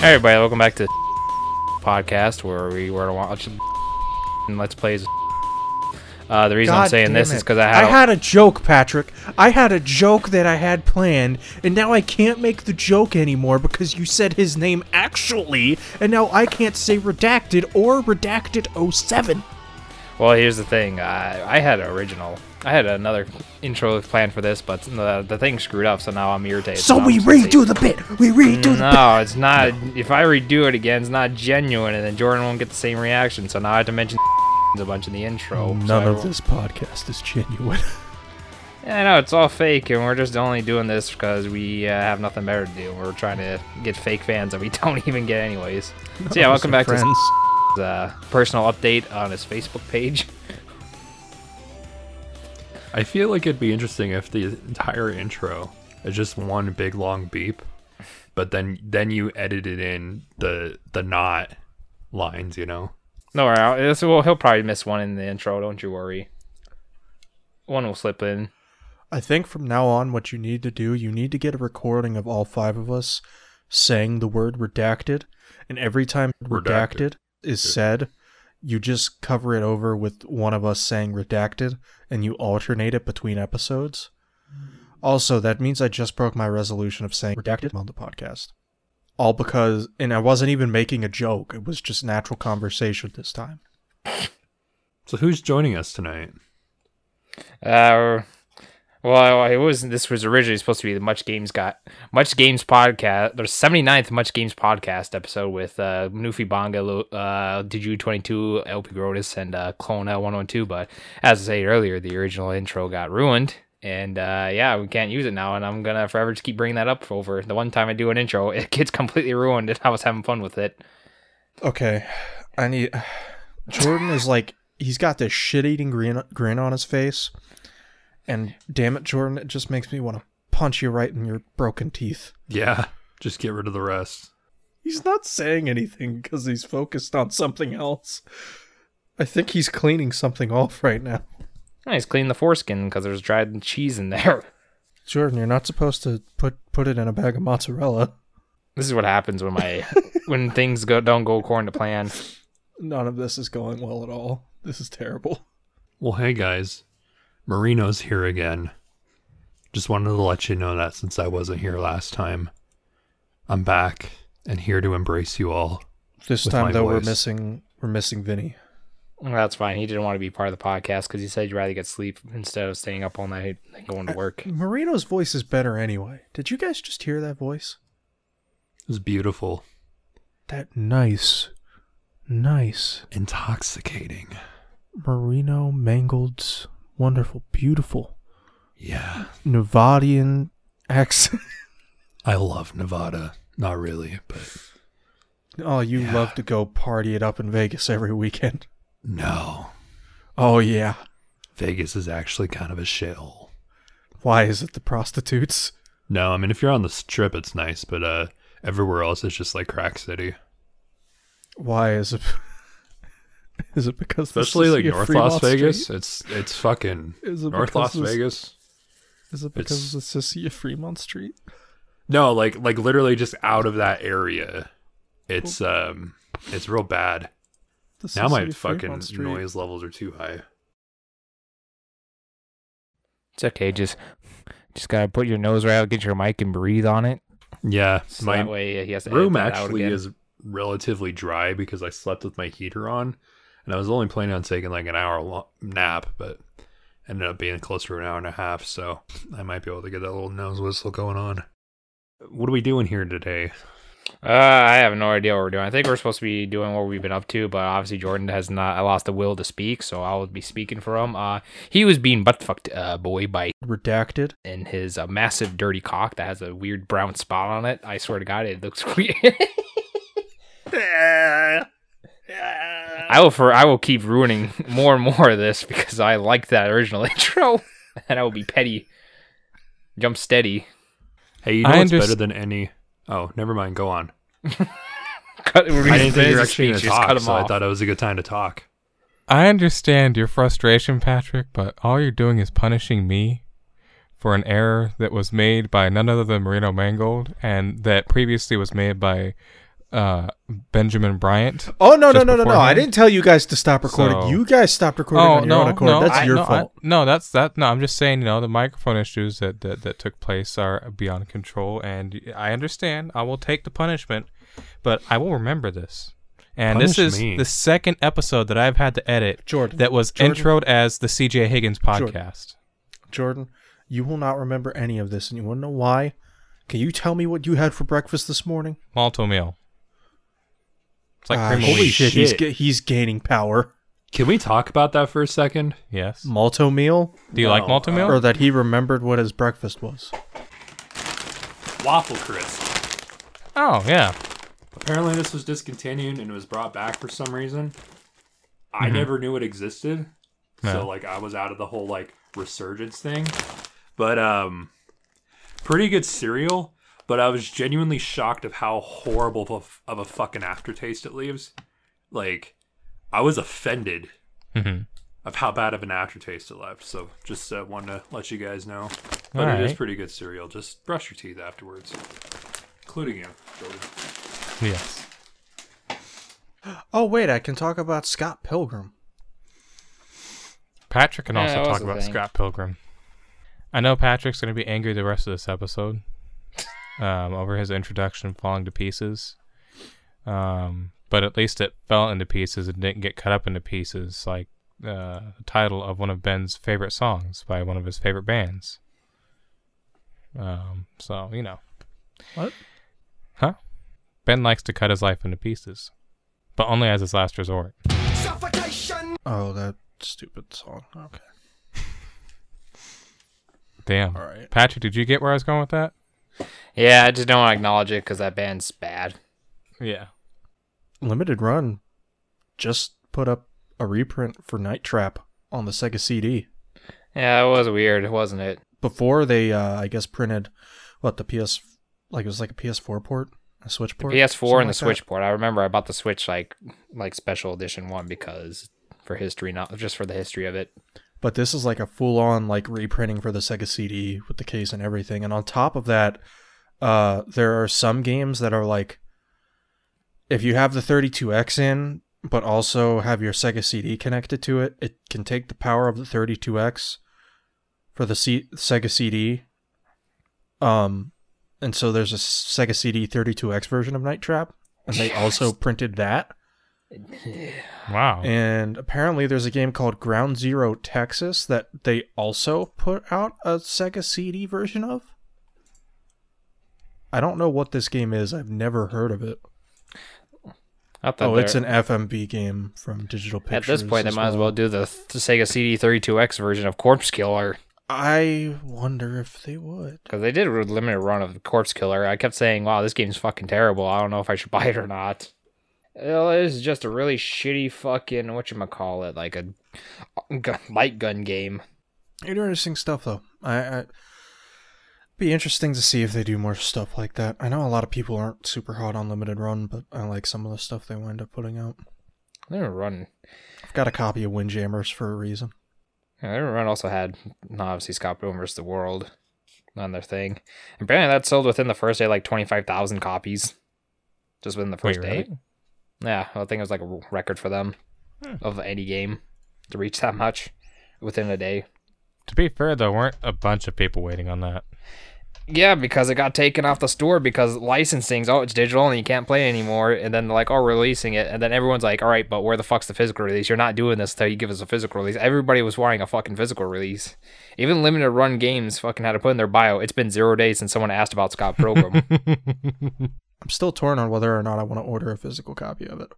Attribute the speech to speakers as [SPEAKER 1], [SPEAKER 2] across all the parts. [SPEAKER 1] Hey everybody, welcome back to podcast where we were watching and let's plays. Uh, the reason I'm
[SPEAKER 2] God
[SPEAKER 1] saying this
[SPEAKER 2] damn
[SPEAKER 1] is
[SPEAKER 2] it.
[SPEAKER 1] because I had,
[SPEAKER 2] I had a joke, Patrick. I had a joke that I had planned, and now I can't make the joke anymore because you said his name actually, and now I can't say redacted or redacted 07.
[SPEAKER 1] well, here's the thing. I I had an original. I had another intro planned for this, but the, the thing screwed up, so now I'm irritated.
[SPEAKER 2] So
[SPEAKER 1] I'm
[SPEAKER 2] we
[SPEAKER 1] just gonna say-
[SPEAKER 2] redo the bit. We redo the
[SPEAKER 1] No, it's not. If I redo it again, it's not genuine, and then Jordan won't get the same reaction. So now I have to mention a bunch in the intro.
[SPEAKER 2] bit.
[SPEAKER 1] so
[SPEAKER 2] None of
[SPEAKER 1] everyone-
[SPEAKER 2] this podcast is genuine.
[SPEAKER 1] Yeah, I know it's all fake, and we're just only doing this because we uh, have nothing better to do. We're trying to get fake fans that we don't even get, anyways. so yeah, welcome back to
[SPEAKER 2] friends.
[SPEAKER 1] his uh, personal update on his Facebook page.
[SPEAKER 3] I feel like it'd be interesting if the entire intro is just one big long beep, but then then you edited in the the not lines, you know.
[SPEAKER 1] No, worry, I'll- this will, he'll probably miss one in the intro. Don't you worry. One will slip in.
[SPEAKER 2] I think from now on, what you need to do, you need to get a recording of all five of us saying the word redacted, and every time redacted,
[SPEAKER 3] Redacted.
[SPEAKER 2] is said, you just cover it over with one of us saying redacted, and you alternate it between episodes. Also, that means I just broke my resolution of saying redacted on the podcast. All because, and I wasn't even making a joke, it was just natural conversation this time.
[SPEAKER 3] So who's joining us tonight?
[SPEAKER 1] Uh, well, it was this was originally supposed to be the Much Games got Much Games podcast. There's 79th Much Games podcast episode with uh, Nufi Bonga, Lo- uh, Diju 22, LP Grotus, and uh, Clone L 102. But as I said earlier, the original intro got ruined. And uh, yeah, we can't use it now, and I'm gonna forever just keep bringing that up. Over the one time I do an intro, it gets completely ruined, and I was having fun with it.
[SPEAKER 2] Okay, I need. Jordan is like he's got this shit-eating grin grin on his face, and damn it, Jordan, it just makes me want to punch you right in your broken teeth.
[SPEAKER 3] Yeah, just get rid of the rest.
[SPEAKER 2] He's not saying anything because he's focused on something else. I think he's cleaning something off right now.
[SPEAKER 1] Nice, clean the foreskin because there's dried cheese in there.
[SPEAKER 2] Jordan, you're not supposed to put put it in a bag of mozzarella.
[SPEAKER 1] This is what happens when my when things go don't go according to plan.
[SPEAKER 2] None of this is going well at all. This is terrible.
[SPEAKER 3] Well, hey guys, Marino's here again. Just wanted to let you know that since I wasn't here last time, I'm back and here to embrace you all.
[SPEAKER 2] This
[SPEAKER 3] With
[SPEAKER 2] time
[SPEAKER 3] my
[SPEAKER 2] though, we're
[SPEAKER 3] voice.
[SPEAKER 2] missing we're missing Vinny.
[SPEAKER 1] Well, that's fine. He didn't want to be part of the podcast because he said he'd rather get sleep instead of staying up all night and going to work.
[SPEAKER 2] Uh, Marino's voice is better anyway. Did you guys just hear that voice?
[SPEAKER 3] It was beautiful,
[SPEAKER 2] That nice, nice
[SPEAKER 3] intoxicating.
[SPEAKER 2] Merino Mangold's wonderful, beautiful
[SPEAKER 3] Yeah.
[SPEAKER 2] Nevadian accent.
[SPEAKER 3] I love Nevada. Not really, but
[SPEAKER 2] Oh, you
[SPEAKER 3] Yeah.
[SPEAKER 2] love to go party it up in Vegas every weekend.
[SPEAKER 3] no.
[SPEAKER 2] Oh, yeah.
[SPEAKER 3] Vegas is actually kind of a shithole.
[SPEAKER 2] Why is it the prostitutes?
[SPEAKER 3] No, I mean if you're on the strip it's nice, but uh everywhere else it's just like crack city.
[SPEAKER 2] Why is it? Is it because this
[SPEAKER 3] Especially
[SPEAKER 2] is
[SPEAKER 3] like
[SPEAKER 2] your
[SPEAKER 3] North
[SPEAKER 2] Fremont
[SPEAKER 3] Las Vegas.
[SPEAKER 2] Street?
[SPEAKER 3] It's it's fucking
[SPEAKER 2] Is it
[SPEAKER 3] North Las
[SPEAKER 2] because this-
[SPEAKER 3] Vegas.
[SPEAKER 2] Is it because
[SPEAKER 3] It's-
[SPEAKER 2] it's the Sissy of Fremont Street?
[SPEAKER 3] No, like like literally just out of that area. It's um it's real bad.
[SPEAKER 2] The
[SPEAKER 3] Now my
[SPEAKER 2] Sissy of
[SPEAKER 3] fucking
[SPEAKER 2] Fremont Street?
[SPEAKER 3] noise levels are too high.
[SPEAKER 1] It's okay. Just just gotta put your nose right out, get your mic, and breathe on it.
[SPEAKER 3] Yeah.
[SPEAKER 1] So
[SPEAKER 3] my
[SPEAKER 1] that way he has to. edit
[SPEAKER 3] room
[SPEAKER 1] that out
[SPEAKER 3] actually
[SPEAKER 1] again.
[SPEAKER 3] is relatively dry because I slept with my heater on, and I was only planning on taking like an hour lo- nap, but ended up being closer to an hour and a half. So I might be able to get that little nose whistle going on. What are we doing here today?
[SPEAKER 1] Uh, I have no idea what we're doing. I think we're supposed to be doing what we've been up to, but obviously Jordan has not. I lost the will to speak, so I will be speaking for him. Uh, he was being butt fucked, uh, boy, by
[SPEAKER 2] redacted.
[SPEAKER 1] in his uh, massive dirty cock that has a weird brown spot on it. I swear to God, it looks weird. I will for I will keep ruining more and more of this because I like that original intro, and I will be petty. Jump steady.
[SPEAKER 3] Hey, you know
[SPEAKER 4] I
[SPEAKER 3] what's
[SPEAKER 4] underst-
[SPEAKER 3] better than any? Oh, never mind. Go on.
[SPEAKER 1] Cut,
[SPEAKER 3] I didn't think you were actually
[SPEAKER 1] actually
[SPEAKER 3] going to
[SPEAKER 1] just cut
[SPEAKER 3] talk,
[SPEAKER 1] him
[SPEAKER 3] so I
[SPEAKER 1] off.
[SPEAKER 3] thought it was a good time to talk.
[SPEAKER 4] I understand your frustration, Patrick, but all you're doing is punishing me for an error that was made by none other than Marino Mangold and that previously was made by uh, uh, Benjamin Bryant.
[SPEAKER 2] Oh no no
[SPEAKER 4] Just
[SPEAKER 2] no no no! I
[SPEAKER 4] beforehand?
[SPEAKER 2] didn't tell you guys to stop recording.
[SPEAKER 4] So-
[SPEAKER 2] You guys stopped recording on your own accord. That's
[SPEAKER 4] I-
[SPEAKER 2] your
[SPEAKER 4] Oh, no, I-
[SPEAKER 2] fault.
[SPEAKER 4] no, that's that. No, I'm just saying, you know, the microphone issues that, that that took place are beyond control, and I understand. I will take the punishment, but I will remember this. And
[SPEAKER 3] Punish
[SPEAKER 4] this is
[SPEAKER 3] me.
[SPEAKER 4] the second episode that I've had to edit
[SPEAKER 2] Jordan,
[SPEAKER 4] that was
[SPEAKER 2] Jordan.
[SPEAKER 4] introed as the CJ Higgins
[SPEAKER 2] Jordan.
[SPEAKER 4] podcast.
[SPEAKER 2] Jordan, you will not remember any of this, and you want to know why? Can you tell me what you had for breakfast this morning?
[SPEAKER 4] Malto meal. It's like
[SPEAKER 2] Ah,
[SPEAKER 4] cream of
[SPEAKER 3] holy
[SPEAKER 4] wheat.
[SPEAKER 3] shit.
[SPEAKER 2] He's ga- he's gaining power.
[SPEAKER 3] Can we talk about that for a second?
[SPEAKER 4] Yes.
[SPEAKER 2] Malto meal,
[SPEAKER 4] Do you like
[SPEAKER 3] No,
[SPEAKER 4] Malto meal?
[SPEAKER 2] or that he remembered what his breakfast was.
[SPEAKER 3] Waffle crisp.
[SPEAKER 4] oh yeah.
[SPEAKER 3] Apparently, this was discontinued and was brought back for some reason. I
[SPEAKER 4] Mhm.
[SPEAKER 3] never knew it existed,
[SPEAKER 4] Yeah.
[SPEAKER 3] so like I was out of the whole like resurgence thing. But um, pretty good cereal. But I was genuinely shocked of how horrible of a, of a fucking aftertaste it leaves. Like, I was offended
[SPEAKER 4] Mm-hmm.
[SPEAKER 3] of how bad of an aftertaste it left. So just uh, wanted to let you guys know. But it is
[SPEAKER 4] Alright.
[SPEAKER 3] pretty good cereal. Just brush your teeth afterwards, including you. Jordan.
[SPEAKER 4] Yes.
[SPEAKER 2] Oh wait, I can talk about Scott Pilgrim.
[SPEAKER 4] Patrick can
[SPEAKER 1] Yeah,
[SPEAKER 4] also
[SPEAKER 1] that was
[SPEAKER 4] talk
[SPEAKER 1] the
[SPEAKER 4] about
[SPEAKER 1] thing.
[SPEAKER 4] Scott Pilgrim. I know Patrick's going to be angry the rest of this episode um, over his introduction falling to pieces. Um, but at least it fell into pieces and didn't get cut up into pieces like uh, the title of one of Ben's favorite songs by one of his favorite bands. Um, so, you know.
[SPEAKER 2] What?
[SPEAKER 4] Huh? Ben likes to cut his life into pieces, but only as his last resort.
[SPEAKER 2] Oh, that stupid song. Okay.
[SPEAKER 4] Damn.
[SPEAKER 2] All right.
[SPEAKER 4] Patrick, did you get where I was going with that?
[SPEAKER 1] Yeah, I just don't want to acknowledge it because that band's bad.
[SPEAKER 4] Yeah.
[SPEAKER 2] Limited Run just put up a reprint for Night Trap on the Sega CD.
[SPEAKER 1] Yeah, it was weird, wasn't it?
[SPEAKER 2] Before they, uh, I guess, printed what the PS, like it was like a PS4 port, a Switch port,
[SPEAKER 1] PS4 and the
[SPEAKER 2] something like
[SPEAKER 1] Switch port. I remember I bought the Switch like like special edition one because for history, not just for the history of it.
[SPEAKER 2] that. But this is like a full-on like reprinting for the Sega CD with the case and everything. And on top of that, uh, there are some games that are like, if you have the 32X in, but also have your Sega CD connected to it, it can take the power of the 32X for the C- Sega CD. Um, and so there's a Sega CD 32X version of Night Trap, and they also printed that.
[SPEAKER 4] Wow.
[SPEAKER 2] And apparently, there's a game called Ground Zero Texas that they also put out a Sega CD version of. I don't know what this game is. I've never heard of it.
[SPEAKER 1] I thought
[SPEAKER 2] Oh,
[SPEAKER 1] they're-
[SPEAKER 2] it's an FMB game from Digital
[SPEAKER 1] at
[SPEAKER 2] Pictures.
[SPEAKER 1] this point they might as well do the th- Sega CD32X version of Corpse Killer
[SPEAKER 2] I wonder if they would.
[SPEAKER 1] because they did a limited run of Corpse Killer. I kept saying, "Wow, this game's fucking terrible. I don't know if I should buy it or not." Well, it is just a really shitty fucking what you call it, like a gun, light gun game.
[SPEAKER 2] Interesting stuff, though. I, I be interesting to see if they do more stuff like that. I know a lot of people aren't super hot on limited run, but I like some of the stuff they wind up putting out.
[SPEAKER 1] They didn't run.
[SPEAKER 2] I've got a copy of Windjammers for a reason.
[SPEAKER 1] Yeah, they didn't run also had obviously Scott Pilgrim versus the World on their thing. Apparently, that sold within the first day like twenty five thousand copies, just within the first day.
[SPEAKER 4] really?
[SPEAKER 1] Yeah, I think it was like a record for them of any game to reach that much within a day.
[SPEAKER 4] To be fair, though, weren't a bunch of people waiting on that.
[SPEAKER 1] Yeah, because it got taken off the store because licensing's oh it's digital and you can't play it anymore, and then they're like oh we're releasing it, and then everyone's like all right, but where the fuck's the physical release? You're not doing this till you give us a physical release. Everybody was wanting a fucking physical release. Even limited run games fucking had to put in their bio. It's been zero days since someone asked about Scott Pilgrim.
[SPEAKER 2] I'm still torn on whether or not I want to order a physical copy of it.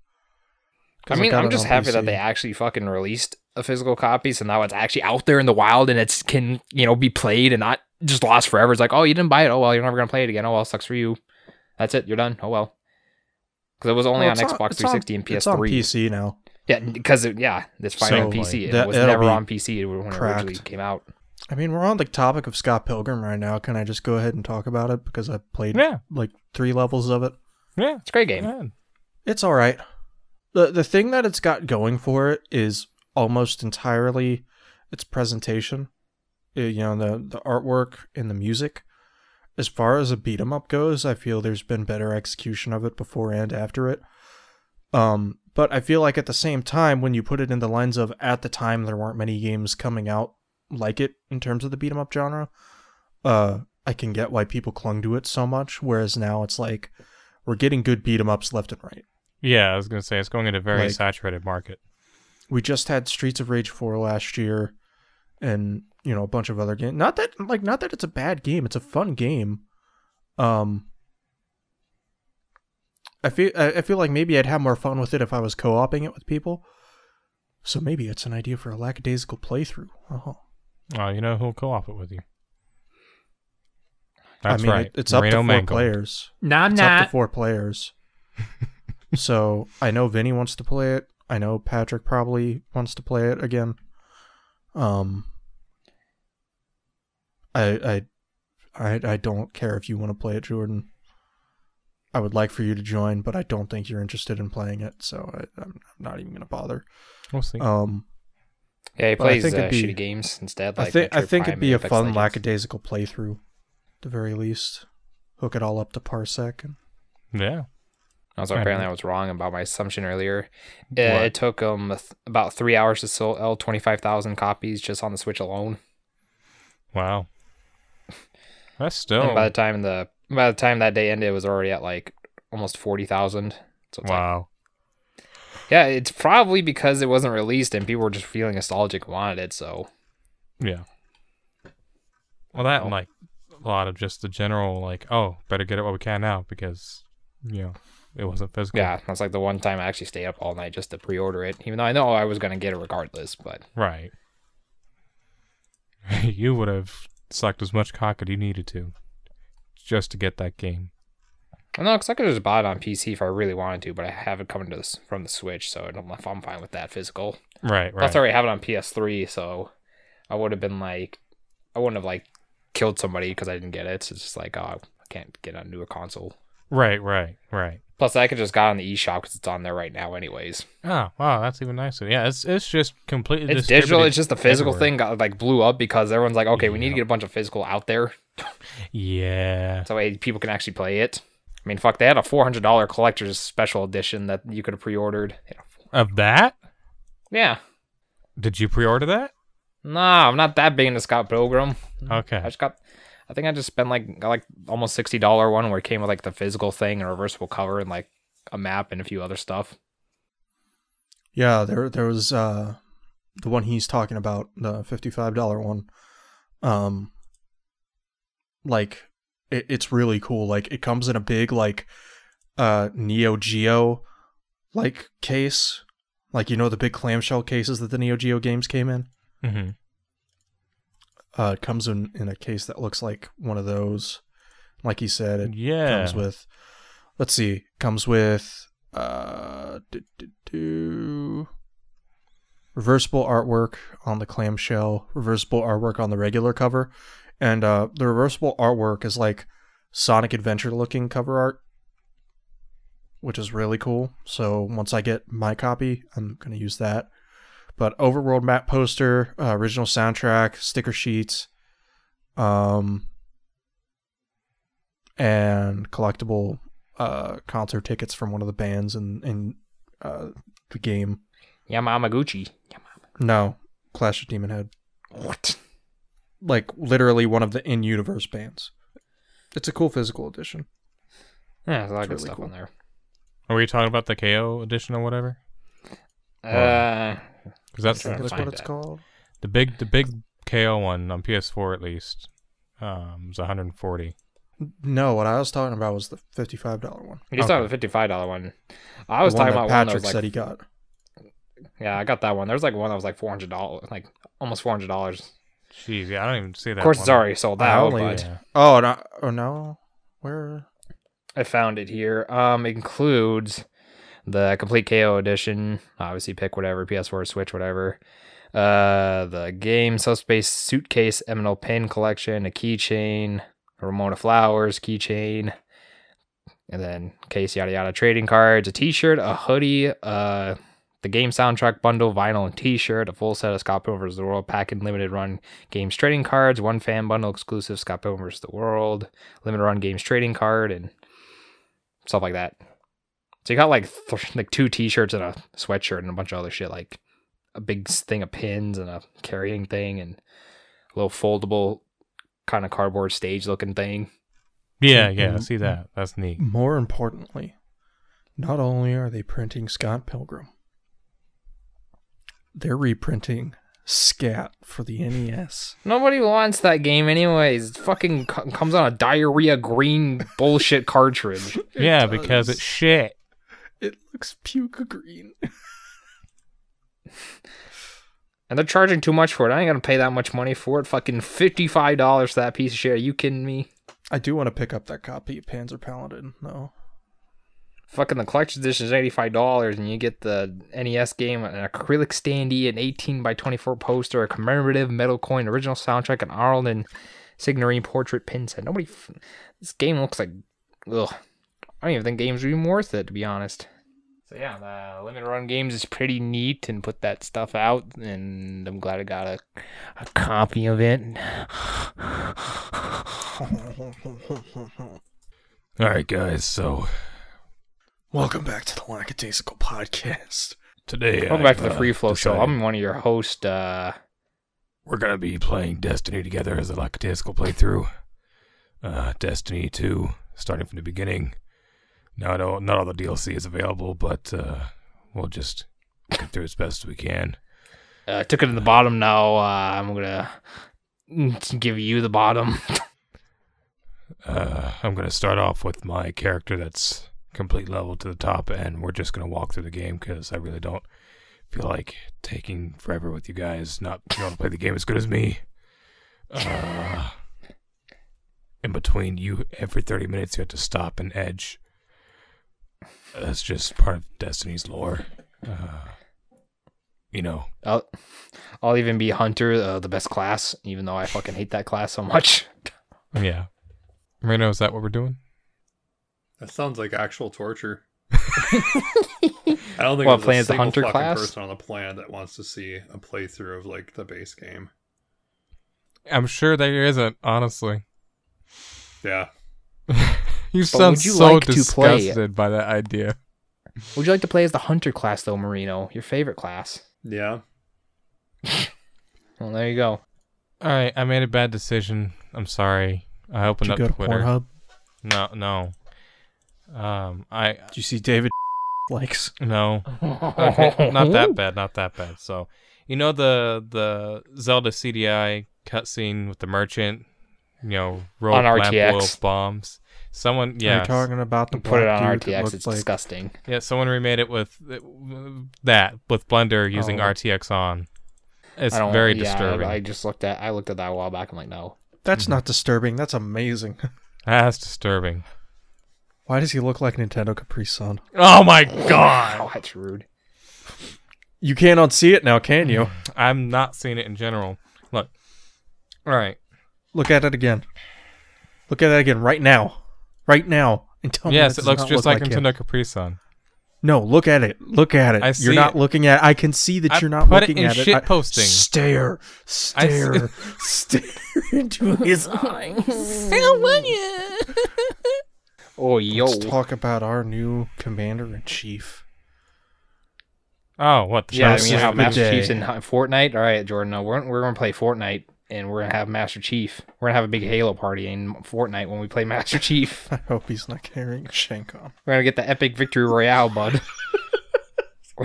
[SPEAKER 2] 'Cause
[SPEAKER 1] I
[SPEAKER 2] I've
[SPEAKER 1] mean,
[SPEAKER 2] got
[SPEAKER 1] I'm
[SPEAKER 2] it
[SPEAKER 1] just
[SPEAKER 2] on
[SPEAKER 1] happy
[SPEAKER 2] PC.
[SPEAKER 1] that they actually fucking released a physical copy, so now it's actually out there in the wild and it's can you know be played and not just lost forever. It's like, oh, you didn't buy it. Oh well, you're never gonna play it again. Oh well, sucks for you. That's it. You're done. Oh well, because it was only
[SPEAKER 2] Well,
[SPEAKER 1] on
[SPEAKER 2] it's
[SPEAKER 1] Xbox
[SPEAKER 2] it's
[SPEAKER 1] 360 and
[SPEAKER 2] It's on
[SPEAKER 1] PS3.
[SPEAKER 2] PC now.
[SPEAKER 1] Yeah, because it, yeah, it's finally on
[SPEAKER 2] So,
[SPEAKER 1] PC. It
[SPEAKER 2] that-
[SPEAKER 1] was
[SPEAKER 2] that'll
[SPEAKER 1] never
[SPEAKER 2] be
[SPEAKER 1] on PC when it originally
[SPEAKER 2] cracked.
[SPEAKER 1] came out.
[SPEAKER 2] I mean, we're on the topic of Scott Pilgrim right now. Can I just go ahead and talk about it because I played
[SPEAKER 4] Yeah.
[SPEAKER 2] like three levels of it?
[SPEAKER 4] Yeah.
[SPEAKER 1] It's a great game.
[SPEAKER 4] Man.
[SPEAKER 2] It's all right. the The thing that it's got going for it is almost entirely its presentation. Uh, You know, the the artwork and the music. As far as a beat 'em up goes, I feel there's been better execution of it before and after it. Um, but I feel like at the same time, when you put it in the lens of at the time there weren't many games coming out like it in terms of the beat 'em up genre, uh, I can get why people clung to it so much. Whereas now it's like we're getting good beat 'em ups left and right.
[SPEAKER 4] Yeah, I was gonna say it's going into a very
[SPEAKER 2] Like-
[SPEAKER 4] saturated market.
[SPEAKER 2] we just had Streets of Rage 4 last year and you know a bunch of other games. Not that like not that it's a bad game, it's a fun game. Um I feel I I feel like maybe I'd have more fun with it if I was co-oping it with people. So maybe it's an idea for a lackadaisical playthrough. Uh-huh.
[SPEAKER 4] Oh, you know who'll co-op it with you?
[SPEAKER 2] I
[SPEAKER 4] That's
[SPEAKER 2] mean,
[SPEAKER 4] right.
[SPEAKER 2] it- it's up to
[SPEAKER 4] Moreno
[SPEAKER 2] four
[SPEAKER 4] Mangold.
[SPEAKER 2] players.
[SPEAKER 1] No, I'm
[SPEAKER 2] It's up
[SPEAKER 1] not.
[SPEAKER 2] to four players. so I know Vinny wants to play it. I know Patrick probably wants to play it again. Um, I I I, I don't care if you want to play it, Jordan. I would like for you to join, but I don't think you're interested in playing it, so I, I'm, I'm not even going to bother.
[SPEAKER 4] We'll see.
[SPEAKER 2] Um,
[SPEAKER 1] Yeah, he
[SPEAKER 2] But I
[SPEAKER 1] plays uh,
[SPEAKER 2] think it'd be-
[SPEAKER 1] shitty games instead. Like
[SPEAKER 2] I think I
[SPEAKER 1] Metroid
[SPEAKER 2] think
[SPEAKER 1] Prime
[SPEAKER 2] it'd be a
[SPEAKER 1] and Apex
[SPEAKER 2] fun
[SPEAKER 1] Legends.
[SPEAKER 2] lackadaisical playthrough, at the very least. Hook it all up to Parsec and
[SPEAKER 4] yeah.
[SPEAKER 1] Also,
[SPEAKER 4] Right.
[SPEAKER 1] apparently, I was wrong about my assumption earlier. Uh,
[SPEAKER 4] What?
[SPEAKER 1] it took them about three hours to sell 25,000 copies just on the Switch alone.
[SPEAKER 4] Wow. That's still
[SPEAKER 1] And by the time the by the time that day ended, it was already at like almost 40,000. So it's like,
[SPEAKER 4] wow.
[SPEAKER 1] yeah, it's probably because it wasn't released and people were just feeling nostalgic and wanted it. So
[SPEAKER 4] Yeah. Well, that and, like a lot of just the general like, oh, better get it while we can now because you know it wasn't physical.
[SPEAKER 1] yeah, that's like the one time I actually stayed up all night just to pre-order it, even though I know I was gonna get it regardless. But
[SPEAKER 4] Right. you would have sucked as much cock as you needed to just to get that game.
[SPEAKER 1] I know because I could just buy it on PC if I really wanted to, but I have it coming to this from the Switch, so I don't know if I'm fine with that physical.
[SPEAKER 4] Right. Right.
[SPEAKER 1] Plus, I already have it on PS3, so I would have been like, I wouldn't have like killed somebody because I didn't get it. So it's just like, oh, I can't get a newer console.
[SPEAKER 4] Right. Right. Right.
[SPEAKER 1] Plus, I could just got it on the eShop because it's on there right now, anyways.
[SPEAKER 4] Oh wow, that's even nicer. Yeah, it's it's just completely
[SPEAKER 1] It's digital.
[SPEAKER 4] distributed
[SPEAKER 1] It's just the physical
[SPEAKER 4] everywhere.
[SPEAKER 1] thing got like blew up because everyone's like, okay, we need
[SPEAKER 4] Yeah.
[SPEAKER 1] to get a bunch of physical out there
[SPEAKER 4] Yeah.
[SPEAKER 1] so hey, people can actually play it. I mean, fuck, they had a four hundred dollar collector's special edition that you could have pre-ordered.
[SPEAKER 4] Of that?
[SPEAKER 1] Yeah.
[SPEAKER 4] Did you pre-order that?
[SPEAKER 1] Nah, I'm not that big into Scott Pilgrim. I
[SPEAKER 4] Okay.
[SPEAKER 1] just got. I think I just spent like got like almost sixty dollar one where it came with like the physical thing and a reversible cover and like a map and a few other stuff.
[SPEAKER 2] Yeah, there there was uh the one he's talking about, the fifty-five dollar one. Um like it, it's really cool. Like it comes in a big like uh Neo Geo like case. Like you know the big clamshell cases that the Neo Geo games came in?
[SPEAKER 4] Mm-hmm.
[SPEAKER 2] Uh it comes in in a case that looks like one of those. Like he said, it
[SPEAKER 4] Yeah.
[SPEAKER 2] comes with let's see comes with uh do, do, do. reversible artwork on the clamshell reversible artwork on the regular cover and uh the reversible artwork is like sonic adventure looking cover art which is really cool so once i get my copy i'm going to use that but overworld map poster uh, original soundtrack sticker sheets um and collectible uh, concert tickets from one of the bands in in uh, the game.
[SPEAKER 1] Yamamaguchi. Yamama.
[SPEAKER 2] No, Clash of Demon Head,
[SPEAKER 1] What?
[SPEAKER 2] like literally one of the in-universe bands. It's a cool physical edition.
[SPEAKER 1] Yeah, there's a lot of good
[SPEAKER 2] It's really
[SPEAKER 1] stuff
[SPEAKER 2] cool.
[SPEAKER 1] on there.
[SPEAKER 4] Are we talking about the KO edition or whatever?
[SPEAKER 1] Uh,
[SPEAKER 4] Because that's
[SPEAKER 1] Sure.
[SPEAKER 2] I think that's
[SPEAKER 1] find
[SPEAKER 2] what it's
[SPEAKER 1] that.
[SPEAKER 2] called.
[SPEAKER 4] the big the big KO one on PS4 at least. Um, is 140.
[SPEAKER 2] No, what I was talking about was the fifty-five dollar one.
[SPEAKER 1] you just
[SPEAKER 4] Okay.
[SPEAKER 1] talking the fifty-five dollar one. I was
[SPEAKER 2] The one
[SPEAKER 1] talking about
[SPEAKER 2] that
[SPEAKER 1] one
[SPEAKER 2] Patrick
[SPEAKER 1] that was like,
[SPEAKER 2] said he got.
[SPEAKER 1] yeah, I got that one. There was like one that was like four hundred dollars, like almost four hundred dollars.
[SPEAKER 4] Jeez, yeah, I don't even see that.
[SPEAKER 1] Of course,
[SPEAKER 4] one.
[SPEAKER 1] it's already sold
[SPEAKER 2] I
[SPEAKER 1] out,
[SPEAKER 2] only-
[SPEAKER 1] but
[SPEAKER 4] Yeah.
[SPEAKER 2] Oh no! Oh no! Where?
[SPEAKER 1] I found it here. Um, it includes the complete KO edition. Obviously, pick whatever PS4, Switch, whatever. Uh, the game subspace suitcase eminal pin collection, a keychain, a Ramona flowers keychain, and then case yada yada trading cards, a T-shirt, a hoodie, a uh, The game soundtrack bundle, vinyl and T-shirt, a full set of Scott Pilgrim vs. the World pack and limited run games trading cards, one fan bundle exclusive Scott Pilgrim vs. the World, limited run games trading card, and stuff like that. So you got like th- like two T-shirts and a sweatshirt and a bunch of other shit, like a big s- thing of pins and a carrying thing and a little foldable kind of cardboard stage looking thing.
[SPEAKER 4] Yeah, yeah,
[SPEAKER 2] Mhm.
[SPEAKER 4] see that. That's neat.
[SPEAKER 2] More importantly, not only are they printing Scott Pilgrim, they're reprinting Scat for the E NES.
[SPEAKER 1] Nobody wants that game anyways. It fucking co- comes on a diarrhea green bullshit cartridge.
[SPEAKER 4] yeah, because it's shit.
[SPEAKER 2] It looks puke green.
[SPEAKER 1] And they're charging too much for it. I ain't gonna pay that much money for it. Fucking fifty-five dollars for that piece of shit. Are you kidding me?
[SPEAKER 2] I do want to pick up that copy of Panzer Paladin, though.
[SPEAKER 1] Fucking the collector's edition is eighty-five dollars, and you get the NES game, an acrylic standee, an eighteen by twenty-four poster, a commemorative metal coin, original soundtrack, an Arnold and Signorine portrait pin set. Nobody. F- this game looks like. Ugh. I don't even think games are even worth it, to be honest. So yeah, the limited run games is pretty neat, and put that stuff out, and I'm glad I got a, a copy of it.
[SPEAKER 4] All right, guys. So
[SPEAKER 2] Welcome back to the Lackadaisical Podcast.
[SPEAKER 4] today,
[SPEAKER 1] Welcome back to
[SPEAKER 4] uh,
[SPEAKER 1] the Free Flow Show. I'm one of your hosts. Uh,
[SPEAKER 4] we're gonna be playing Destiny together as a lackadaisical playthrough. Uh, Destiny 2, starting from the beginning. Now, I don't- not all the DLC is available, but uh, we'll just get through as best we can.
[SPEAKER 1] uh, took it to the bottom. Now uh, I'm gonna give you the bottom.
[SPEAKER 4] Uh, I'm gonna start off with my character that's complete level to the top, and we're just gonna walk through the game because I really don't feel like taking forever with you guys. Not you want to play the game as good as me. Uh, in between you, every 30 minutes you have to stop and edge. That's just part of Destiny's lore. Uh, you know,
[SPEAKER 1] I'll, I'll even be Hunter, uh, the best class, even though I fucking hate that class so much.
[SPEAKER 4] yeah. Marino, is that what we're doing?
[SPEAKER 3] That sounds like actual torture. I don't think
[SPEAKER 1] Well,
[SPEAKER 3] there's
[SPEAKER 1] playing
[SPEAKER 3] a
[SPEAKER 1] as the
[SPEAKER 3] single
[SPEAKER 1] hunter
[SPEAKER 3] fucking
[SPEAKER 1] class?
[SPEAKER 3] person on the planet that wants to see a playthrough of like the base game.
[SPEAKER 4] I'm sure there isn't, honestly.
[SPEAKER 3] Yeah,
[SPEAKER 4] You
[SPEAKER 1] sound would you so like to play it?
[SPEAKER 4] by that idea.
[SPEAKER 1] Would you like to play as the Hunter class, though, Marino? Your favorite class?
[SPEAKER 3] yeah.
[SPEAKER 1] Well, there you go.
[SPEAKER 4] All right, I made a bad decision. I'm sorry. I
[SPEAKER 2] Did
[SPEAKER 4] opened
[SPEAKER 2] you
[SPEAKER 4] up
[SPEAKER 2] go to
[SPEAKER 4] Twitter.
[SPEAKER 2] Pornhub?
[SPEAKER 4] No, no. Um, I
[SPEAKER 2] Did you see David likes?
[SPEAKER 4] no.
[SPEAKER 1] Oh.
[SPEAKER 4] Okay, not that bad. Not that bad. So, you know the the Zelda CDI cutscene with the merchant. You know, roll
[SPEAKER 1] On
[SPEAKER 4] lamp
[SPEAKER 1] RTX.
[SPEAKER 4] oil bombs. Someone,
[SPEAKER 2] Are
[SPEAKER 4] yeah,
[SPEAKER 2] you talking about the
[SPEAKER 1] Put it
[SPEAKER 2] black
[SPEAKER 1] on
[SPEAKER 2] dude that
[SPEAKER 1] RTX.
[SPEAKER 2] looked
[SPEAKER 1] It's
[SPEAKER 2] like-
[SPEAKER 1] disgusting.
[SPEAKER 4] yeah. Someone remade it with uh, that with Blender using
[SPEAKER 1] Oh.
[SPEAKER 4] RTX on. It's
[SPEAKER 1] I don't-
[SPEAKER 4] very
[SPEAKER 1] yeah,
[SPEAKER 4] disturbing.
[SPEAKER 1] I just looked at. I looked at that a while back. I'm like, no.
[SPEAKER 2] That's not disturbing. That's amazing.
[SPEAKER 4] That's disturbing.
[SPEAKER 2] Why does he look like Nintendo Capri Sun?
[SPEAKER 4] Oh my god!
[SPEAKER 1] Oh, that's rude.
[SPEAKER 2] You can't unsee it now, can you?
[SPEAKER 4] I'm not seeing it in general. Look. All right.
[SPEAKER 2] Look at it again. Look at it again right now. Right now. And tell me
[SPEAKER 4] yes,
[SPEAKER 2] that
[SPEAKER 4] it
[SPEAKER 2] does
[SPEAKER 4] looks
[SPEAKER 2] not
[SPEAKER 4] just
[SPEAKER 2] look
[SPEAKER 4] like,
[SPEAKER 2] him.
[SPEAKER 4] Nintendo Capri Sun.
[SPEAKER 2] No, look at it. Look at it.
[SPEAKER 4] I
[SPEAKER 2] you're
[SPEAKER 4] see
[SPEAKER 2] not
[SPEAKER 4] it.
[SPEAKER 2] looking at I can see that
[SPEAKER 4] I
[SPEAKER 2] you're not
[SPEAKER 4] put it
[SPEAKER 2] looking
[SPEAKER 4] in
[SPEAKER 2] at it. I-
[SPEAKER 4] shitposting.
[SPEAKER 2] Stare. Stare. Stare into his eyes.
[SPEAKER 1] Oh, yo.
[SPEAKER 2] Let's talk about our new commander in chief.
[SPEAKER 4] Oh, what the
[SPEAKER 1] Yeah, I
[SPEAKER 2] Chelsea
[SPEAKER 1] mean, how
[SPEAKER 2] of the
[SPEAKER 1] Master
[SPEAKER 2] day.
[SPEAKER 1] Chief's in Fortnite. All right, Jordan. No, we're we're gonna play Fortnite, and we're gonna have Master Chief. We're gonna have a big Halo party in Fortnite when we play Master Chief.
[SPEAKER 2] I hope he's not carrying a shank on.
[SPEAKER 1] We're gonna get the epic victory royale, bud.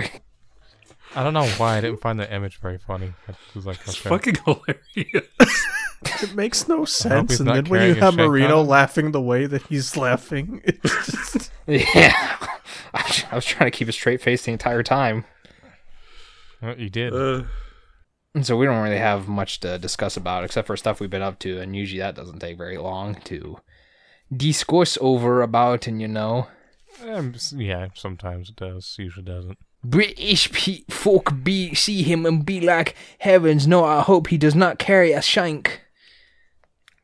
[SPEAKER 4] I don't know why I didn't find that image very funny. It was like,
[SPEAKER 3] It's
[SPEAKER 4] okay.
[SPEAKER 3] fucking hilarious.
[SPEAKER 2] It makes no sense.
[SPEAKER 4] he's
[SPEAKER 2] And
[SPEAKER 4] not
[SPEAKER 2] then when you
[SPEAKER 4] carrying a
[SPEAKER 2] have
[SPEAKER 4] shank on
[SPEAKER 2] Marino
[SPEAKER 4] him.
[SPEAKER 2] laughing the way that he's laughing, it's just
[SPEAKER 1] yeah, I was- I was trying to keep a straight face the entire time,
[SPEAKER 4] Well, you did.
[SPEAKER 3] Uh,
[SPEAKER 1] and so we don't really have much to discuss about except for stuff we've been up to, and usually that doesn't take very long to discourse over about, and you know.
[SPEAKER 4] Um, s- yeah, sometimes it does. Usually doesn't.
[SPEAKER 1] British pe- folk be see him and be like, heavens, no! I hope he does not carry a shank.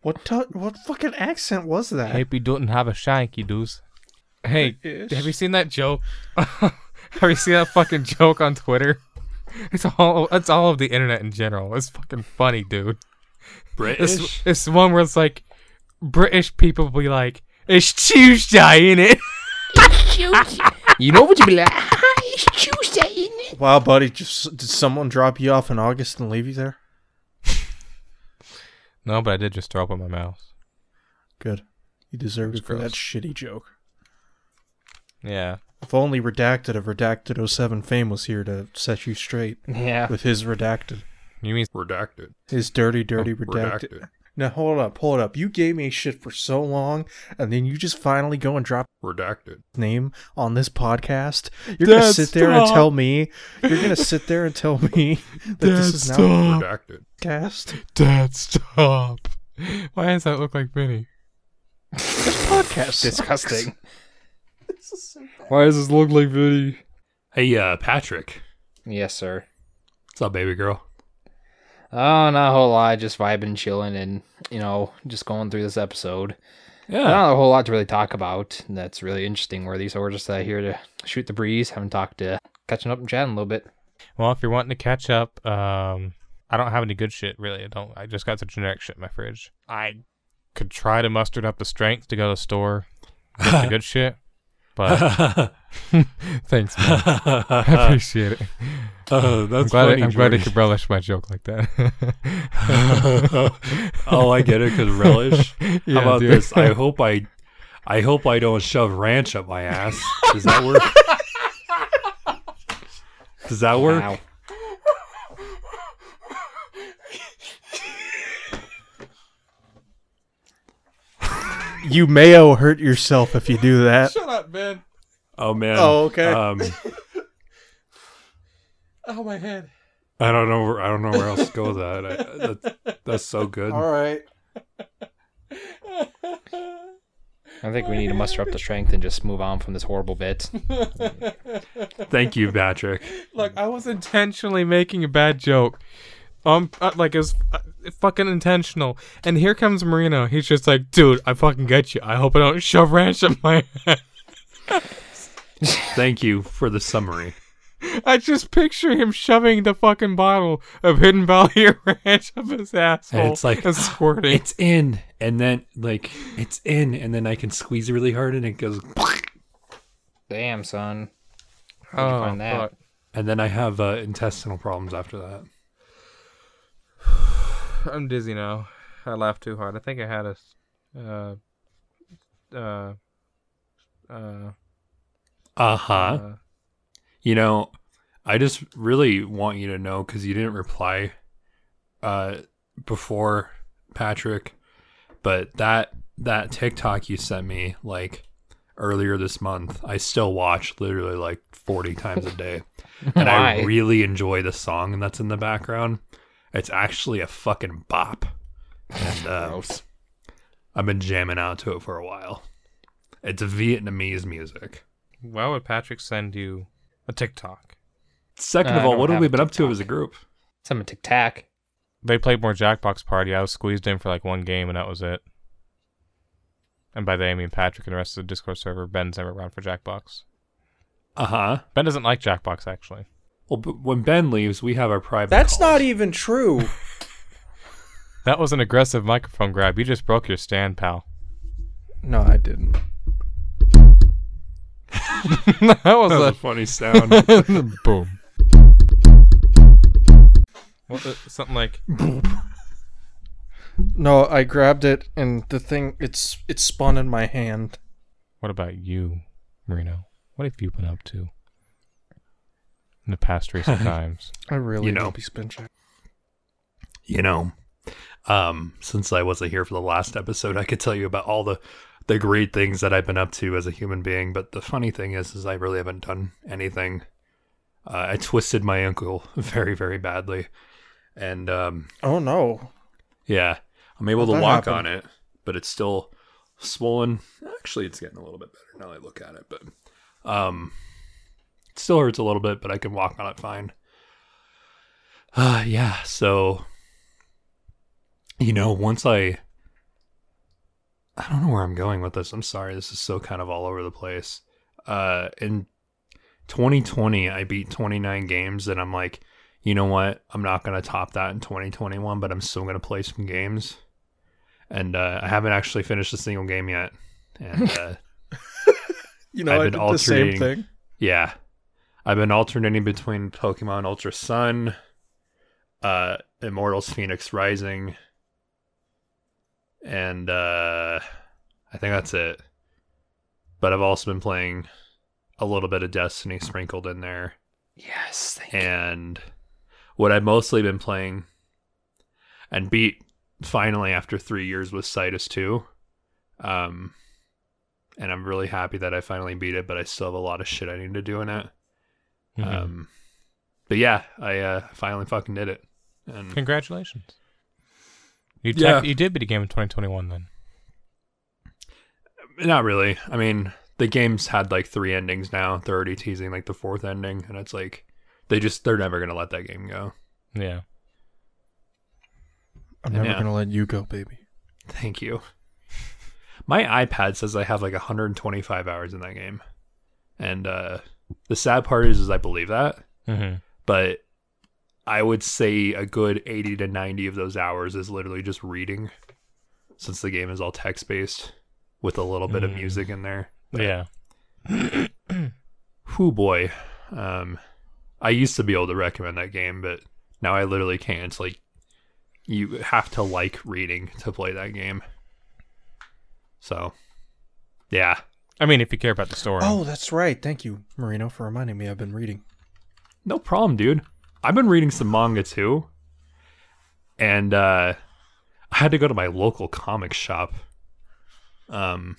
[SPEAKER 2] What t- what fucking accent was that?
[SPEAKER 4] Hope you don't have a shanky, dudes. Hey,
[SPEAKER 2] Ish.
[SPEAKER 4] have you seen that joke? Have you seen that fucking joke on Twitter? It's all it's all of the internet in general. It's fucking funny, dude. It's
[SPEAKER 3] British.
[SPEAKER 4] it's the one where it's like British people be like, "It's Tuesday, in it."
[SPEAKER 1] You know what you be like? "Ah, It's Tuesday, isn't it?
[SPEAKER 2] Wow, buddy, just did someone drop you off in August and leave you there?
[SPEAKER 4] No, but I did just throw up in my mouth.
[SPEAKER 2] Good. You deserved
[SPEAKER 4] It's
[SPEAKER 2] it for that
[SPEAKER 4] gross.
[SPEAKER 2] shitty joke.
[SPEAKER 4] Yeah,
[SPEAKER 2] If only Redacted of Redacted 07 fame was here to set you straight
[SPEAKER 1] Yeah.
[SPEAKER 2] with his redacted.
[SPEAKER 4] you mean
[SPEAKER 3] Redacted.
[SPEAKER 2] His dirty, dirty Oh, redacted.
[SPEAKER 3] Redacted.
[SPEAKER 2] Now hold up, hold up. You gave me shit for so long, and then you just finally go and drop
[SPEAKER 3] Redacted.
[SPEAKER 2] his name on this podcast. You're gonna
[SPEAKER 4] Dad,
[SPEAKER 2] sit there and
[SPEAKER 4] stop.
[SPEAKER 2] tell me. You're gonna sit there and tell me that this is now a
[SPEAKER 4] stop,
[SPEAKER 3] Redacted.
[SPEAKER 2] podcast.
[SPEAKER 4] Dad, stop. Why does that look like Vinny?
[SPEAKER 2] Podcast.
[SPEAKER 1] Disgusting.
[SPEAKER 4] Why does this look like Vinny?
[SPEAKER 3] Hey, uh, Patrick.
[SPEAKER 1] yes, sir.
[SPEAKER 3] What's up, baby girl?
[SPEAKER 1] Oh, not a whole lot. Just vibing, chilling, and you know, just going through this episode.
[SPEAKER 3] Yeah.
[SPEAKER 1] Not a whole lot to really talk about that's really interesting, worthy. So we're just uh, here to shoot the breeze, having talked to catching up and chatting a little bit.
[SPEAKER 4] Well, if you're wanting to catch up, um, I don't have any good shit really. I don't. I just got some generic shit in my fridge. I could try to muster up the strength to go to the store, get the good shit. But thanks, man. Uh, I appreciate it.
[SPEAKER 3] Oh, that's
[SPEAKER 4] I'm glad,
[SPEAKER 3] funny.
[SPEAKER 4] I, am glad I
[SPEAKER 3] George.
[SPEAKER 4] could relish my joke like that.
[SPEAKER 3] oh, I get it. Cause relish.
[SPEAKER 4] Yeah,
[SPEAKER 3] How about
[SPEAKER 4] dude.
[SPEAKER 3] this? I hope I, I hope I don't shove ranch up my ass. Does that work? Does that work?
[SPEAKER 1] Wow.
[SPEAKER 2] You mayo hurt yourself if you do that.
[SPEAKER 4] Shut up, man.
[SPEAKER 3] Oh man.
[SPEAKER 2] Oh, okay.
[SPEAKER 3] Um,
[SPEAKER 4] Oh my head.
[SPEAKER 3] I don't know. Where, I don't know where else to go with that. I, that that's so good.
[SPEAKER 2] All right.
[SPEAKER 1] I think we need to muster up the strength and just move on from this horrible bit.
[SPEAKER 3] Thank you, Patrick.
[SPEAKER 4] Look, I was intentionally making a bad joke. Um, uh, like it was uh, fucking intentional. And here comes Marino. He's just like, dude, I fucking get you. I hope I don't shove ranch up my. ass."
[SPEAKER 3] Thank you for the summary.
[SPEAKER 4] I just picture him shoving the fucking bottle of Hidden Valley ranch up his asshole.
[SPEAKER 3] And it's like,
[SPEAKER 4] and squirting.
[SPEAKER 3] It's in, and then like it's in, and then I can squeeze really hard, and it goes.
[SPEAKER 1] Damn, son.
[SPEAKER 4] oh,
[SPEAKER 1] find that?
[SPEAKER 4] fuck.
[SPEAKER 3] And then I have uh, intestinal problems after that.
[SPEAKER 4] I'm dizzy now. I laughed too hard. I think I had a, uh, uh, uh,
[SPEAKER 3] Uh huh.
[SPEAKER 4] uh
[SPEAKER 3] You know, I just really want you to know because you didn't reply uh, before Patrick, but that that TikTok you sent me like earlier this month, I still watch literally like forty times a day, and I
[SPEAKER 1] Why?
[SPEAKER 3] really enjoy the song that's in the background. It's actually a fucking bop, and uh,
[SPEAKER 1] Gross.
[SPEAKER 3] I've been jamming out to it for a while. It's Vietnamese music.
[SPEAKER 4] why would Patrick send you a TikTok?
[SPEAKER 3] Second
[SPEAKER 1] Uh, I
[SPEAKER 3] of all,
[SPEAKER 1] don't
[SPEAKER 3] what have
[SPEAKER 1] have
[SPEAKER 3] we
[SPEAKER 1] a
[SPEAKER 3] been up to
[SPEAKER 1] TikTok.
[SPEAKER 3] as a group?
[SPEAKER 1] Some tic tac.
[SPEAKER 4] They played more Jackbox Party. I was squeezed in for like one game, and that was it. And by they, I mean Patrick and the rest of the Discord server. Ben's never around for Jackbox.
[SPEAKER 3] Uh huh.
[SPEAKER 4] Ben doesn't like Jackbox actually.
[SPEAKER 3] Well, but when Ben leaves, we have our private.
[SPEAKER 2] That's
[SPEAKER 3] calls.
[SPEAKER 2] not even true.
[SPEAKER 4] That was an aggressive microphone grab. You just broke your stand, pal.
[SPEAKER 2] No, I didn't.
[SPEAKER 4] that
[SPEAKER 3] That
[SPEAKER 4] was a
[SPEAKER 3] was a funny sound.
[SPEAKER 4] Boom. What, the- something like
[SPEAKER 2] No, I grabbed it and the thing it's it spun in my hand.
[SPEAKER 4] What about you, Marino? What have you been up to in the past recent times?
[SPEAKER 2] I really
[SPEAKER 3] You know.
[SPEAKER 2] don't be spin check.
[SPEAKER 3] you know, um, since I wasn't here for the last episode, I could tell you about all the the great things that I've been up to as a human being. But the funny thing is, is I really haven't done anything. Uh, I twisted my ankle very, very badly, and um,
[SPEAKER 2] Oh no.
[SPEAKER 3] yeah, I'm able
[SPEAKER 2] How'd
[SPEAKER 3] to
[SPEAKER 2] that
[SPEAKER 3] walk
[SPEAKER 2] happen?
[SPEAKER 3] on it, but it's still swollen. Actually, it's getting a little bit better now. that I look at it, but um, it still hurts a little bit, but I can walk on it fine. Uh, yeah. So, you know, once I, I don't know where I'm going with this. I'm sorry. This is so kind of all over the place. Uh, in 2020, I beat 29 games, and I'm like, you know what? I'm not going to top that in 2021, but I'm still going to play some games. And uh, I haven't actually finished a single game yet. And uh,
[SPEAKER 2] You know,
[SPEAKER 3] I've
[SPEAKER 2] I
[SPEAKER 3] been
[SPEAKER 2] did the same
[SPEAKER 3] alternating.
[SPEAKER 2] thing.
[SPEAKER 3] yeah, I've been alternating between Pokemon Ultra Sun, uh, Immortals Phoenix Rising, and uh, I think that's it. But I've also been playing a little bit of Destiny sprinkled in there.
[SPEAKER 1] Yes. Thank you.
[SPEAKER 3] and what I've mostly been playing and beat finally after three years was Citus 2. Um, and I'm really happy that I finally beat it, but I still have a lot of shit I need to do in it.
[SPEAKER 4] Mhm.
[SPEAKER 3] Um, but yeah, I uh, finally fucking did it. And
[SPEAKER 4] Congratulations. You tech-
[SPEAKER 3] Yeah.
[SPEAKER 4] you did beat a game in 2021 then.
[SPEAKER 3] not really. I mean, the game's had like three endings now. They're already teasing like the fourth ending, and it's like they just they're never gonna let that game go.
[SPEAKER 4] Yeah.
[SPEAKER 2] I'm
[SPEAKER 3] And
[SPEAKER 2] never
[SPEAKER 3] yeah.
[SPEAKER 2] gonna let you go, baby.
[SPEAKER 3] Thank you. My iPad says I have like 125 hours in that game. And uh the sad part is is I believe that,
[SPEAKER 4] Mm-hmm.
[SPEAKER 3] but I would say a good 80 to 90 of those hours is literally just reading since the game is all text based with a little bit of
[SPEAKER 4] Mm.
[SPEAKER 3] music in there.
[SPEAKER 4] Yeah.
[SPEAKER 3] Whoo boy. Um I used to be able to recommend that game, but now I literally can't. It's like you have to like reading to play that game. So yeah.
[SPEAKER 4] I mean, if you care about the story.
[SPEAKER 2] Oh, that's right. Thank you, Marino, for reminding me. I've been reading.
[SPEAKER 3] No problem, dude. I've been reading some manga too. And uh I had to go to my local comic shop um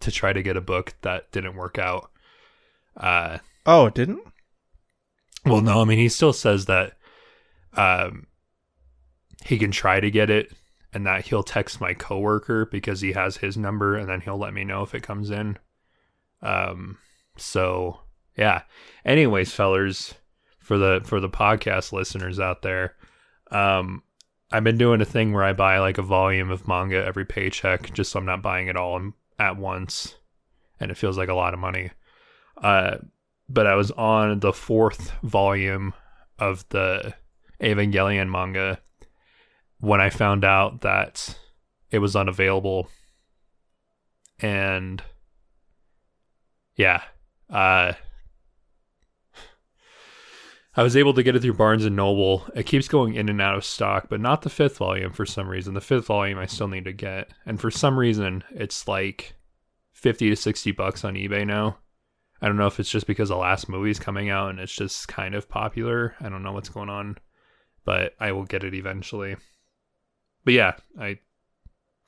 [SPEAKER 3] to try to get a book that didn't work out. Uh
[SPEAKER 2] Oh, it didn't.
[SPEAKER 3] Well, no, I mean he still says that um he can try to get it and that he'll text my coworker because he has his number and then he'll let me know if it comes in. Um so yeah. Anyways, fellers, for the for the podcast listeners out there, um I've been doing a thing where I buy like a volume of manga every paycheck just so I'm not buying it all in- at once and it feels like a lot of money. Uh but I was on the fourth volume of the Evangelion manga when I found out that it was unavailable. And yeah, uh, I was able to get it through Barnes and Noble. It keeps going in and out of stock, but not the fifth volume for some reason. The fifth volume I still need to get, and for some reason it's like fifty to sixty bucks on eBay now. I don't know if it's just because the last movie's coming out and it's just kind of popular. I don't know what's going on, but I will get it eventually. But yeah, I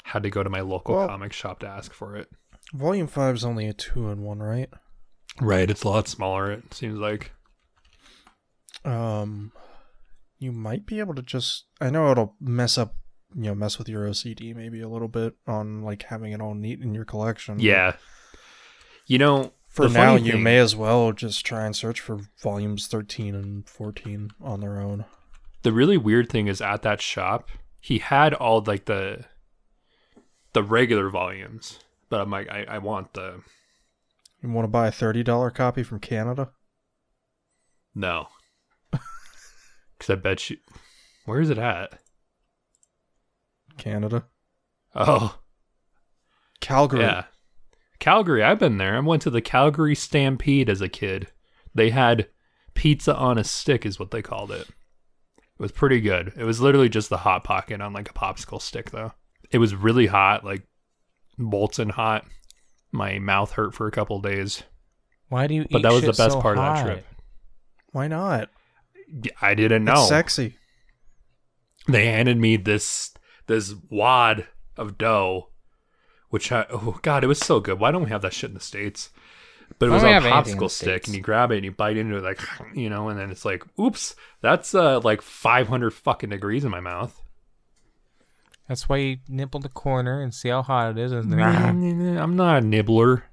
[SPEAKER 3] had to go to my local
[SPEAKER 2] Well-
[SPEAKER 3] comic shop to ask for it.
[SPEAKER 2] Volume five's only a two and one, right?
[SPEAKER 3] Right, it's a lot smaller. It seems like.
[SPEAKER 2] Um, you might be able to just. I know it'll mess up, you know, mess with your OCD maybe a little bit on like having it all neat in your collection.
[SPEAKER 3] Yeah. You know,
[SPEAKER 2] Mm-hmm. For
[SPEAKER 3] the
[SPEAKER 2] now,
[SPEAKER 3] funny
[SPEAKER 2] you
[SPEAKER 3] thing-
[SPEAKER 2] may as well just try and search for volumes thirteen and fourteen on their own.
[SPEAKER 3] the really weird thing is at that shop, he had all like the the regular volumes, but I'm like, I, I want the
[SPEAKER 2] You want to buy a thirty dollar copy from Canada?
[SPEAKER 3] no. Because I bet you, where is it at?
[SPEAKER 2] Canada,
[SPEAKER 3] Oh,
[SPEAKER 2] Calgary.
[SPEAKER 3] yeah, Calgary. I've been there. I went to the Calgary Stampede as a kid. They had pizza on a stick, is what they called it. It was pretty good. It was literally just the hot pocket on like a popsicle stick, though. It was really hot, like molten hot. My mouth hurt for a couple days,
[SPEAKER 4] Why do you?
[SPEAKER 3] but
[SPEAKER 4] eat
[SPEAKER 3] that was the
[SPEAKER 4] shit
[SPEAKER 3] best
[SPEAKER 4] so
[SPEAKER 3] part
[SPEAKER 4] hot?
[SPEAKER 3] of that trip.
[SPEAKER 2] Why not?
[SPEAKER 3] Y- I didn't know.
[SPEAKER 2] It's sexy.
[SPEAKER 3] They handed me this this wad of dough, which I oh god, it was so good. Why don't we have that shit in the states? But it
[SPEAKER 1] Why
[SPEAKER 3] was
[SPEAKER 1] don't
[SPEAKER 3] on
[SPEAKER 1] we
[SPEAKER 3] a
[SPEAKER 1] have anything in the
[SPEAKER 3] popsicle stick,
[SPEAKER 1] States?
[SPEAKER 3] and you grab it and you bite into it like you know, and then it's like, oops, that's uh like 500 fucking degrees in my mouth.
[SPEAKER 4] That's why you nibble the corner and see how hot it is. And then
[SPEAKER 3] Mm-hmm. I'm not a nibbler.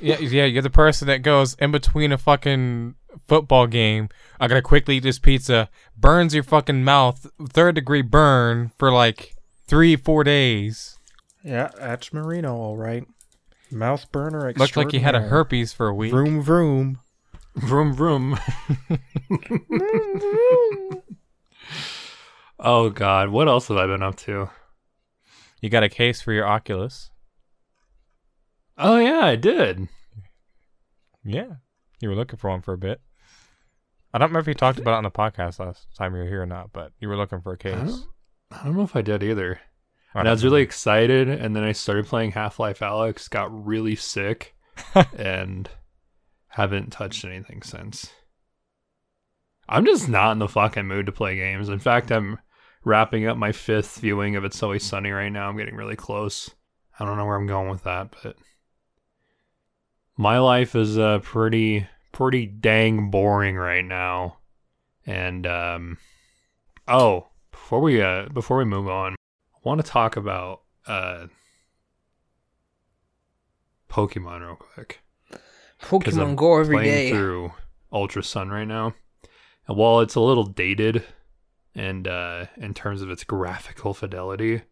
[SPEAKER 4] yeah, yeah, you're the person that goes in between a fucking football game. I gotta quickly eat this pizza. Burns your fucking mouth, third degree burn for like three, four days.
[SPEAKER 2] Yeah, that's Marino, all right. Mouth burner.
[SPEAKER 4] Looked like you had a
[SPEAKER 2] extraordinaire.
[SPEAKER 4] herpes for a week.
[SPEAKER 2] Vroom vroom.
[SPEAKER 3] Vroom vroom. oh God, what else have I been up to?
[SPEAKER 4] You got a case for your Oculus.
[SPEAKER 3] Oh yeah, I did.
[SPEAKER 4] Yeah. You were looking for one for a bit. I don't remember if you talked about it on the podcast last time you were here or not, but you were looking for a
[SPEAKER 3] I
[SPEAKER 4] case.
[SPEAKER 3] don't, I don't know if I did either.
[SPEAKER 4] I
[SPEAKER 3] and I
[SPEAKER 4] don't
[SPEAKER 3] was really
[SPEAKER 4] remember.
[SPEAKER 3] excited, and then I started playing Half Life Alex, got really sick, and haven't touched anything since. I'm just not in the fucking mood to play games. In fact, I'm wrapping up my fifth viewing of It's Always Sunny right now. I'm getting really close. I don't know where I'm going with that, but my life is uh, pretty, pretty dang boring right now. And um, oh, before we uh, before we move on, I want to talk about uh Pokemon real quick. 'cause
[SPEAKER 1] Pokemon
[SPEAKER 3] I'm
[SPEAKER 1] Go every
[SPEAKER 3] playing
[SPEAKER 1] day.
[SPEAKER 3] through Ultra Sun right now. And while it's a little dated and uh in terms of its graphical fidelity,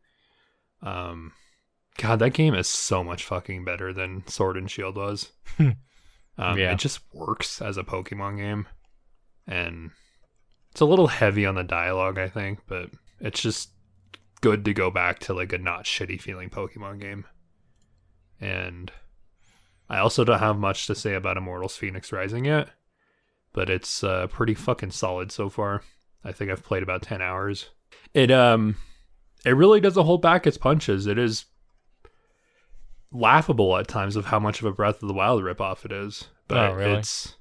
[SPEAKER 3] um God, that game is so much fucking better than Sword and Shield was. um
[SPEAKER 4] Yeah.
[SPEAKER 3] it just works as a Pokemon game. And it's a little heavy on the dialogue, I think, but it's just good to go back to like a not shitty feeling Pokemon game. And I also don't have much to say about Immortals Phoenix Rising yet, but it's uh, pretty fucking solid so far. I think I've played about 10 hours. It um it really doesn't hold back its punches. It is laughable at times of how much of a Breath of the Wild ripoff it is. But
[SPEAKER 4] Oh, really?
[SPEAKER 3] it's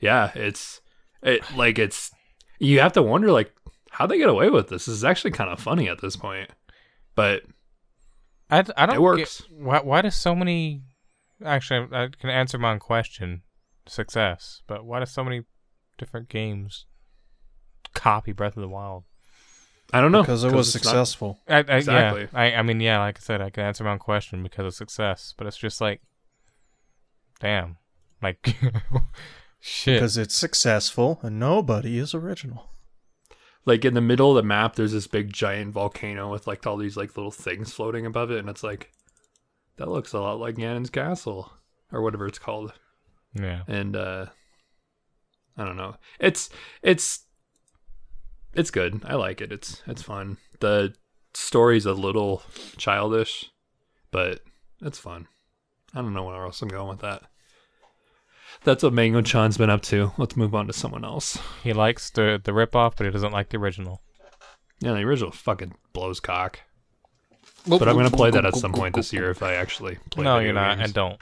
[SPEAKER 3] yeah, it's it like it's you have to wonder like how they get away with this. This is actually kind of funny at this point. But
[SPEAKER 4] I, d- I don't
[SPEAKER 3] It works.
[SPEAKER 4] get- why, why do so many. Actually, I I can answer my own question success, but why do so many different games copy Breath of the Wild?
[SPEAKER 3] I don't know
[SPEAKER 2] because it was
[SPEAKER 3] it's not-
[SPEAKER 2] successful.
[SPEAKER 4] I, I,
[SPEAKER 3] Exactly.
[SPEAKER 4] Yeah, I, I mean, yeah, like I said, I can answer my own question because of success, but it's just like, damn. Like, shit.
[SPEAKER 2] Because it's successful and nobody is original.
[SPEAKER 3] like in the middle of the map there's this big giant volcano with like all these like little things floating above it and it's like that looks a lot like Ganon's castle or whatever it's called
[SPEAKER 4] Yeah.
[SPEAKER 3] and uh I don't know it's it's it's good I like it it's it's fun the story's a little childish but it's fun I don't know where else I'm going with that that's what Mango Chan's been up to let's move on to someone else
[SPEAKER 4] He likes the the ripoff, but he doesn't like the original.
[SPEAKER 3] yeah the original fucking blows cock But I'm gonna play that at some point this year if I actually play.
[SPEAKER 4] no,
[SPEAKER 3] video
[SPEAKER 4] you're not,
[SPEAKER 3] games.
[SPEAKER 4] and don't.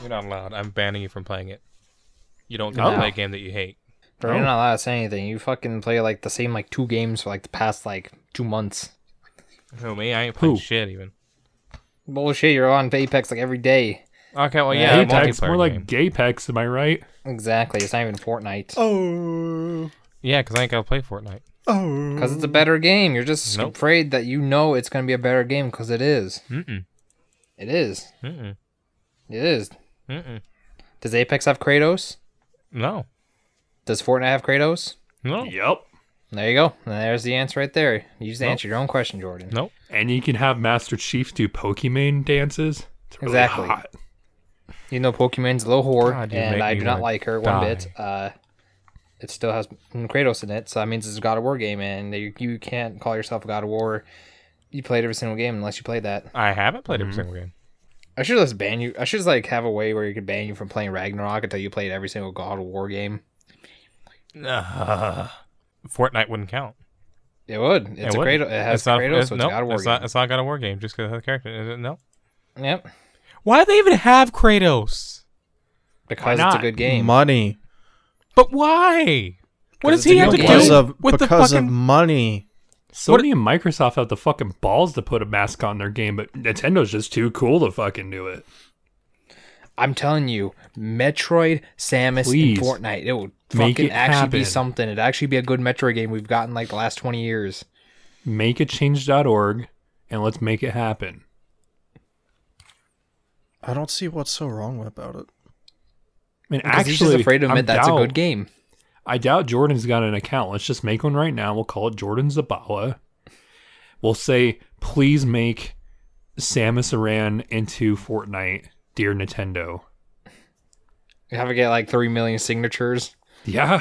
[SPEAKER 4] You're not allowed. I'm banning you from playing it. You don't get
[SPEAKER 3] Oh.
[SPEAKER 1] No.
[SPEAKER 4] to play a game that you hate.
[SPEAKER 1] Bro, you're not allowed to say anything. You fucking play like the same like two games for like the past like two months.
[SPEAKER 4] Who me? I ain't playing
[SPEAKER 3] Who?
[SPEAKER 4] shit even.
[SPEAKER 1] Bullshit, you're on Apex like every day.
[SPEAKER 4] Okay, well
[SPEAKER 1] Yeah,
[SPEAKER 4] yeah,
[SPEAKER 1] Apex,
[SPEAKER 3] Apex,
[SPEAKER 4] multiplayer
[SPEAKER 3] more like
[SPEAKER 4] game.
[SPEAKER 3] Gapex, am I right?
[SPEAKER 1] Exactly. It's not even Fortnite.
[SPEAKER 2] Oh,
[SPEAKER 4] yeah, because I ain't gotta play Fortnite.
[SPEAKER 2] oh.
[SPEAKER 1] Because it's a better game. You're just
[SPEAKER 4] Nope.
[SPEAKER 1] afraid that you know it's gonna be a better game because it is.
[SPEAKER 4] Mm-mm.
[SPEAKER 1] It is.
[SPEAKER 4] Mm-mm.
[SPEAKER 1] It is.
[SPEAKER 4] Mm-mm.
[SPEAKER 1] Does Apex have Kratos?
[SPEAKER 4] No.
[SPEAKER 1] Does Fortnite have Kratos?
[SPEAKER 4] No.
[SPEAKER 3] Yep.
[SPEAKER 1] There you go. There's the answer right there. You just
[SPEAKER 4] Nope.
[SPEAKER 1] answered your own question, Jordan.
[SPEAKER 4] Nope.
[SPEAKER 3] And you can have Master Chief do Pokemon dances. It's really
[SPEAKER 1] Exactly.
[SPEAKER 3] hot.
[SPEAKER 1] You know, Pokemon's a little whore,
[SPEAKER 4] God, you
[SPEAKER 1] and
[SPEAKER 4] make
[SPEAKER 1] I
[SPEAKER 4] me
[SPEAKER 1] do not
[SPEAKER 4] wanna
[SPEAKER 1] like her one
[SPEAKER 4] die.
[SPEAKER 1] bit. Uh, it still has Kratos in it, so that means it's a God of War game, and you, you can't call yourself a God of War. You played every single game unless you played that.
[SPEAKER 4] I haven't played
[SPEAKER 3] Mhm.
[SPEAKER 4] every single game.
[SPEAKER 1] I should just ban you. I should just like have a way where you could ban you from playing Ragnarok until you played every single God of War game.
[SPEAKER 4] Fortnite wouldn't count.
[SPEAKER 1] It would. It's a
[SPEAKER 4] wouldn't.
[SPEAKER 1] Kratos. It has
[SPEAKER 4] It's not-
[SPEAKER 1] Kratos,
[SPEAKER 4] it's-
[SPEAKER 1] so it's
[SPEAKER 4] nope,
[SPEAKER 1] a God of War
[SPEAKER 4] it's
[SPEAKER 1] game.
[SPEAKER 4] Not, it's not God of War game just because it has a character. Is it- No.
[SPEAKER 1] Yep,
[SPEAKER 4] Why do they even have Kratos?
[SPEAKER 1] because it's a
[SPEAKER 3] not?
[SPEAKER 1] good game.
[SPEAKER 2] money.
[SPEAKER 4] But why? What
[SPEAKER 1] Because
[SPEAKER 4] does
[SPEAKER 1] it's
[SPEAKER 4] he
[SPEAKER 1] a
[SPEAKER 4] have to
[SPEAKER 1] new
[SPEAKER 2] Because
[SPEAKER 1] game.
[SPEAKER 4] do
[SPEAKER 2] of
[SPEAKER 4] with the
[SPEAKER 2] because of
[SPEAKER 4] fucking?
[SPEAKER 2] money.
[SPEAKER 3] Sony and Microsoft have the fucking balls to put a mask on their game, but Nintendo's just too cool to fucking do it.
[SPEAKER 1] I'm telling you, Metroid, Samus,
[SPEAKER 3] Please.
[SPEAKER 1] and Fortnite. It would
[SPEAKER 3] Make
[SPEAKER 1] fucking
[SPEAKER 3] it
[SPEAKER 1] actually be
[SPEAKER 3] happen.
[SPEAKER 1] something. It'd actually be a good Metroid game we've gotten like the last twenty years.
[SPEAKER 3] Make it change.org and let's make it happen.
[SPEAKER 2] I don't see what's so wrong about it.
[SPEAKER 3] I mean,
[SPEAKER 1] Because
[SPEAKER 3] actually,
[SPEAKER 1] he's just afraid to
[SPEAKER 3] I
[SPEAKER 1] admit that's
[SPEAKER 3] doubt-
[SPEAKER 1] a good game.
[SPEAKER 3] I doubt Jordan's got an account. Let's just make one right now. We'll call it Jordan Zabawa. We'll say, please make Samus Aran into Fortnite, dear Nintendo.
[SPEAKER 1] Have it get like three million signatures.
[SPEAKER 3] Yeah.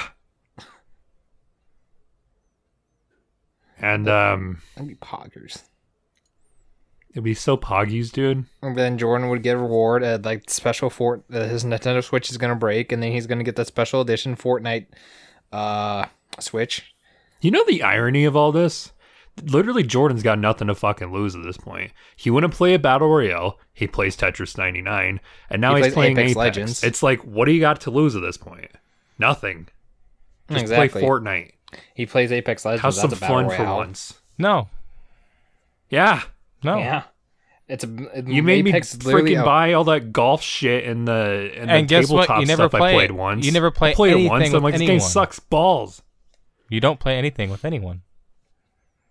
[SPEAKER 3] And um,
[SPEAKER 1] That'd be poggers.
[SPEAKER 3] it'd be so poggies, dude.
[SPEAKER 1] And then Jordan would get a reward at like special Fort that his Nintendo Switch is gonna break, and then he's gonna get the special edition Fortnite uh Switch.
[SPEAKER 3] You know the irony of all this? Literally, Jordan's got nothing to fucking lose at this point. He wouldn't play a battle royale. He plays Tetris 99, and now
[SPEAKER 1] He
[SPEAKER 3] he's
[SPEAKER 1] plays
[SPEAKER 3] playing
[SPEAKER 1] Apex
[SPEAKER 3] Apex,
[SPEAKER 1] Legends.
[SPEAKER 3] It's like, what do you got to lose at this point? Nothing. Just
[SPEAKER 1] exactly.
[SPEAKER 3] play Fortnite.
[SPEAKER 1] He plays Apex Legends.
[SPEAKER 3] Have some
[SPEAKER 1] That's a battle
[SPEAKER 3] fun for
[SPEAKER 1] royale.
[SPEAKER 3] once.
[SPEAKER 4] No,
[SPEAKER 3] Yeah,
[SPEAKER 4] no.
[SPEAKER 1] Yeah. It's a it-
[SPEAKER 3] you made
[SPEAKER 1] Apex
[SPEAKER 3] me
[SPEAKER 1] is literally
[SPEAKER 3] freaking
[SPEAKER 1] a-
[SPEAKER 3] buy all that golf shit and the and,
[SPEAKER 4] And
[SPEAKER 3] the
[SPEAKER 4] guess what?
[SPEAKER 3] tabletop
[SPEAKER 4] You never
[SPEAKER 3] stuff
[SPEAKER 4] play
[SPEAKER 3] I played
[SPEAKER 4] it.
[SPEAKER 3] once.
[SPEAKER 4] You never play
[SPEAKER 3] I played it
[SPEAKER 4] anything
[SPEAKER 3] once.
[SPEAKER 4] with
[SPEAKER 3] I'm like, this game
[SPEAKER 4] anyone."
[SPEAKER 3] sucks balls.
[SPEAKER 4] You don't play anything with anyone.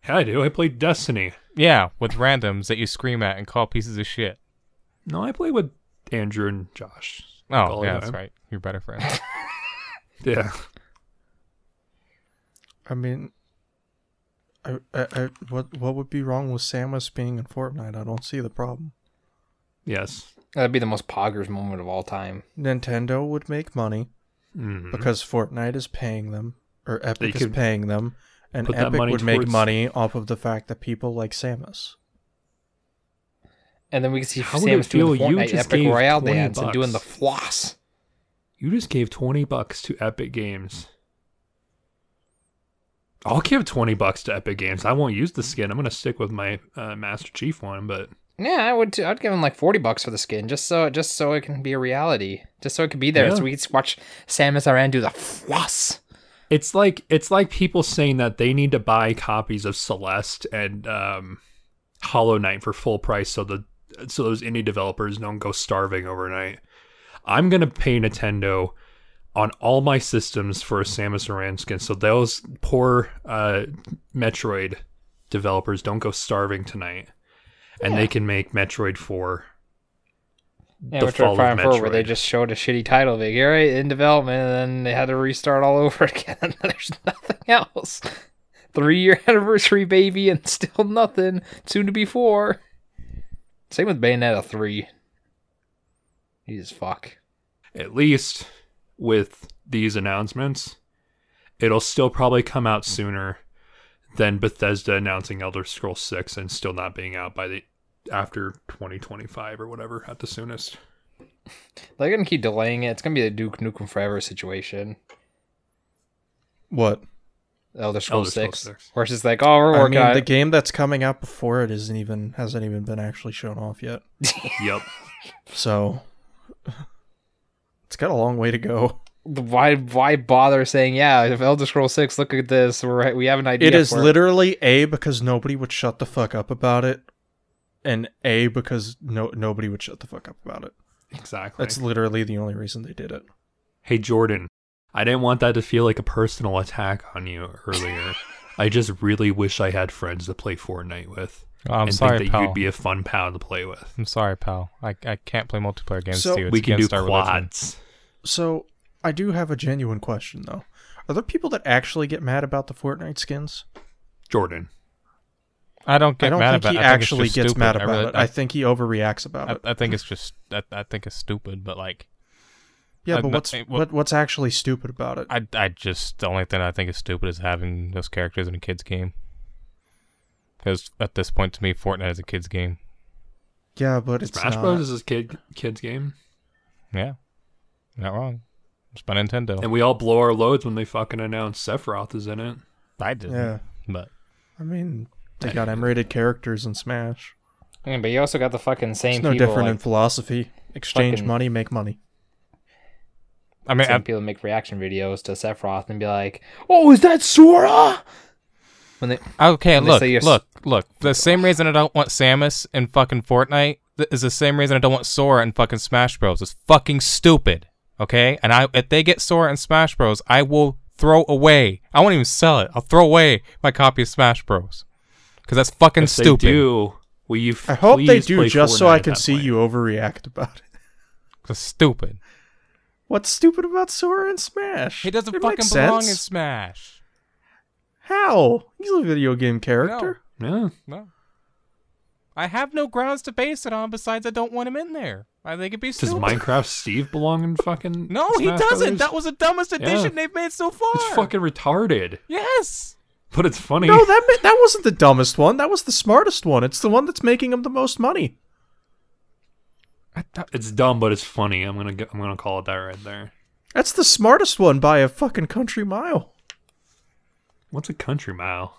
[SPEAKER 3] Yeah, I do. I played Destiny.
[SPEAKER 4] Yeah, with randoms that you scream at and call pieces of shit.
[SPEAKER 3] No, I played with Andrew and Josh.
[SPEAKER 4] Oh,
[SPEAKER 3] All the
[SPEAKER 4] yeah, that's
[SPEAKER 3] time.
[SPEAKER 4] right. You're better friends.
[SPEAKER 3] Yeah.
[SPEAKER 2] I mean, I, I, I, what what would be wrong with Samus being in Fortnite? I don't see the problem.
[SPEAKER 3] Yes.
[SPEAKER 1] That'd be the most poggers moment of all time.
[SPEAKER 2] Nintendo would make money
[SPEAKER 3] Mhm.
[SPEAKER 2] because Fortnite is paying them, or Epic is
[SPEAKER 3] could
[SPEAKER 2] paying them, and
[SPEAKER 3] put that
[SPEAKER 2] Epic
[SPEAKER 3] money
[SPEAKER 2] would make
[SPEAKER 3] towards-
[SPEAKER 2] money off of the fact that people like Samus.
[SPEAKER 1] And then we can see
[SPEAKER 3] How would it
[SPEAKER 1] Samus doing the
[SPEAKER 3] feel? You
[SPEAKER 1] Fortnite
[SPEAKER 3] just
[SPEAKER 1] Epic
[SPEAKER 3] gave
[SPEAKER 1] Royale
[SPEAKER 3] 20
[SPEAKER 1] dance and doing the
[SPEAKER 3] bucks.
[SPEAKER 1] floss.
[SPEAKER 3] You just gave 20 bucks to Epic Games. I'll give 20 bucks to Epic Games. I won't use the skin. I'm going to stick with my uh, Master Chief one, but
[SPEAKER 1] Yeah, I would. Too. I'd give him like forty bucks for the skin, just so just so it can be a reality, just so it could be there,
[SPEAKER 3] Yeah.
[SPEAKER 1] so we could watch Samus Aran do the floss.
[SPEAKER 3] it's like it's like people saying that they need to buy copies of Celeste and um, Hollow Knight for full price so the so those indie developers don't go starving overnight. I'm going to pay Nintendo on all my systems for a Samus Aran skin so those poor uh, Metroid developers don't go starving tonight. And they can make Metroid 4.
[SPEAKER 1] Yeah,
[SPEAKER 3] The
[SPEAKER 1] which
[SPEAKER 3] fall
[SPEAKER 1] are
[SPEAKER 3] of
[SPEAKER 1] Prime Four, where they
[SPEAKER 3] Metroid.
[SPEAKER 1] just showed a shitty title, like all right, in development, and then they had to restart all over again. There's nothing else. Three year anniversary, baby, and still nothing. Soon to be four. Same with Bayonetta three. Jesus fuck.
[SPEAKER 3] at least with these announcements, it'll still probably come out sooner than Bethesda announcing Elder Scrolls 6 and still not being out by the after 2025 or whatever at the soonest.
[SPEAKER 1] They're gonna keep delaying it. It's gonna be the Duke Nukem Forever situation.
[SPEAKER 2] What?
[SPEAKER 1] Elder Scrolls
[SPEAKER 3] Elder Scrolls
[SPEAKER 1] Six.
[SPEAKER 3] six.
[SPEAKER 1] Where it's just like, oh, we're
[SPEAKER 2] I
[SPEAKER 1] working
[SPEAKER 2] mean,
[SPEAKER 1] on
[SPEAKER 2] the
[SPEAKER 1] it.
[SPEAKER 2] game that's coming out before it isn't even hasn't even been actually shown off yet.
[SPEAKER 3] yep.
[SPEAKER 2] So it's got a long way to go.
[SPEAKER 1] why why bother saying yeah if elder scroll 6 look at this we're, we have an idea
[SPEAKER 2] It is
[SPEAKER 1] for
[SPEAKER 2] literally A because nobody would shut the fuck up about it, and A because no nobody would shut the fuck up about it.
[SPEAKER 3] Exactly.
[SPEAKER 2] That's literally the only reason they did it.
[SPEAKER 3] hey Jordan, I didn't want that to feel like a personal attack on you earlier. I just really wish I had friends to play Fortnite with
[SPEAKER 4] Oh, I'm
[SPEAKER 3] and
[SPEAKER 4] sorry,
[SPEAKER 3] think that
[SPEAKER 4] pal.
[SPEAKER 3] you'd be a fun pal to play with.
[SPEAKER 4] I'm sorry, pal. I, I can't play multiplayer games
[SPEAKER 2] So-
[SPEAKER 4] with you. It's
[SPEAKER 3] we can do
[SPEAKER 4] against our religion.
[SPEAKER 3] quads.
[SPEAKER 2] So I do have a genuine question though. Are there people that actually get mad about the Fortnite skins?
[SPEAKER 3] Jordan.
[SPEAKER 4] I don't get
[SPEAKER 2] I don't
[SPEAKER 4] mad
[SPEAKER 2] think
[SPEAKER 4] about.
[SPEAKER 2] he
[SPEAKER 4] it. I think it's
[SPEAKER 2] actually
[SPEAKER 4] just
[SPEAKER 2] gets
[SPEAKER 4] stupid.
[SPEAKER 2] mad
[SPEAKER 4] I
[SPEAKER 2] about
[SPEAKER 4] really-
[SPEAKER 2] it. I think he overreacts about
[SPEAKER 4] I,
[SPEAKER 2] it.
[SPEAKER 4] I think it's just. I, I think it's stupid, but like,
[SPEAKER 2] Yeah,
[SPEAKER 4] I-
[SPEAKER 2] but
[SPEAKER 4] no,
[SPEAKER 2] what's
[SPEAKER 4] it-
[SPEAKER 2] what, what's actually stupid about it?
[SPEAKER 4] I, I just the only thing I think is stupid is having those characters in a kids game. Because at this point, to me, Fortnite is a kids game.
[SPEAKER 2] Yeah, but it's
[SPEAKER 3] Smash
[SPEAKER 2] not.
[SPEAKER 3] Bros is a kid kids game.
[SPEAKER 4] Yeah, not wrong. It's by Nintendo.
[SPEAKER 3] And we all blow our loads when they fucking announce Sephiroth is in it.
[SPEAKER 4] I didn't.
[SPEAKER 2] Yeah,
[SPEAKER 4] But
[SPEAKER 2] I mean they got M-rated characters in Smash.
[SPEAKER 1] Yeah, but you also got the fucking same
[SPEAKER 2] It's no
[SPEAKER 1] people
[SPEAKER 2] different
[SPEAKER 1] like,
[SPEAKER 2] in philosophy. Exchange
[SPEAKER 1] fucking-
[SPEAKER 2] money, make money.
[SPEAKER 4] I mean,
[SPEAKER 1] same
[SPEAKER 4] I,
[SPEAKER 1] people make reaction videos to sephiroth and be like oh is that sora when they
[SPEAKER 4] Okay,
[SPEAKER 1] And they
[SPEAKER 4] look,
[SPEAKER 1] say you're s-
[SPEAKER 4] look, look. The same reason I don't want Samus in fucking Fortnite th- is the same reason I don't want Sora in fucking Smash Bros. It's fucking stupid. Okay, and I if they get Sora in Smash Bros, I will throw away. I won't even sell it. I'll throw away my copy of Smash Bros. Because that's fucking
[SPEAKER 3] If
[SPEAKER 4] stupid.
[SPEAKER 3] They do. Will you?
[SPEAKER 2] I hope they
[SPEAKER 3] please play
[SPEAKER 2] do just so
[SPEAKER 3] Fortnite
[SPEAKER 2] I
[SPEAKER 3] at
[SPEAKER 2] can
[SPEAKER 3] that
[SPEAKER 2] see
[SPEAKER 3] point?
[SPEAKER 2] you overreact about it.
[SPEAKER 4] That's stupid.
[SPEAKER 2] What's stupid about Sora and Smash?
[SPEAKER 4] He doesn't
[SPEAKER 2] It
[SPEAKER 4] fucking
[SPEAKER 2] makes
[SPEAKER 4] belong in
[SPEAKER 2] sense.
[SPEAKER 4] Smash.
[SPEAKER 2] How? He's a video game character.
[SPEAKER 3] Yeah.
[SPEAKER 4] No. I have no grounds to base it on besides I don't want him in there. I think it'd be
[SPEAKER 3] Does
[SPEAKER 4] stupid.
[SPEAKER 3] Minecraft Steve belong in fucking?
[SPEAKER 4] no, he
[SPEAKER 3] Smash
[SPEAKER 4] doesn't.
[SPEAKER 3] Brothers?
[SPEAKER 4] That was the dumbest addition they've made so far.
[SPEAKER 3] it's fucking retarded,
[SPEAKER 4] yes.
[SPEAKER 3] but it's funny.
[SPEAKER 2] No, that ma- that wasn't the dumbest one. That was the smartest one. It's the one that's making him the most money.
[SPEAKER 3] it's dumb, but it's funny. I'm gonna go, I'm gonna call it that right there.
[SPEAKER 2] That's the smartest one by a fucking country mile.
[SPEAKER 3] What's a country mile?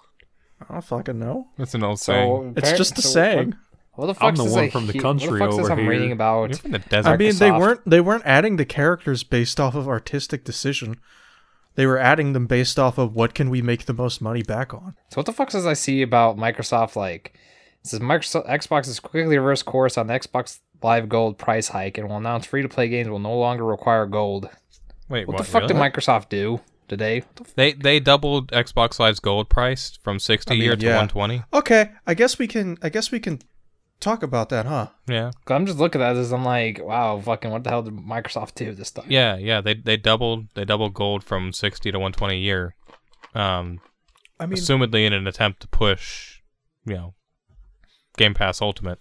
[SPEAKER 2] I don't fucking know.
[SPEAKER 4] That's an old saying.
[SPEAKER 1] So
[SPEAKER 2] It's
[SPEAKER 1] appar-
[SPEAKER 2] just a
[SPEAKER 1] so
[SPEAKER 2] saying.
[SPEAKER 1] What, what the fuck
[SPEAKER 3] the
[SPEAKER 1] is
[SPEAKER 3] one
[SPEAKER 1] I
[SPEAKER 3] from the
[SPEAKER 1] he- what
[SPEAKER 3] country
[SPEAKER 1] the fuck
[SPEAKER 3] over
[SPEAKER 1] says I'm
[SPEAKER 3] here.
[SPEAKER 1] reading about?
[SPEAKER 4] You're from the desert.
[SPEAKER 2] I mean, they
[SPEAKER 1] Microsoft.
[SPEAKER 2] weren't they weren't adding the characters based off of artistic decision. They were adding them based off of what can we make the most money back on.
[SPEAKER 1] So what the fuck does I see about Microsoft? Like it says Microsoft Xbox has quickly reversed course on the Xbox Live Gold price hike and will announce free to play games will no longer require gold.
[SPEAKER 4] Wait,
[SPEAKER 1] What,
[SPEAKER 4] what,
[SPEAKER 1] the fuck
[SPEAKER 4] really?
[SPEAKER 1] did Microsoft do today? What the f-
[SPEAKER 4] They they doubled Xbox Live's gold price from sixty
[SPEAKER 2] I mean,
[SPEAKER 4] a year to
[SPEAKER 2] yeah.
[SPEAKER 4] one twenty.
[SPEAKER 2] Okay, I guess we can I guess we can talk about that, huh?
[SPEAKER 4] Yeah,
[SPEAKER 1] 'Cause I'm just looking at this. I'm like, wow, fucking, what the hell did Microsoft do this time?
[SPEAKER 4] yeah, yeah. They they doubled they doubled gold from sixty to one twenty a year. Um,
[SPEAKER 2] I mean,
[SPEAKER 4] assumedly in an attempt to push, you know, Game Pass Ultimate.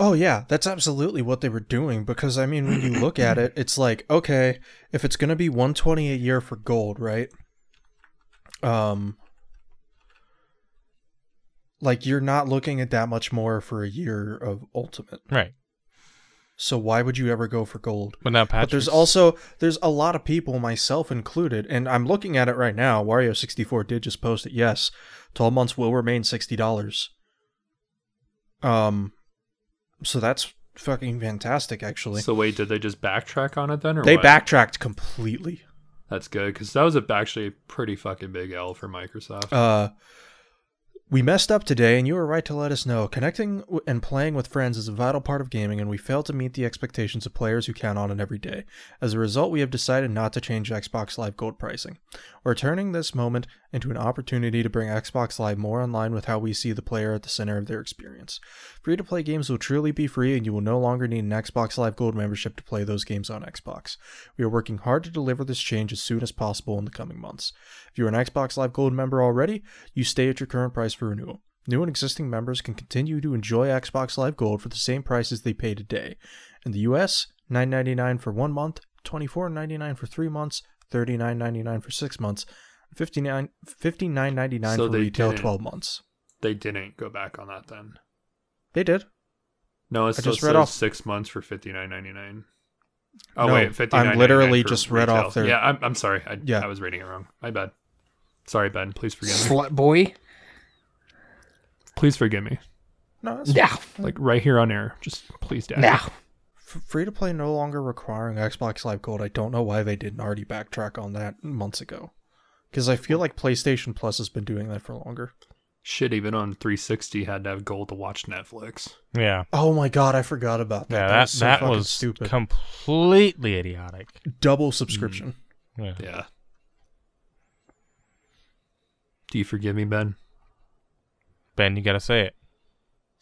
[SPEAKER 2] Oh yeah, that's absolutely what they were doing because I mean when you look at it, it's like, okay, if it's going to be 120 a year for gold, right? Um like you're not looking at that much more for a year of ultimate.
[SPEAKER 4] Right.
[SPEAKER 2] So why would you ever go for gold?
[SPEAKER 4] But now Patrick's
[SPEAKER 2] But there's also there's a lot of people, myself included, and I'm looking at it right now. Wario64 did just post it. Yes, 12 months will remain sixty dollars. Um, so that's fucking fantastic, actually.
[SPEAKER 3] So wait, did they just backtrack on it then, or
[SPEAKER 2] they
[SPEAKER 3] what?
[SPEAKER 2] backtracked completely.
[SPEAKER 3] That's good because that was a, actually a pretty fucking big L for Microsoft.
[SPEAKER 2] Uh, we messed up today, and you were right to let us know. Connecting w- and playing with friends is a vital part of gaming, and we fail to meet the expectations of players who count on it every day. As a result, we have decided not to change Xbox Live Gold pricing. We're turning this moment into an opportunity to bring Xbox Live more in line with how we see the player at the center of their experience. Free to play games will truly be free, and you will no longer need an Xbox Live Gold membership to play those games on Xbox. We are working hard to deliver this change as soon as possible in the coming months. If you're an Xbox Live Gold member already, you stay at your current price for renewal. New and existing members can continue to enjoy Xbox Live Gold for the same prices they pay today. In the US, $9.99 for one month, $24.99 for three months, $39.99 for six months, $59, $59.99
[SPEAKER 3] So
[SPEAKER 2] for
[SPEAKER 3] they
[SPEAKER 2] retail
[SPEAKER 3] didn't-
[SPEAKER 2] 12 months.
[SPEAKER 3] they didn't go back on that then.
[SPEAKER 2] They did.
[SPEAKER 3] No, it's
[SPEAKER 2] I
[SPEAKER 3] just
[SPEAKER 2] just read off-
[SPEAKER 3] six months for fifty nine ninety nine. Oh
[SPEAKER 2] No,
[SPEAKER 3] wait, fifty nine.
[SPEAKER 2] I'm literally just read off their-
[SPEAKER 3] Yeah, I'm, I'm sorry. I,
[SPEAKER 2] Yeah.
[SPEAKER 3] I was reading it wrong. My bad. Sorry, Ben. Please forgive me.
[SPEAKER 1] Slut boy.
[SPEAKER 3] Please forgive me.
[SPEAKER 2] No, that's
[SPEAKER 1] Yeah.
[SPEAKER 3] Like right here on air. Just please, Dad.
[SPEAKER 1] Yeah.
[SPEAKER 2] free to play no longer requiring Xbox Live Gold. I don't know why they didn't already backtrack on that months ago. Because I feel like PlayStation Plus has been doing that for longer.
[SPEAKER 3] Shit, even on 360 had to have gold to watch Netflix.
[SPEAKER 4] yeah,
[SPEAKER 2] Oh my god, I forgot about that.
[SPEAKER 4] yeah. That
[SPEAKER 2] that was, so
[SPEAKER 4] that
[SPEAKER 2] fucking
[SPEAKER 4] was
[SPEAKER 2] stupid.
[SPEAKER 4] completely idiotic.
[SPEAKER 2] Double subscription.
[SPEAKER 4] Yeah.
[SPEAKER 3] Yeah. Do you forgive me, Ben?
[SPEAKER 4] Ben, you gotta say it.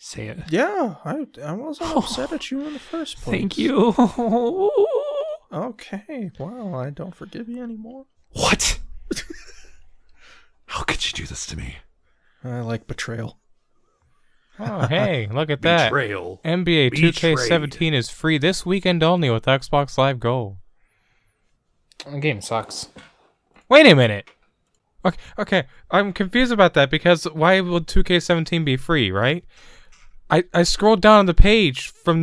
[SPEAKER 3] Say it.
[SPEAKER 2] Yeah, I, I wasn't upset at you in the first place.
[SPEAKER 3] Thank you.
[SPEAKER 4] Oh,
[SPEAKER 2] Okay, well, I don't forgive you anymore.
[SPEAKER 3] what? How could you do this to me?
[SPEAKER 2] I like betrayal.
[SPEAKER 4] Oh, hey, look at that.
[SPEAKER 3] Betrayal.
[SPEAKER 4] NBA
[SPEAKER 3] Betrayed.
[SPEAKER 4] 2K17 is free this weekend only with Xbox Live Gold.
[SPEAKER 1] The game sucks.
[SPEAKER 4] Wait a minute. Okay, okay, I'm confused about that because why would 2K17 be free, right? I, I scrolled down on the page from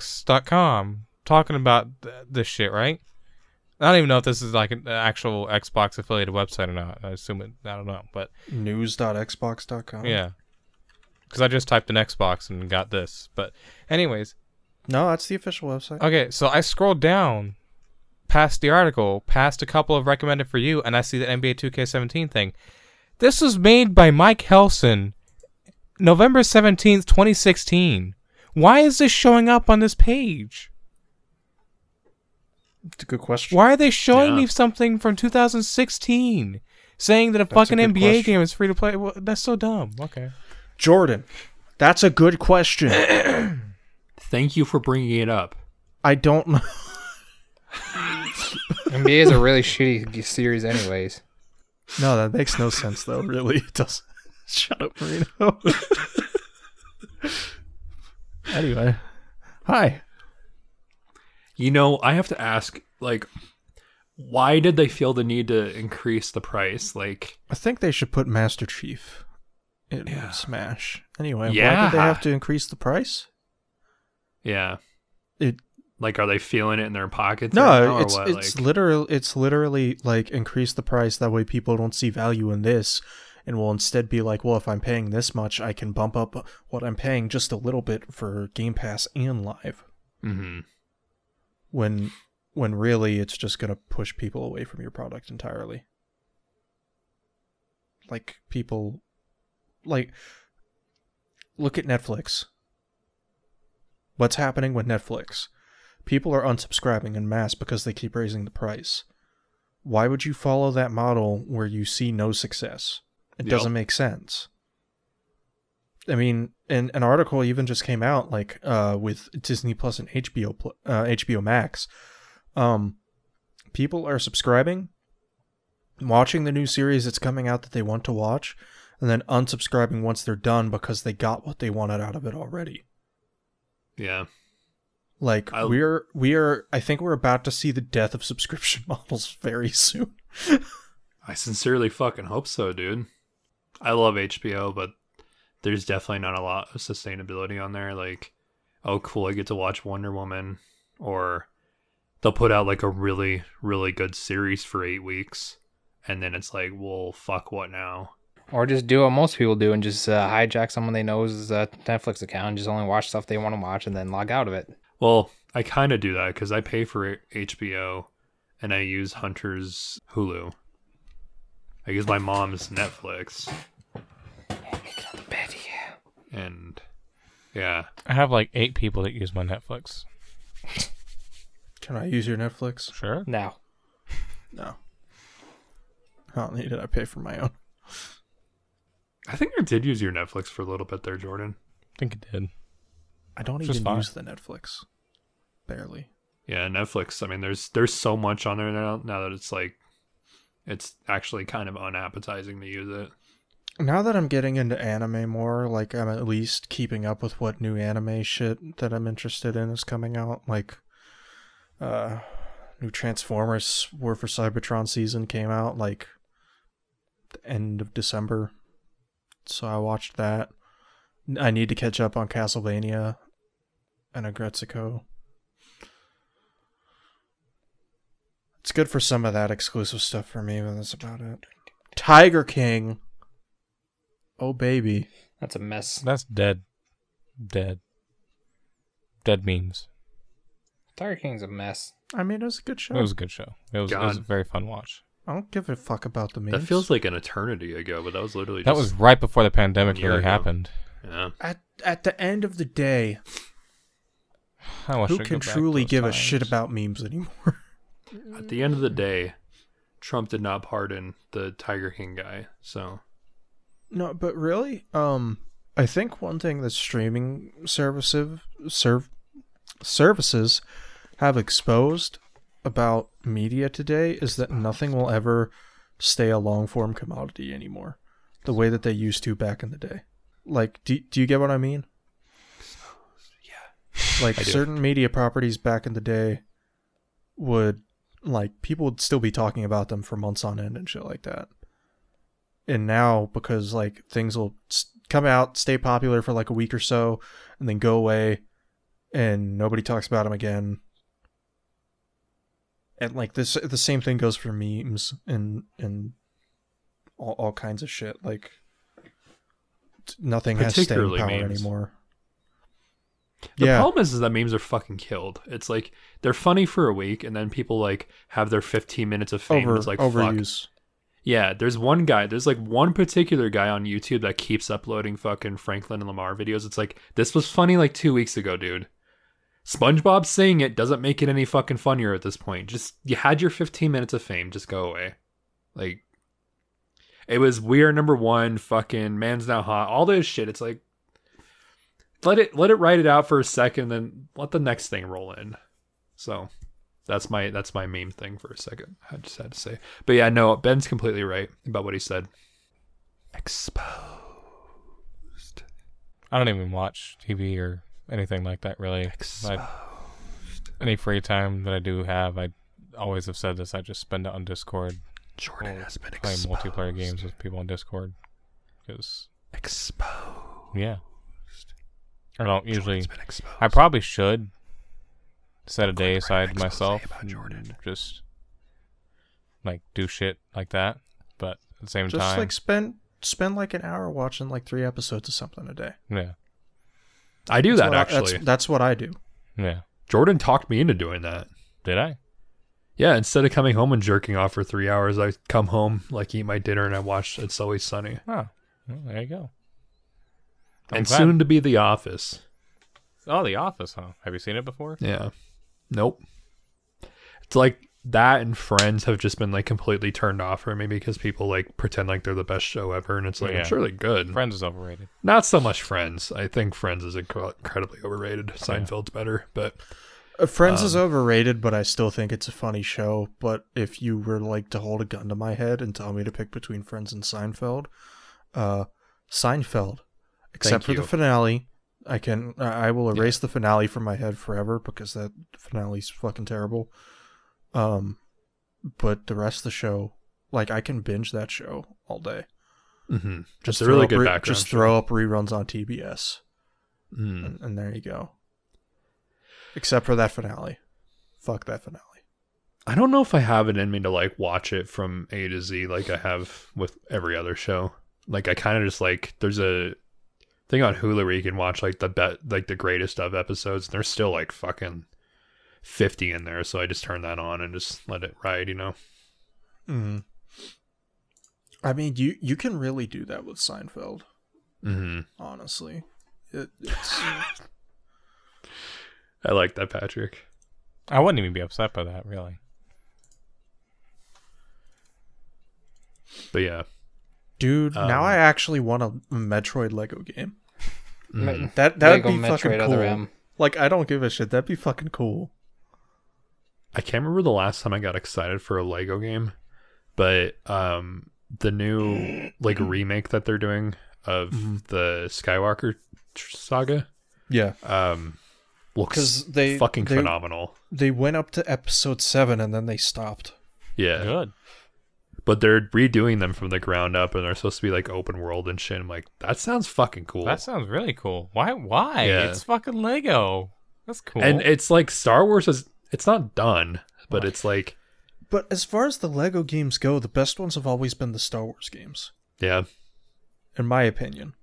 [SPEAKER 4] news.xbox.com talking about th- this shit, right? I don't even know if this is like an actual Xbox affiliated website or not. I assume it, I don't know, but
[SPEAKER 2] News.xbox.com.
[SPEAKER 4] yeah. Because I just typed in Xbox and got this. But, anyways,
[SPEAKER 2] No, that's the official website.
[SPEAKER 4] Okay, so I scrolled down past the article, past a couple of recommended for you, and I see the NBA 2K17 thing. This was made by Mike Helson, November 17th, 2016. Why is this showing up on this page?
[SPEAKER 2] It's a good question.
[SPEAKER 4] Why are they showing
[SPEAKER 3] Yeah.
[SPEAKER 4] me something from 2016 saying that a
[SPEAKER 2] That's a
[SPEAKER 4] fucking
[SPEAKER 2] good
[SPEAKER 4] NBA
[SPEAKER 2] question.
[SPEAKER 4] game is free to play? Well, that's so dumb. Okay.
[SPEAKER 2] Jordan, that's a good question.
[SPEAKER 3] Thank you for bringing it up.
[SPEAKER 2] I don't know.
[SPEAKER 1] NBA is a really shitty g- series, anyways.
[SPEAKER 2] No, that makes no sense, though, really. It does Shut up, Marino. anyway, hi.
[SPEAKER 3] You know, I have to ask, like, why did they feel the need to increase the price? Like,
[SPEAKER 2] I think they should put Master Chief in
[SPEAKER 3] Yeah.
[SPEAKER 2] Smash. Anyway, why
[SPEAKER 3] Yeah.
[SPEAKER 2] did they have to increase the price?
[SPEAKER 3] yeah,
[SPEAKER 2] It
[SPEAKER 3] like, are they feeling it in their pockets? right now,
[SPEAKER 2] no,
[SPEAKER 3] or
[SPEAKER 2] it's
[SPEAKER 3] what?
[SPEAKER 2] it's
[SPEAKER 3] Like,
[SPEAKER 2] literal. It's literally like increase the price that way people don't see value in this, and will instead be like, well, if I'm paying this much, I can bump up what I'm paying just a little bit for Game Pass and Live.
[SPEAKER 3] hmm
[SPEAKER 2] When when really it's just gonna push people away from your product entirely. Like people, like look at Netflix. What's happening with Netflix? People are unsubscribing in mass because they keep raising the price. Why would you follow that model where you see no success? It
[SPEAKER 3] Yep.
[SPEAKER 2] doesn't make sense. I mean, and an article even just came out like uh, with Disney Plus and HBO pl- uh, HBO Max. Um, people are subscribing, watching the new series that's coming out that they want to watch, and then unsubscribing once they're done because they got what they wanted out of it already.
[SPEAKER 3] yeah,
[SPEAKER 2] Like
[SPEAKER 3] I-
[SPEAKER 2] we're we are I think we're about to see the death of subscription models very soon.
[SPEAKER 3] I sincerely fucking hope so, dude. I love HBO, but there's definitely not a lot of sustainability on there. Like, oh, cool, I get to watch Wonder Woman, or they'll put out like a really, really good series for eight weeks, and then it's like, well, fuck, what now?
[SPEAKER 1] Or just do what most people do and just uh, hijack someone they know's uh, Netflix account and just only watch stuff they want to watch and then log out of it.
[SPEAKER 3] Well, I kind of do that because I pay for HBO and I use Hunter's Hulu. I use my mom's Netflix
[SPEAKER 1] Bad yeah.
[SPEAKER 3] and yeah.
[SPEAKER 4] I have like eight people that use my Netflix.
[SPEAKER 2] Can I use your Netflix?
[SPEAKER 4] Sure.
[SPEAKER 1] Now,
[SPEAKER 2] No. How only did I pay for my own?
[SPEAKER 3] I think I did use your Netflix for a little bit there, Jordan.
[SPEAKER 4] I think it did.
[SPEAKER 2] I don't
[SPEAKER 4] It's just
[SPEAKER 2] even
[SPEAKER 4] fine.
[SPEAKER 2] use the Netflix. Barely.
[SPEAKER 3] Yeah, Netflix. I mean, there's there's so much on there now, now that it's like it's actually kind of unappetizing to use it.
[SPEAKER 2] Now that I'm getting into anime more, like I'm at least keeping up with what new anime shit that I'm interested in is coming out. Like uh new Transformers War for Cybertron season came out like the end of December. So I watched that. I need to catch up on Castlevania and Agretzico. It's good for some of that exclusive stuff for me, but that's about it. Tiger King. Oh baby.
[SPEAKER 1] that's a mess.
[SPEAKER 4] That's dead. Dead. Dead memes.
[SPEAKER 1] Tiger King's a mess.
[SPEAKER 2] I mean, it was a good show.
[SPEAKER 4] It was a good show. It was, it was a
[SPEAKER 3] God.
[SPEAKER 4] very fun watch.
[SPEAKER 2] I don't give a fuck about the memes.
[SPEAKER 3] That feels like an eternity ago, but that was literally
[SPEAKER 4] That
[SPEAKER 3] just,
[SPEAKER 4] was right before the pandemic
[SPEAKER 3] One year
[SPEAKER 4] really
[SPEAKER 3] ago.
[SPEAKER 4] happened.
[SPEAKER 3] yeah.
[SPEAKER 2] at at the end of the day,
[SPEAKER 4] I wish I
[SPEAKER 2] who
[SPEAKER 4] could
[SPEAKER 2] can
[SPEAKER 4] go back to
[SPEAKER 2] truly
[SPEAKER 4] those
[SPEAKER 2] give a
[SPEAKER 4] times.
[SPEAKER 2] shit about memes anymore?
[SPEAKER 3] At the end of the day, Trump did not pardon the Tiger King guy, so
[SPEAKER 2] no, but really, um, I think one thing that streaming services serv- services have exposed about media today is that nothing will ever stay a long form commodity anymore, the way that they used to back in the day. Like, do do you get what I mean? like
[SPEAKER 3] I do.
[SPEAKER 2] certain media properties back in the day would like people would still be talking about them for months on end and shit like that and now because like things will s- come out stay popular for like a week or so and then go away and nobody talks about them again and like this the same thing goes for memes and and all, all kinds of shit like t- nothing has staying
[SPEAKER 3] Particularly
[SPEAKER 2] power
[SPEAKER 3] memes.
[SPEAKER 2] anymore
[SPEAKER 3] The
[SPEAKER 2] yeah
[SPEAKER 3] problem is, is that memes are fucking killed. It's like they're funny for a week, and then people like have their 15 minutes of fame.
[SPEAKER 2] over
[SPEAKER 3] it's like fuck.
[SPEAKER 2] overuse
[SPEAKER 3] Yeah, there's one guy. There's like one particular guy on YouTube that keeps uploading fucking Franklin and Lamar videos. It's like this was funny like two weeks ago, dude. SpongeBob saying it doesn't make it any fucking funnier at this point. Just you had your 15 minutes of fame. Just go away. Like it was we are number one. Fucking man's now hot. All this shit. It's like let it let it write it out for a second, then let the next thing roll in. So that's my that's my meme thing for a second. I just had to say. But yeah, no, Ben's completely right about what he said. Exposed.
[SPEAKER 4] I don't even watch TV or anything like that really. I, any free time that I do have, I always have said this. I just spend it on Discord,
[SPEAKER 3] Jordan has been
[SPEAKER 4] playing
[SPEAKER 3] exposed.
[SPEAKER 4] multiplayer games with people on Discord. Because
[SPEAKER 3] Exposed.
[SPEAKER 4] yeah, I don't usually.
[SPEAKER 3] Jordan's been exposed.
[SPEAKER 4] I probably should set a
[SPEAKER 3] Going to
[SPEAKER 4] day
[SPEAKER 3] write an
[SPEAKER 4] aside
[SPEAKER 3] expose
[SPEAKER 4] myself
[SPEAKER 3] about
[SPEAKER 4] and
[SPEAKER 3] Jordan.
[SPEAKER 4] just like do shit like that. But at the same
[SPEAKER 2] Just
[SPEAKER 4] time,
[SPEAKER 2] like spend spend like an hour watching like three episodes of something a day.
[SPEAKER 4] yeah,
[SPEAKER 3] I do
[SPEAKER 2] That's
[SPEAKER 3] that
[SPEAKER 2] what I-
[SPEAKER 3] actually.
[SPEAKER 2] that's, that's what I do.
[SPEAKER 4] yeah.
[SPEAKER 3] Jordan talked me into doing that.
[SPEAKER 4] Did I?
[SPEAKER 3] Yeah, instead of coming home and jerking off for three hours, I come home, like eat my dinner, and I watch It's Always Sunny.
[SPEAKER 4] Oh, well, there you go. I'm
[SPEAKER 3] and
[SPEAKER 4] glad.
[SPEAKER 3] soon to be The Office.
[SPEAKER 4] Oh, The Office, huh? Have you seen it before?
[SPEAKER 3] Yeah. Nope. It's like that and Friends have just been like completely turned off for me because people like pretend like they're the best show ever, and it's like
[SPEAKER 4] Yeah.
[SPEAKER 3] it's really good.
[SPEAKER 4] Friends is overrated.
[SPEAKER 3] Not so much Friends. I think Friends is incre- incredibly overrated. Seinfeld's better, but
[SPEAKER 2] Uh, Friends is
[SPEAKER 3] Um,
[SPEAKER 2] overrated, but I still think it's a funny show. But if you were like to hold a gun to my head and tell me to pick between Friends and Seinfeld, uh, Seinfeld, except for
[SPEAKER 3] you.
[SPEAKER 2] the finale, I can I I will erase the finale from my head forever because that finale's fucking terrible. Um, but the rest of the show, like I can binge that show all day.
[SPEAKER 3] hmm just a
[SPEAKER 2] throw
[SPEAKER 3] really
[SPEAKER 2] up
[SPEAKER 3] good
[SPEAKER 2] re-
[SPEAKER 3] background.
[SPEAKER 2] Just
[SPEAKER 3] show.
[SPEAKER 2] throw up reruns on TBS,
[SPEAKER 3] Mm.
[SPEAKER 2] and, and there you go. Except for that finale, fuck that finale.
[SPEAKER 3] I don't know if I have it in me to like watch it from A to Z like I have with every other show. Like I kind of just like there's a thing on Hulu where you can watch like the bet like the greatest of episodes. and There's still like fucking fifty in there, so I just turn that on and just let it ride. You know?
[SPEAKER 2] Mm. I mean, you you can really do that with Seinfeld,
[SPEAKER 3] Mm-hmm.
[SPEAKER 2] honestly. It, it's,
[SPEAKER 3] I like that, Patrick.
[SPEAKER 4] I wouldn't even be upset by that, really.
[SPEAKER 3] But yeah,
[SPEAKER 2] dude, now
[SPEAKER 3] Um,
[SPEAKER 2] I actually want a Metroid Lego game.
[SPEAKER 3] Mhm.
[SPEAKER 2] Mm. That that would
[SPEAKER 1] Lego
[SPEAKER 2] be fucking
[SPEAKER 1] Metroid
[SPEAKER 2] cool.
[SPEAKER 1] Other M.
[SPEAKER 2] Like I don't give a shit. That'd be fucking cool.
[SPEAKER 3] I can't remember the last time I got excited for a Lego game, but um, the new like remake that they're doing of
[SPEAKER 2] Mhm.
[SPEAKER 3] the Skywalker tr- saga.
[SPEAKER 2] Yeah,
[SPEAKER 3] um looks
[SPEAKER 2] because they
[SPEAKER 3] fucking
[SPEAKER 2] they,
[SPEAKER 3] phenomenal.
[SPEAKER 2] They went up to episode seven and then they stopped.
[SPEAKER 3] Yeah.
[SPEAKER 4] Good.
[SPEAKER 3] But they're redoing them from the ground up and they're supposed to be like open world and shit. I'm like, that sounds fucking cool.
[SPEAKER 4] That sounds really cool. Why? Why?
[SPEAKER 3] Yeah.
[SPEAKER 4] It's fucking Lego. That's cool.
[SPEAKER 3] And it's like Star Wars is it's not done, but it's like
[SPEAKER 2] But as far as the Lego games go, the best ones have always been the Star Wars games.
[SPEAKER 3] yeah.
[SPEAKER 2] in my opinion.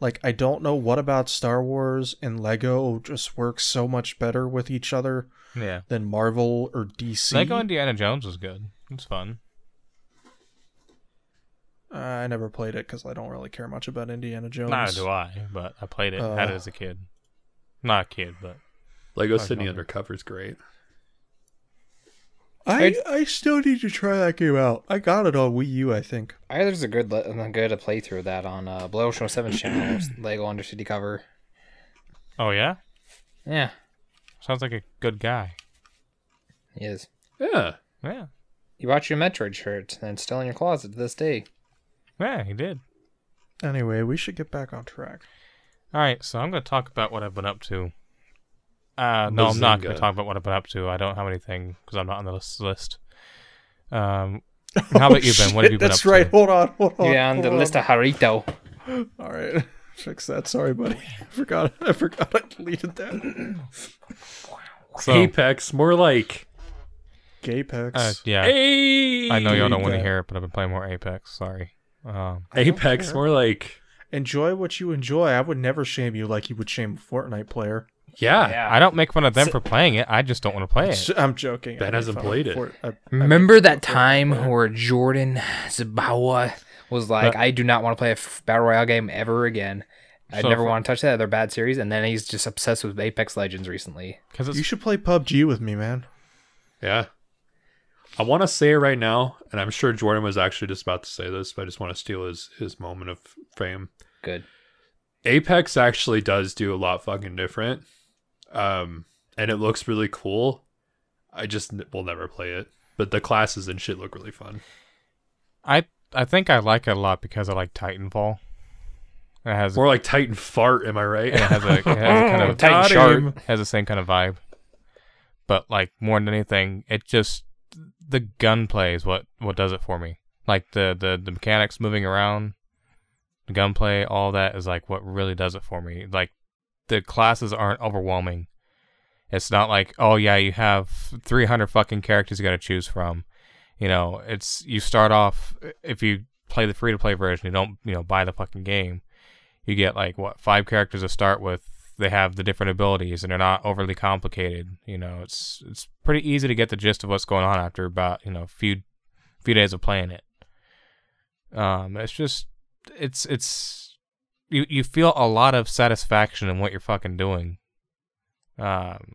[SPEAKER 2] Like I don't know what about Star Wars and Lego just works so much better with each other
[SPEAKER 4] yeah.
[SPEAKER 2] than Marvel or DC.
[SPEAKER 4] Lego Indiana Jones was good. It's fun.
[SPEAKER 2] Uh, I never played it because I don't really care much about Indiana Jones.
[SPEAKER 4] Neither do I, but I played it. had it
[SPEAKER 2] Uh.
[SPEAKER 4] as a kid. Not a kid, but
[SPEAKER 3] Lego
[SPEAKER 4] Oh,
[SPEAKER 3] Sydney
[SPEAKER 4] no.
[SPEAKER 3] Undercover is great.
[SPEAKER 2] I I still need to try that game out. I got it on Wii U, I think.
[SPEAKER 1] I heard there's a good le- a good playthrough of that on uh, Below Show Seven channel Lego Undercity cover.
[SPEAKER 4] oh yeah,
[SPEAKER 1] Yeah,
[SPEAKER 4] sounds like a good guy.
[SPEAKER 1] he is.
[SPEAKER 3] Yeah.
[SPEAKER 4] Yeah,
[SPEAKER 1] You bought your Metroid shirt, and it's still in your closet to this day.
[SPEAKER 4] yeah, he did.
[SPEAKER 2] Anyway, we should get back on track.
[SPEAKER 4] All right, so I'm going to talk about what I've been up to. Uh, no, I'm not going
[SPEAKER 3] Bazinga.
[SPEAKER 4] to talk about what I've been up to. I don't have anything because I'm not on the list. list. Um, how about you, Ben? What have you been
[SPEAKER 2] Oh, That's
[SPEAKER 4] up
[SPEAKER 2] right.
[SPEAKER 4] to?
[SPEAKER 2] Hold on. Hold on.
[SPEAKER 1] You're on
[SPEAKER 2] Oh, hold
[SPEAKER 1] the list of Harito.
[SPEAKER 2] All right. Fix that. Sorry, buddy. I forgot. I forgot. I deleted that.
[SPEAKER 4] So,
[SPEAKER 3] Apex, more like
[SPEAKER 2] Gapex.
[SPEAKER 4] uh, yeah,
[SPEAKER 3] hey!
[SPEAKER 4] I know y'all don't want to
[SPEAKER 2] that.
[SPEAKER 4] hear it, but I've been playing more Apex. Sorry. Um,
[SPEAKER 2] I don't
[SPEAKER 3] Apex,
[SPEAKER 2] care.
[SPEAKER 3] more like
[SPEAKER 2] enjoy what you enjoy. I would never shame you like you would shame a Fortnite player.
[SPEAKER 3] yeah.
[SPEAKER 4] I don't make fun of them for playing it. I just don't want to play it.
[SPEAKER 2] S- I'm joking.
[SPEAKER 3] Ben
[SPEAKER 2] I made
[SPEAKER 3] hasn't
[SPEAKER 2] fun of
[SPEAKER 3] played it.
[SPEAKER 2] Fort- I- I made
[SPEAKER 1] Remember
[SPEAKER 2] fun
[SPEAKER 1] that
[SPEAKER 2] of Fortnite
[SPEAKER 1] time
[SPEAKER 2] player.
[SPEAKER 1] where Jordan Zabawa was like,
[SPEAKER 4] But-
[SPEAKER 1] "I do not want to play a f- battle royale game ever again. I
[SPEAKER 4] So
[SPEAKER 1] never
[SPEAKER 4] for-
[SPEAKER 1] want to touch that other bad series." And then he's just obsessed with Apex Legends recently.
[SPEAKER 4] Because
[SPEAKER 2] you
[SPEAKER 4] it's
[SPEAKER 2] should play PUBG with me, man?
[SPEAKER 3] Yeah. I want to say it right now, and I'm sure Jordan was actually just about to say this, but I just want to steal his his moment of fame.
[SPEAKER 1] Good.
[SPEAKER 3] Apex actually does do a lot fucking different. Um, and it looks really cool. I just n- will never play it. But the classes and shit look really fun.
[SPEAKER 4] I I think I like it a lot because I like Titanfall. It has
[SPEAKER 3] More like Titan fart, am I right?
[SPEAKER 4] and it has a, it has a kind of
[SPEAKER 1] Titan
[SPEAKER 3] Oh, Got
[SPEAKER 1] shark.
[SPEAKER 3] him.
[SPEAKER 4] has the same kind of vibe. But like more than anything, it just the gunplay is what what does it for me. Like the the the mechanics moving around, the gunplay, all that is like what really does it for me. Like the classes aren't overwhelming. It's not like oh yeah, you have 300 fucking characters you got to choose from. You know, it's you start off if you play the free to play version, you don't you know buy the fucking game you get like what five characters to start with they have the different abilities and they're not overly complicated you know it's it's pretty easy to get the gist of what's going on after about you know few few days of playing it um it's just it's it's you you feel a lot of satisfaction in what you're fucking doing um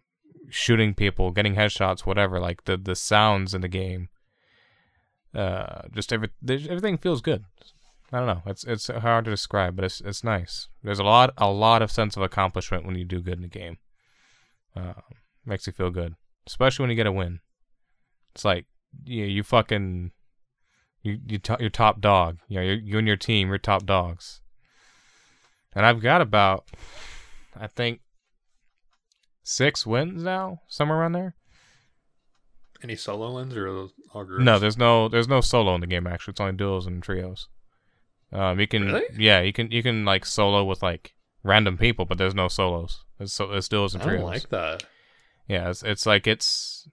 [SPEAKER 4] shooting people getting headshots whatever like the the sounds in the game uh just every there's- everything feels good I don't know. It's it's hard to describe, but it's it's nice. There's a lot a lot of sense of accomplishment when you do good in a game. Uh, makes you feel good, especially when you get a win. It's like you you fucking you you to, you're top dog. You know you you and your team you're top dogs. And I've got about I think six wins now, somewhere around there.
[SPEAKER 3] Any solo ones or are those all groups?
[SPEAKER 4] No, there's no there's no solo in the game actually. It's only duels and trios. Um, you can
[SPEAKER 3] Really?
[SPEAKER 4] yeah, you can you can like solo with like random people, but there's no solos. It's so it's duels and
[SPEAKER 3] I
[SPEAKER 4] trios.
[SPEAKER 3] don't like that.
[SPEAKER 4] yeah, it's it's like it's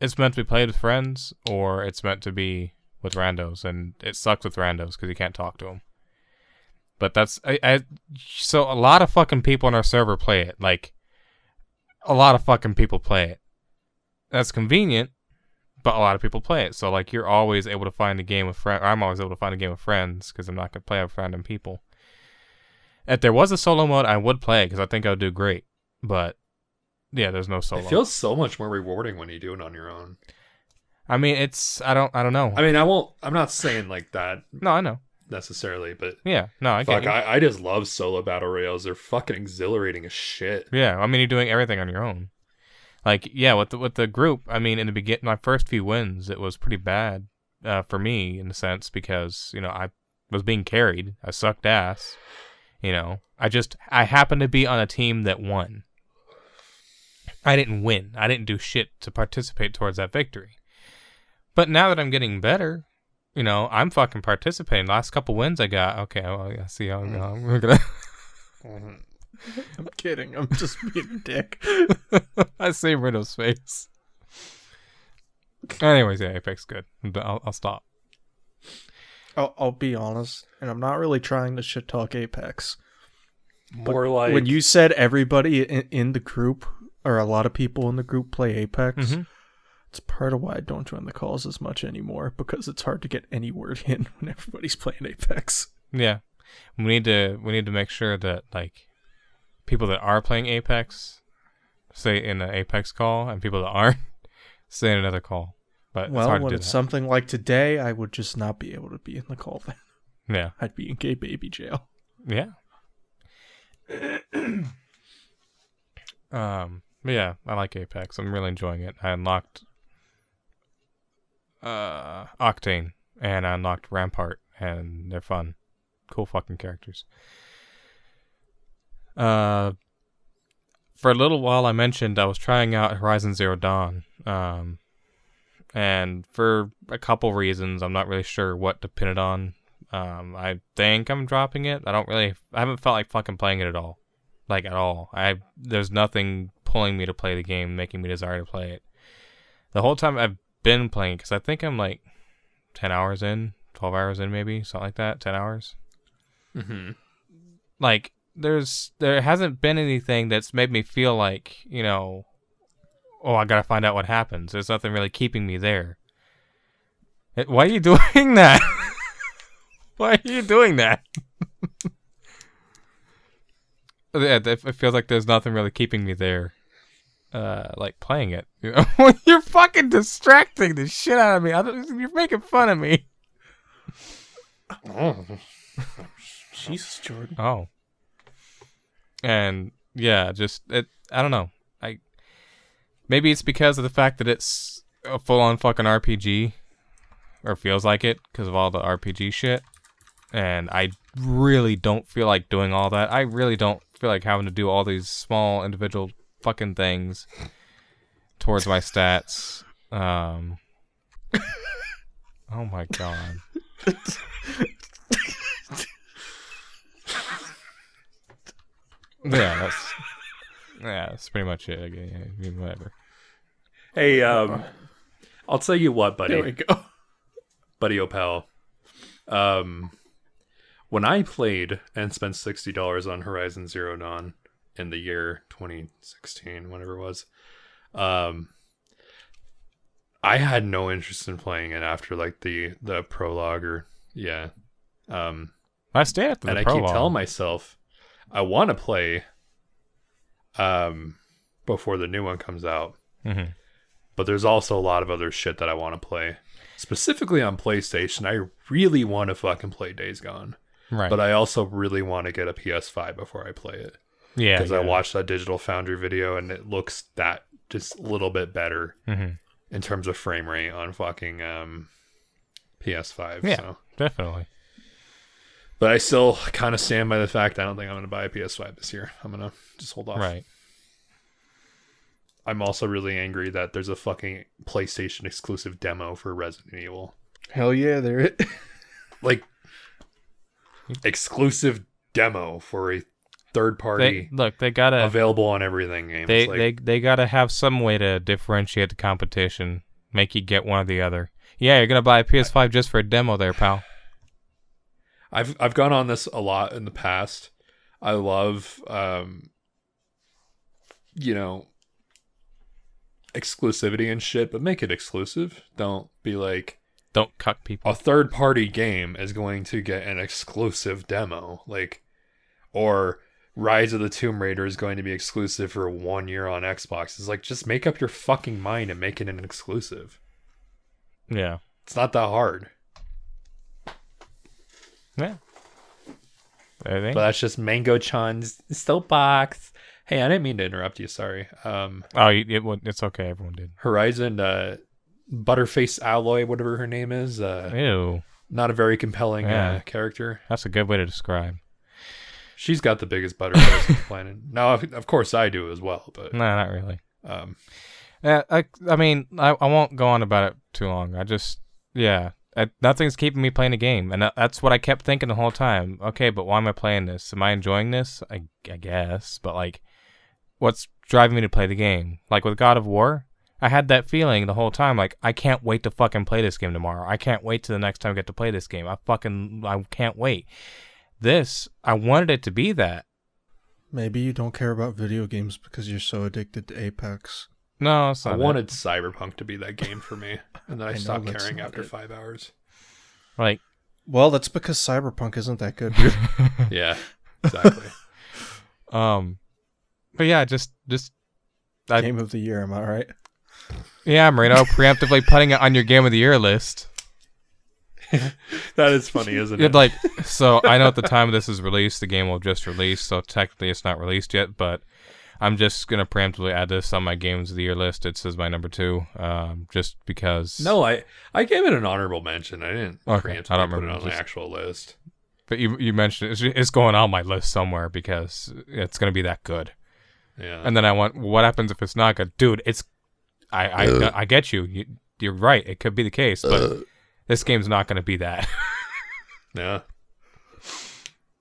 [SPEAKER 4] it's meant to be played with friends or it's meant to be with randos, and it sucks with randos because you can't talk to them. But that's I, I so a lot of fucking people on our server play it. Like a lot of fucking people play it. That's convenient, but a lot of people play it. So like you're always able to find a game with friends. I'm always able to find a game with friends because I'm not gonna play with random people. If there was a solo mode, I would play because I think I would do great. But yeah, there's no solo.
[SPEAKER 3] It feels so much more rewarding when you do it on your own.
[SPEAKER 4] I mean, it's I don't I don't know.
[SPEAKER 3] I mean, I won't. I'm not saying like that
[SPEAKER 4] no, I know.
[SPEAKER 3] necessarily, but
[SPEAKER 4] Yeah, no, I get
[SPEAKER 3] fuck,
[SPEAKER 4] you.
[SPEAKER 3] I, I just love solo battle royals. They're fucking exhilarating as shit.
[SPEAKER 4] Yeah, I mean, you're doing everything on your own. Like, yeah, with the, with the group, I mean, in the begin, my first few wins, it was pretty bad uh, for me in a sense because you know I was being carried, I sucked ass. You know, I just I happened to be on a team that won. I didn't win. I didn't do shit to participate towards that victory. But now that I'm getting better, you know, I'm fucking participating. Last couple wins I got, okay, well, I see how we're gonna.
[SPEAKER 2] I'm kidding. I'm just being a dick.
[SPEAKER 4] I see Riddle's face. Anyways, yeah, Apex good. I'll, I'll stop.
[SPEAKER 2] I'll, I'll be honest, and I'm not really trying to shit talk Apex.
[SPEAKER 3] More like
[SPEAKER 2] when you said everybody in, in the group or a lot of people in the group play Apex,
[SPEAKER 3] Mm-hmm.
[SPEAKER 4] Mhm.
[SPEAKER 2] it's part of why I don't join the calls as much anymore because it's hard to get any word in when everybody's playing Apex.
[SPEAKER 4] Yeah, we need to we need to make sure that like people that are playing Apex say in an Apex call, and people that aren't say in another call. But it's
[SPEAKER 2] well,
[SPEAKER 4] hard to
[SPEAKER 2] when
[SPEAKER 4] do
[SPEAKER 2] it's
[SPEAKER 4] that.
[SPEAKER 2] something like today, I would just not be able to be in the call then.
[SPEAKER 4] yeah,
[SPEAKER 2] I'd be in gay baby jail.
[SPEAKER 4] yeah. um, but yeah, I like Apex. I'm really enjoying it. I unlocked uh, Octane, and I unlocked Rampart, and they're fun, cool fucking characters. Uh, for a little while, I mentioned I was trying out Horizon Zero Dawn, um, and for a couple reasons, I'm not really sure what to pin it on. Um, I think I'm dropping it. I don't really, I haven't felt like fucking playing it at all, like at all. I there's nothing pulling me to play the game, making me desire to play it. The whole time I've been playing because I think I'm like ten hours in, twelve hours in, maybe something like that. Ten hours
[SPEAKER 3] Mhm.
[SPEAKER 4] like there's there hasn't been anything that's made me feel like you know oh i gotta find out what happens there's nothing really keeping me there Eh, why are you doing that why are you doing that Yeah, that- it feels like there's nothing really keeping me there uh like playing it you know? you're fucking distracting the shit out of me I don't, you're making fun of me
[SPEAKER 3] Oh.
[SPEAKER 2] Jesus, Jordan.
[SPEAKER 4] Oh. And yeah, just it. I don't know. I maybe it's because of the fact that it's a full-on fucking RPG, or feels like it because of all the RPG shit. And I really don't feel like doing all that. I really don't feel like having to do all these small individual fucking things towards my stats. Um, oh my god. yeah, that's yeah, that's pretty much it. I gue- yeah, I mean, whatever.
[SPEAKER 3] Hey, um, I'll tell you what, buddy,
[SPEAKER 2] There we go.
[SPEAKER 3] buddy Opal. Um, when I played and spent sixty dollars on Horizon Zero Dawn in the year 2016, whatever it was, um, I had no interest in playing it after like the the prologue or yeah, um,
[SPEAKER 4] I stay after the
[SPEAKER 3] and I
[SPEAKER 4] prologue.
[SPEAKER 3] keep telling myself I want to play um before the new one comes out.
[SPEAKER 4] Mhm.
[SPEAKER 3] But there's also a lot of other shit that I want to play. Specifically on PlayStation, I really want to fucking play Days Gone,
[SPEAKER 4] right,
[SPEAKER 3] but I also really want to get a PS5 before I play it
[SPEAKER 4] yeah,
[SPEAKER 3] because
[SPEAKER 4] yeah.
[SPEAKER 3] I watched that Digital Foundry video and it looks that just a little bit better
[SPEAKER 4] Mhm.
[SPEAKER 3] in terms of frame rate on fucking um, PS5.
[SPEAKER 4] Yeah.
[SPEAKER 3] So.
[SPEAKER 4] definitely.
[SPEAKER 3] But I still kind of stand by the fact I don't think I'm going to buy a PS5 this year. I'm going to just hold off.
[SPEAKER 4] Right.
[SPEAKER 3] I'm also really angry that there's a fucking PlayStation exclusive demo for Resident Evil.
[SPEAKER 2] Hell yeah, there it.
[SPEAKER 3] Like, exclusive demo for a third
[SPEAKER 4] They,
[SPEAKER 3] party
[SPEAKER 4] look, they gotta
[SPEAKER 3] available on everything game.
[SPEAKER 4] they
[SPEAKER 3] It's like,
[SPEAKER 4] they they gotta have some way to differentiate the competition, make you get one or the other. Yeah, you're gonna buy a PS5 just for a demo, there, pal.
[SPEAKER 3] I've I've gone on this a lot in the past. I love um you know exclusivity and shit, but make it exclusive. Don't be like
[SPEAKER 4] Don't cuck people.
[SPEAKER 3] a third party game is going to get an exclusive demo like or rise of the tomb raider is going to be exclusive for one year on xbox it's like just make up your fucking mind and make it an exclusive
[SPEAKER 4] Yeah,
[SPEAKER 3] it's not that hard
[SPEAKER 4] yeah. There they-
[SPEAKER 3] but that's just mango chan's soapbox hey i didn't mean to interrupt you sorry um
[SPEAKER 4] oh, you- it, wa- it's okay. Everyone did.
[SPEAKER 3] horizon uh butterface alloy whatever her name is uh
[SPEAKER 4] Ew,
[SPEAKER 3] not a very compelling uh,
[SPEAKER 4] Yeah.
[SPEAKER 3] character
[SPEAKER 4] that's a good way to describe.
[SPEAKER 3] she's got the biggest butterface on the planet now of, of course i do as well but
[SPEAKER 4] No, not really.
[SPEAKER 3] um
[SPEAKER 4] Uh, I, I mean, I, I won't go on about it too long. I just, yeah, I, nothing's keeping me playing the game, and that- that's what I kept thinking the whole time. Okay, but why am I playing this? Am I enjoying this? I, I guess, but like, what's driving me to play the game? Like with God of War, I had that feeling the whole time. Like, I can't wait to fucking play this game tomorrow. I can't wait to the next time I get to play this game. I fucking, I can't wait. This, I wanted it to be that.
[SPEAKER 2] Maybe you don't care about video games because you're so addicted to Apex.
[SPEAKER 4] No, it's
[SPEAKER 3] I
[SPEAKER 4] not it.
[SPEAKER 3] wanted Cyberpunk to be that game for me, and then I,
[SPEAKER 2] I know
[SPEAKER 3] stopped
[SPEAKER 2] that's
[SPEAKER 3] caring
[SPEAKER 2] not
[SPEAKER 3] after
[SPEAKER 2] it.
[SPEAKER 3] five hours.
[SPEAKER 4] like.
[SPEAKER 2] Well, that's because Cyberpunk isn't that good. dude.
[SPEAKER 3] Yeah, exactly.
[SPEAKER 4] Um, but yeah, just just I-
[SPEAKER 2] Game of the year, am I right?
[SPEAKER 4] yeah, Marino preemptively putting it on your game of the year list.
[SPEAKER 3] that is funny, isn't it?
[SPEAKER 4] You'd like, so I know at the time this is released, the game will just release, so technically it's not released yet, but I'm just gonna preemptively add this on my games of the year list. It says my number two, um, just because.
[SPEAKER 3] no, I I gave it an honorable mention. I didn't
[SPEAKER 4] Okay,
[SPEAKER 3] preemptively
[SPEAKER 4] I don't
[SPEAKER 3] put it
[SPEAKER 4] remember,
[SPEAKER 3] on the
[SPEAKER 4] just-
[SPEAKER 3] actual list.
[SPEAKER 4] but you you mentioned it's, it's going on my list somewhere because it's gonna be that good.
[SPEAKER 3] Yeah,
[SPEAKER 4] And then I went, what happens if it's not good, dude? It's, I I, I get you. you. You're right. It could be the case, but this game's not gonna be that.
[SPEAKER 3] yeah.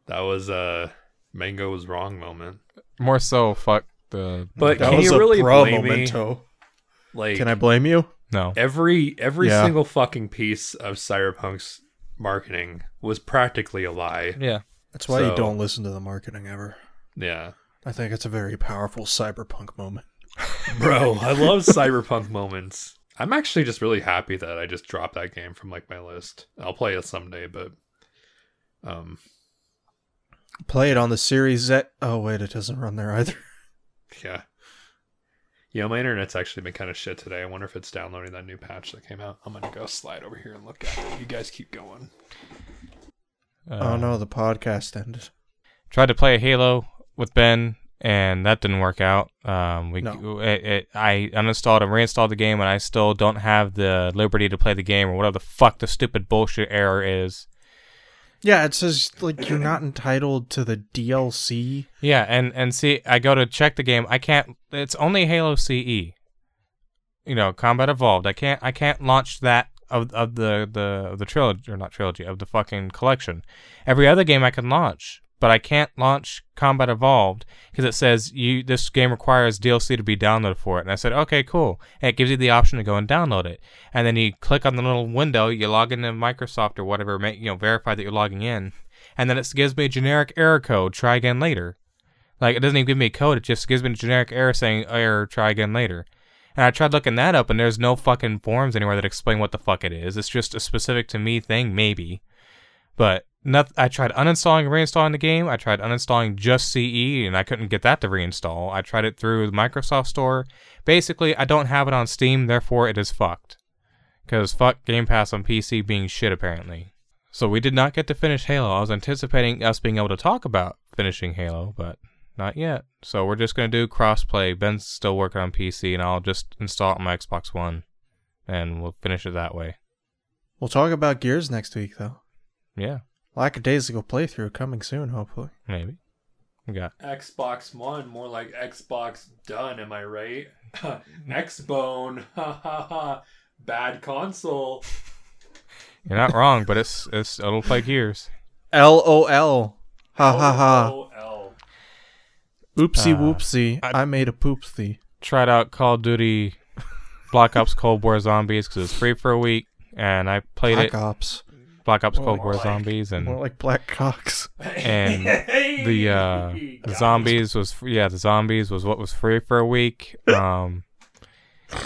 [SPEAKER 3] That was uh, Mango was wrong moment.
[SPEAKER 4] More so, fuck the.
[SPEAKER 3] But
[SPEAKER 2] That
[SPEAKER 3] can
[SPEAKER 2] was
[SPEAKER 3] you
[SPEAKER 2] a
[SPEAKER 3] really
[SPEAKER 2] bro
[SPEAKER 3] blame
[SPEAKER 2] memento.
[SPEAKER 3] me? Like,
[SPEAKER 2] Can I blame you?
[SPEAKER 4] no.
[SPEAKER 3] every every
[SPEAKER 2] Yeah.
[SPEAKER 3] single fucking piece of Cyberpunk's marketing was practically a lie.
[SPEAKER 4] Yeah.
[SPEAKER 2] That's why
[SPEAKER 3] So-
[SPEAKER 2] you don't listen to the marketing ever.
[SPEAKER 3] Yeah.
[SPEAKER 2] I think it's a very powerful cyberpunk moment.
[SPEAKER 3] Bro, I love cyberpunk moments. I'm actually just really happy that I just dropped that game from like my list. I'll play it someday, but um
[SPEAKER 2] Play it on the Series Z. Oh wait, it doesn't run there either.
[SPEAKER 3] yeah. Yeah, my internet's actually been kind of shit today. I wonder if it's downloading that new patch that came out. I'm gonna go slide over here and look at it. You guys keep going.
[SPEAKER 4] Uh,
[SPEAKER 2] oh no, the podcast ended.
[SPEAKER 4] Tried to play Halo with Ben, and that didn't work out. Um, we
[SPEAKER 2] No.
[SPEAKER 4] it, it, I uninstalled and reinstalled the game, and I still don't have the liberty to play the game or whatever the fuck the stupid bullshit error is.
[SPEAKER 2] Yeah, it says like you're not entitled to the DLC.
[SPEAKER 4] Yeah, and and see, I go to check the game. I can't. It's only Halo CE. You know, Combat Evolved. I can't. I can't launch that of of the the of the trilogy or not trilogy of the fucking collection. Every other game I can launch, but I can't launch Combat Evolved because it says you this game requires DLC to be downloaded for it. And I said, okay, cool. And it gives you the option to go and download it. And then you click on the little window. You log into Microsoft or whatever. Make you know verify that you're logging in. And then it gives me a generic error code. Try again later. Like it doesn't even give me a code. It just gives me a generic error saying "Oh, error. Try again later. And I tried looking that up, and there's no fucking forms anywhere that explain what the fuck it is. It's just a specific to me thing, maybe. But noth- I tried uninstalling, and reinstalling the game. I tried uninstalling just CE, and I couldn't get that to reinstall. I tried it through the Microsoft Store. Basically, I don't have it on Steam, therefore it is fucked. Because fuck Game Pass on PC being shit, apparently. So we did not get to finish Halo. I was anticipating us being able to talk about finishing Halo, but not yet. So we're just gonna do crossplay. Ben's still working on PC, and I'll just install it on my Xbox One, and we'll finish it that way.
[SPEAKER 2] We'll talk about Gears next week, though.
[SPEAKER 4] Yeah,
[SPEAKER 2] Lackadaisical playthrough coming soon, hopefully.
[SPEAKER 4] maybe. We got
[SPEAKER 3] Xbox One, more like Xbox done, am I right? Xbone, ha ha ha. Bad console.
[SPEAKER 4] you're not wrong, but it's it's it'll play Gears.
[SPEAKER 2] LOL. Ha ha ha. Oopsie
[SPEAKER 4] Uh,
[SPEAKER 2] whoopsie. I,
[SPEAKER 4] I-
[SPEAKER 2] made a poopsie.
[SPEAKER 4] Tried out Call of Duty, Black Ops Cold War Zombies because it's free for a week, and I played
[SPEAKER 2] Black
[SPEAKER 4] it. Mm-hmm.
[SPEAKER 2] Ops.
[SPEAKER 4] Black Ops
[SPEAKER 3] More
[SPEAKER 4] Cold War
[SPEAKER 3] like-
[SPEAKER 4] Zombies and
[SPEAKER 2] More like black cocks.
[SPEAKER 4] and the uh the zombies was yeah the zombies was what was free for a week um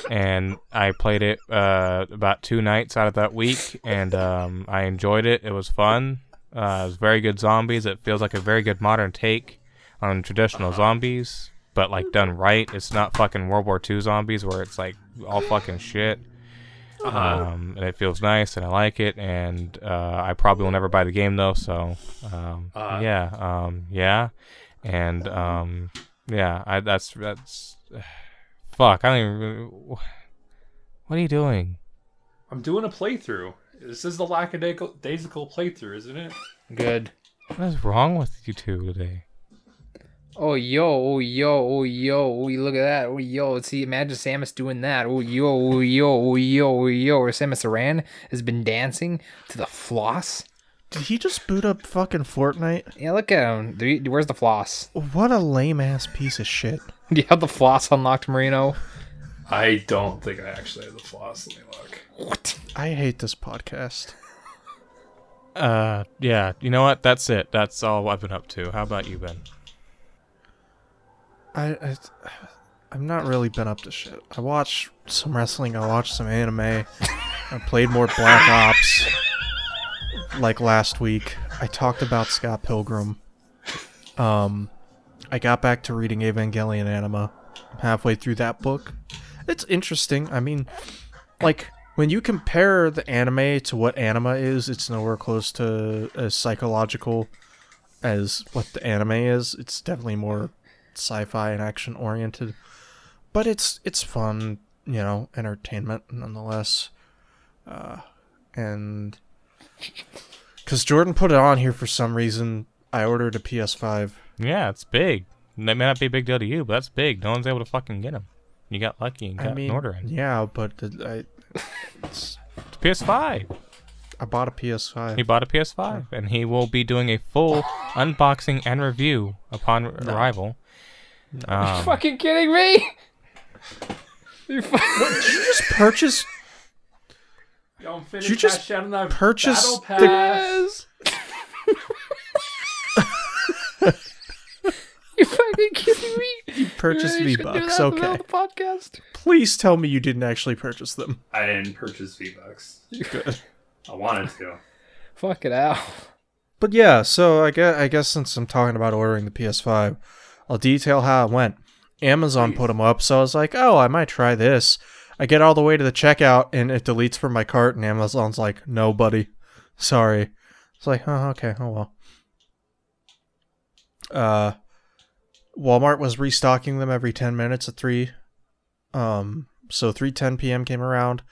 [SPEAKER 4] and i played it uh about two nights out of that week and um i enjoyed it it was fun uh it was very good zombies it feels like a very good modern take on traditional zombies but like done right it's not fucking world war ii zombies where it's like all fucking shit um, and it feels nice, and I like it, and uh, I probably will never buy the game though. So, um,
[SPEAKER 3] Uh.
[SPEAKER 4] yeah, um, yeah, and um, yeah, I, that's that's fuck. I don't even. What are you doing?
[SPEAKER 3] I'm doing a playthrough. This is the lackadaisical playthrough, isn't it?
[SPEAKER 1] Good.
[SPEAKER 4] What is wrong with you two today?
[SPEAKER 1] Oh yo, oh yo, oh yo, oh you look at that, oh yo. See, imagine Samus doing that. Oh yo, oh yo, oh yo, oh yo. Or Samus Aran has been dancing to the floss.
[SPEAKER 2] Did he just boot up fucking Fortnite?
[SPEAKER 1] Yeah, look at him. There- Where's the floss?
[SPEAKER 2] What a lame ass piece of shit.
[SPEAKER 1] Do you have the floss unlocked, Marino?
[SPEAKER 3] I don't think I actually have the floss. Let me look.
[SPEAKER 1] What?
[SPEAKER 2] I hate this podcast.
[SPEAKER 4] Uh, yeah, you know what? That's it. That's all I've been up to. How about you, Ben?
[SPEAKER 2] I, I I've not really been up to shit. I watched some wrestling. I watched some anime. I played more Black Ops. Like last week, I talked about Scott Pilgrim. Um, I got back to reading Evangelion Anima. I'm halfway through that book. It's interesting. I mean, like when you compare the anime to what anima is, it's nowhere close to as psychological as what the anime is. It's definitely more sci-fi and action oriented but it's it's fun you know entertainment nonetheless uh and because jordan put it on here for some reason i ordered a ps5
[SPEAKER 4] Yeah, it's big. That may not be a big deal to you, but that's big. No one's able to fucking get them. You got lucky and got
[SPEAKER 2] i mean
[SPEAKER 4] an order in.
[SPEAKER 2] yeah but the- i it's,
[SPEAKER 4] It's PS5.
[SPEAKER 2] i bought a ps5
[SPEAKER 4] He bought a PS5, and he will be doing a full unboxing and review upon r- arrival. Um,
[SPEAKER 1] Fucking kidding me? You fu-
[SPEAKER 2] just purchase
[SPEAKER 3] Don't finish
[SPEAKER 2] You just
[SPEAKER 3] that shit on the
[SPEAKER 2] purchase
[SPEAKER 3] battle
[SPEAKER 2] the-
[SPEAKER 3] pass.
[SPEAKER 1] you fucking kidding me? You
[SPEAKER 2] purchase
[SPEAKER 1] really shouldn't do
[SPEAKER 2] v-bucks
[SPEAKER 1] that in the middle
[SPEAKER 2] okay
[SPEAKER 1] of The podcast.
[SPEAKER 2] please tell me you didn't actually purchase them
[SPEAKER 3] I didn't purchase V Bucks.
[SPEAKER 2] good
[SPEAKER 3] I wanted to.
[SPEAKER 1] Fuck it out.
[SPEAKER 2] But yeah, so I guess, I guess since I'm talking about ordering the PS5, I'll detail how it went. Amazon put them up, so I was like, oh, I might try this. I get all the way to the checkout and it deletes from my cart, and Amazon's like, no, buddy, sorry. It's like, oh, okay, oh well. Uh, Walmart was restocking them every 10 minutes at 3. Um, so 3:10 p.m. came around.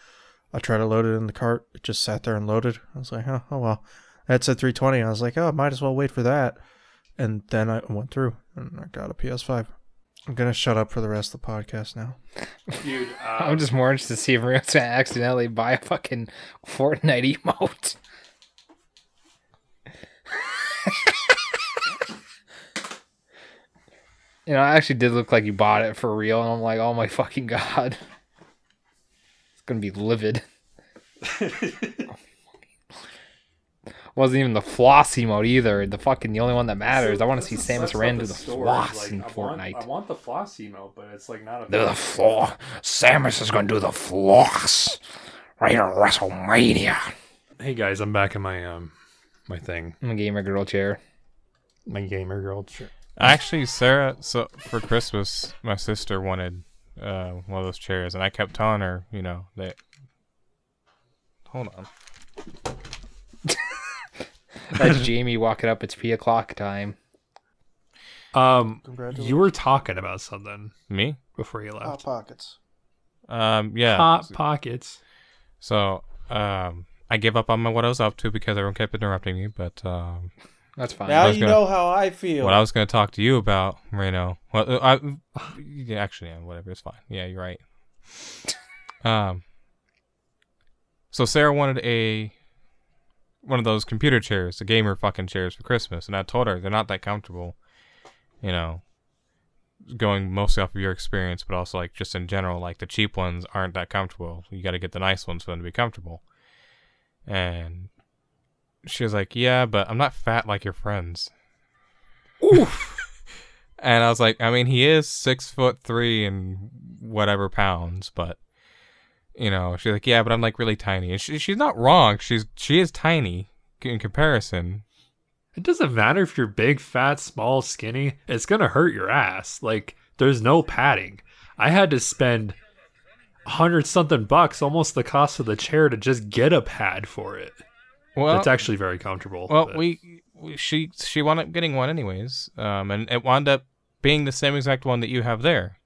[SPEAKER 2] I tried to load it in the cart. It just sat there and loaded. I was like, huh, oh well. That said 320. I was like, oh, might as well wait for that. And then I went through and I got a PS5. I'm gonna shut up for the rest of the podcast now.
[SPEAKER 3] Dude, uh,
[SPEAKER 1] I'm just more interested to see if Mario's gonna accidentally buy a fucking Fortnite emote. you know, I actually did look like you bought it for real, and I'm like, oh my fucking god. It's gonna be livid. Wasn't even the floss emote either. The fucking the only one that matters. I want to see Samus Ran do the floss in Fortnite.
[SPEAKER 3] want the floss emote, but it's like not
[SPEAKER 1] Do the floor. Samus is going to do the floss right on WrestleMania.
[SPEAKER 3] Hey guys, I'm back in my um my thing,
[SPEAKER 1] I'm a gamer girl chair.
[SPEAKER 3] my gamer girl. Sure.
[SPEAKER 4] Actually, Sarah, so for Christmas, my sister wanted uh, one of those chairs, and I kept telling her, you know, that. Hold on.
[SPEAKER 1] That's Jamie walking up. It's P o'clock time.
[SPEAKER 3] Um,
[SPEAKER 2] Congratulations.
[SPEAKER 3] you were talking about something
[SPEAKER 4] Me?
[SPEAKER 3] before you left.
[SPEAKER 2] pockets.
[SPEAKER 4] Um, yeah.
[SPEAKER 3] Hot Uh, pockets.
[SPEAKER 4] So, um, I gave up on my, what I was up to because everyone kept interrupting me, but um,
[SPEAKER 1] That's fine.
[SPEAKER 4] was you gonna- know
[SPEAKER 2] how I feel.
[SPEAKER 4] what I was going to talk to you about, Moreno. Well, uh, I yeah, actually, yeah, whatever, it's fine. Yeah, you're right. Um, so Sarah wanted a one of those computer chairs, the gamer fucking chairs for Christmas, and I told her they're not that comfortable. You know, going mostly off of your experience, but also like just in general, like the cheap ones aren't that comfortable. You got to get the nice ones for them to be comfortable. And she was like, "Yeah, but I'm not fat like your friends." and I was like, "I mean, he is six foot three and whatever pounds, but you know." She's like, "Yeah, but I'm like really tiny," and she, she's not wrong. She's she is tiny in comparison.
[SPEAKER 3] It doesn't matter if you're big, fat, small, skinny. It's gonna hurt your ass. Like there's no padding. I had to spend a hundred something bucks, almost the cost of the chair, to just get a pad for it.
[SPEAKER 4] Well,
[SPEAKER 3] It's actually very comfortable.
[SPEAKER 4] Well,
[SPEAKER 3] but-
[SPEAKER 4] we, we she she wound up getting one anyways, um, and it wound up being the same exact one that you have there.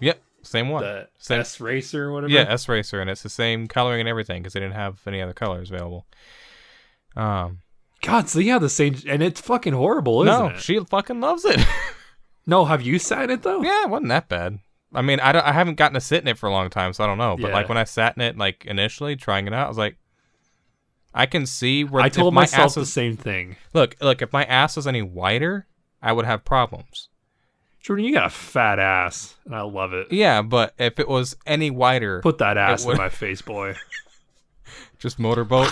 [SPEAKER 4] Yep, same one.
[SPEAKER 3] the
[SPEAKER 4] Same-
[SPEAKER 3] S racer or whatever.
[SPEAKER 4] Yeah, S Racer, and it's the same coloring and everything because they didn't have any other colors available. Um,
[SPEAKER 3] God, so yeah, the same, and it's fucking horrible, isn't
[SPEAKER 4] no,
[SPEAKER 3] it?
[SPEAKER 4] she fucking loves it.
[SPEAKER 3] no, have you sat in it though?
[SPEAKER 4] yeah, it wasn't that bad. I mean, I, don't, I haven't gotten to sit in it for a long time, so I don't know. But
[SPEAKER 3] Yeah.
[SPEAKER 4] like when I sat in it, like initially trying it out, I was like, I can see where
[SPEAKER 3] I
[SPEAKER 4] if
[SPEAKER 3] told
[SPEAKER 4] my
[SPEAKER 3] myself
[SPEAKER 4] ass
[SPEAKER 3] the
[SPEAKER 4] was,
[SPEAKER 3] same thing.
[SPEAKER 4] look, look, if my ass was any wider, I would have problems.
[SPEAKER 3] Jordan, you got a fat ass, and I love it.
[SPEAKER 4] Yeah, but if it was any wider,
[SPEAKER 3] Put that ass in
[SPEAKER 4] would-
[SPEAKER 3] my face, boy.
[SPEAKER 4] just motorboat.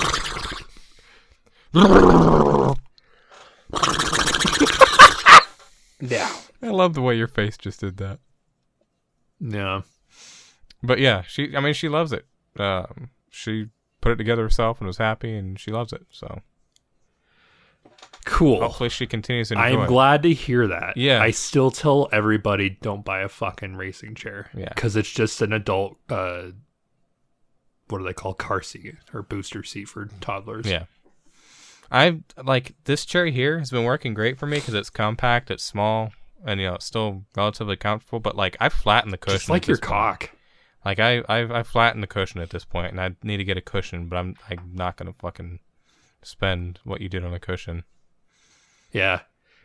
[SPEAKER 1] yeah.
[SPEAKER 4] I love the way your face just did that.
[SPEAKER 3] No,
[SPEAKER 4] But yeah, she. I mean, she loves it. Um, she put it together herself and was happy, and she loves it. So
[SPEAKER 3] cool.
[SPEAKER 4] hopefully, she continues to enjoy.
[SPEAKER 3] I am
[SPEAKER 4] it.
[SPEAKER 3] glad to hear that.
[SPEAKER 4] Yeah.
[SPEAKER 3] I still tell everybody don't buy a fucking racing chair.
[SPEAKER 4] Yeah.
[SPEAKER 3] Because it's just an adult, uh, what do they call car seat or booster seat for toddlers?
[SPEAKER 4] Yeah. I like this chair here has been working great for me because it's compact, it's small, and you know it's still relatively comfortable. But like I flattened the cushion.
[SPEAKER 3] Just like
[SPEAKER 4] at
[SPEAKER 3] your
[SPEAKER 4] this point.
[SPEAKER 3] cock.
[SPEAKER 4] Like I, I, I flattened the cushion at this point, and I need to get a cushion, but I'm, I'm not gonna fucking spend what you did on a cushion.
[SPEAKER 3] Yeah.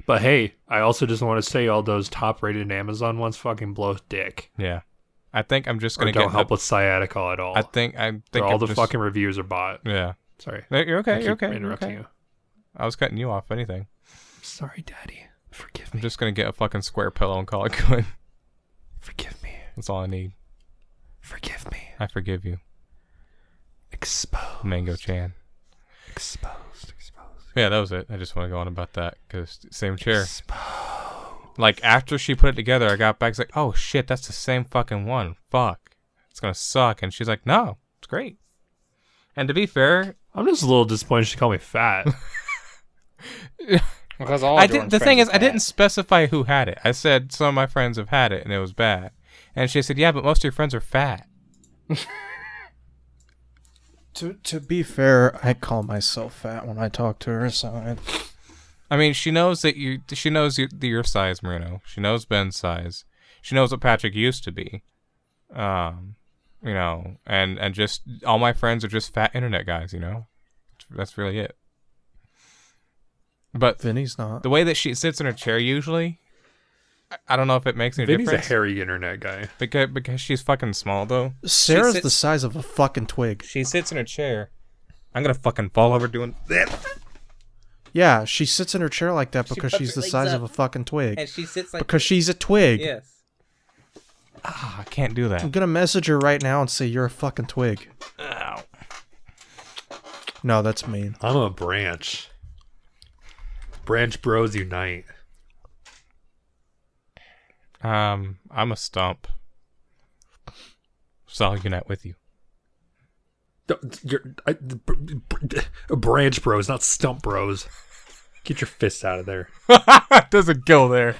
[SPEAKER 3] But hey, I also just want to say all those top rated Amazon ones fucking blow dick.
[SPEAKER 4] Yeah, I think I'm
[SPEAKER 3] Or
[SPEAKER 4] just gonna
[SPEAKER 3] don't
[SPEAKER 4] get.
[SPEAKER 3] help
[SPEAKER 4] the-
[SPEAKER 3] with sciatica at all.
[SPEAKER 4] I think I
[SPEAKER 3] Or
[SPEAKER 4] think
[SPEAKER 3] all
[SPEAKER 4] I'm
[SPEAKER 3] the
[SPEAKER 4] just-
[SPEAKER 3] fucking reviews are bought.
[SPEAKER 4] Yeah,
[SPEAKER 3] Sorry.
[SPEAKER 4] No, you're
[SPEAKER 3] I
[SPEAKER 4] okay. You're
[SPEAKER 3] keep
[SPEAKER 4] okay. you're
[SPEAKER 3] interrupting
[SPEAKER 4] okay.
[SPEAKER 3] you.
[SPEAKER 4] I was cutting you off. Anything.
[SPEAKER 3] Sorry, Daddy. Forgive
[SPEAKER 4] I'm
[SPEAKER 3] me.
[SPEAKER 4] just gonna get a fucking square pillow and call it good.
[SPEAKER 3] Forgive me.
[SPEAKER 4] That's all I need.
[SPEAKER 3] Forgive me.
[SPEAKER 4] I forgive you,
[SPEAKER 3] Exposed.
[SPEAKER 4] Mango Chan.
[SPEAKER 3] Exposed. Exposed.
[SPEAKER 4] Yeah, that was it. I just want to go on about that because same chair.
[SPEAKER 3] Exposed.
[SPEAKER 4] Like after she put it together, I got back. It's like, oh shit, that's the same fucking one. Fuck, it's gonna suck. And she's like, no, it's great. And to be fair,
[SPEAKER 3] I'm just a little disappointed she called me fat.
[SPEAKER 1] Because all
[SPEAKER 4] I did.
[SPEAKER 1] Jordan's
[SPEAKER 4] The thing is,
[SPEAKER 1] friends
[SPEAKER 4] I
[SPEAKER 1] are
[SPEAKER 4] didn't
[SPEAKER 1] fat.
[SPEAKER 4] specify who had it. I said some of my friends have had it and it was bad. And she said, yeah, but most of your friends are fat.
[SPEAKER 2] To to be fair, I call myself fat when I talk to her, so I,
[SPEAKER 4] I mean, she knows that you. She knows your, your size, Marino. She knows Ben's size. She knows what Patrick used to be. Um, you know, and and just all my friends are just fat internet guys. You know, that's really it. But
[SPEAKER 2] Vinny's not.
[SPEAKER 4] the way that she sits in her chair usually, I- I don't know if it makes any
[SPEAKER 3] Vinny's a
[SPEAKER 4] difference.
[SPEAKER 3] hairy internet guy.
[SPEAKER 4] Because because she's fucking small though.
[SPEAKER 2] Sarah's
[SPEAKER 4] sits-
[SPEAKER 2] the size of a fucking twig.
[SPEAKER 4] She sits in her chair. I'm gonna fucking fall over doing that.
[SPEAKER 2] Yeah, she sits in her chair like that because
[SPEAKER 4] puts
[SPEAKER 2] she's the
[SPEAKER 4] her legs
[SPEAKER 2] size
[SPEAKER 4] up.
[SPEAKER 2] of a fucking twig.
[SPEAKER 4] And she sits like
[SPEAKER 2] because she's a twig.
[SPEAKER 4] yes. Ah, I can't do
[SPEAKER 2] I'm
[SPEAKER 4] that.
[SPEAKER 2] gonna message her right now and say you're a fucking twig.
[SPEAKER 4] Ow.
[SPEAKER 2] No, that's mean.
[SPEAKER 3] I'm a branch. Branch bros unite.
[SPEAKER 4] Um, I'm a stump. So I'll unite with you.
[SPEAKER 3] Don't- You're, I, br- br- branch bros, not stump bros. Get your fists out of there.
[SPEAKER 4] Doesn't go there.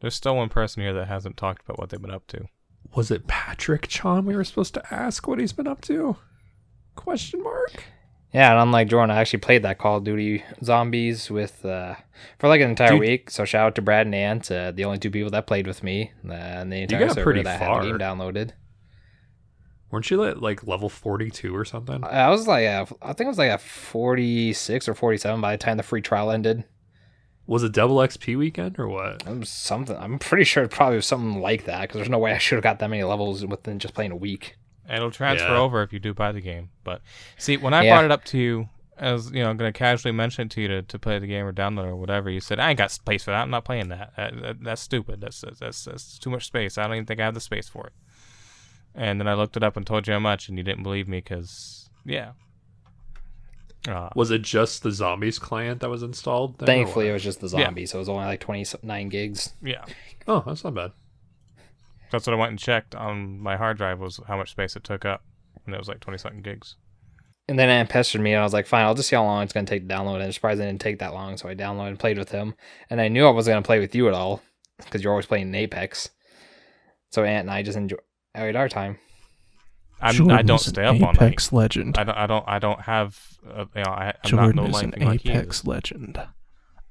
[SPEAKER 4] There's still one person here that hasn't talked about what they've been up to.
[SPEAKER 3] Was it Patrick Chon we were supposed to ask what he's been up to? Question mark.
[SPEAKER 1] Yeah, and unlike Jordan, I actually played that Call of Duty Zombies with uh, for like an entire
[SPEAKER 3] Dude.
[SPEAKER 1] week. So shout out to Brad and Ant, uh, the only two people that played with me, uh, and the entire
[SPEAKER 3] got
[SPEAKER 1] server
[SPEAKER 3] pretty
[SPEAKER 1] that
[SPEAKER 3] far.
[SPEAKER 1] had the game downloaded.
[SPEAKER 3] Weren't you at like level 42 or something?
[SPEAKER 1] I I was like, a, I think it was like a forty-six or forty-seven by the time the free trial ended.
[SPEAKER 3] Was it double XP weekend or what?
[SPEAKER 1] It was something. I'm pretty sure it probably was something like that because there's no way I should have got that many levels within just playing a week.
[SPEAKER 4] It'll transfer
[SPEAKER 3] Yeah.
[SPEAKER 4] over if you do buy the game. But see, when I
[SPEAKER 1] Yeah.
[SPEAKER 4] brought it up to you, as you know, I'm gonna casually mention it to you to, to play the game or download it or whatever. You said I ain't got space for that. I'm not playing that. that, that- that's stupid. That's, that's that's that's too much space. I don't even think I have the space for it. And then I looked it up and told you how much, and you didn't believe me because yeah. Uh,
[SPEAKER 3] Was it just the zombies client that was installed? then or
[SPEAKER 1] Thankfully, it
[SPEAKER 3] what?
[SPEAKER 1] was just the zombie, so it was only like twenty-nine gigs.
[SPEAKER 4] yeah,
[SPEAKER 3] Oh, that's not bad.
[SPEAKER 4] that's what I went and checked on my hard drive was how much space it took up, and it was like twenty something gigs.
[SPEAKER 1] And then Ant pestered me, and I was like, "Fine, I'll just see how long it's gonna take to download." And I'm surprised it didn't take that long, so I downloaded and played with him. And I knew I wasn't gonna play with you at all because you're always playing in Apex. So Ant and I just enjoyed our time.
[SPEAKER 4] I'm, I don't stay up all night.
[SPEAKER 5] Apex legend.
[SPEAKER 4] I don't. I don't. I don't have. Uh, you know, I, I'm not
[SPEAKER 5] Jordan
[SPEAKER 4] no
[SPEAKER 5] is an
[SPEAKER 4] lightning like he
[SPEAKER 5] Apex legend.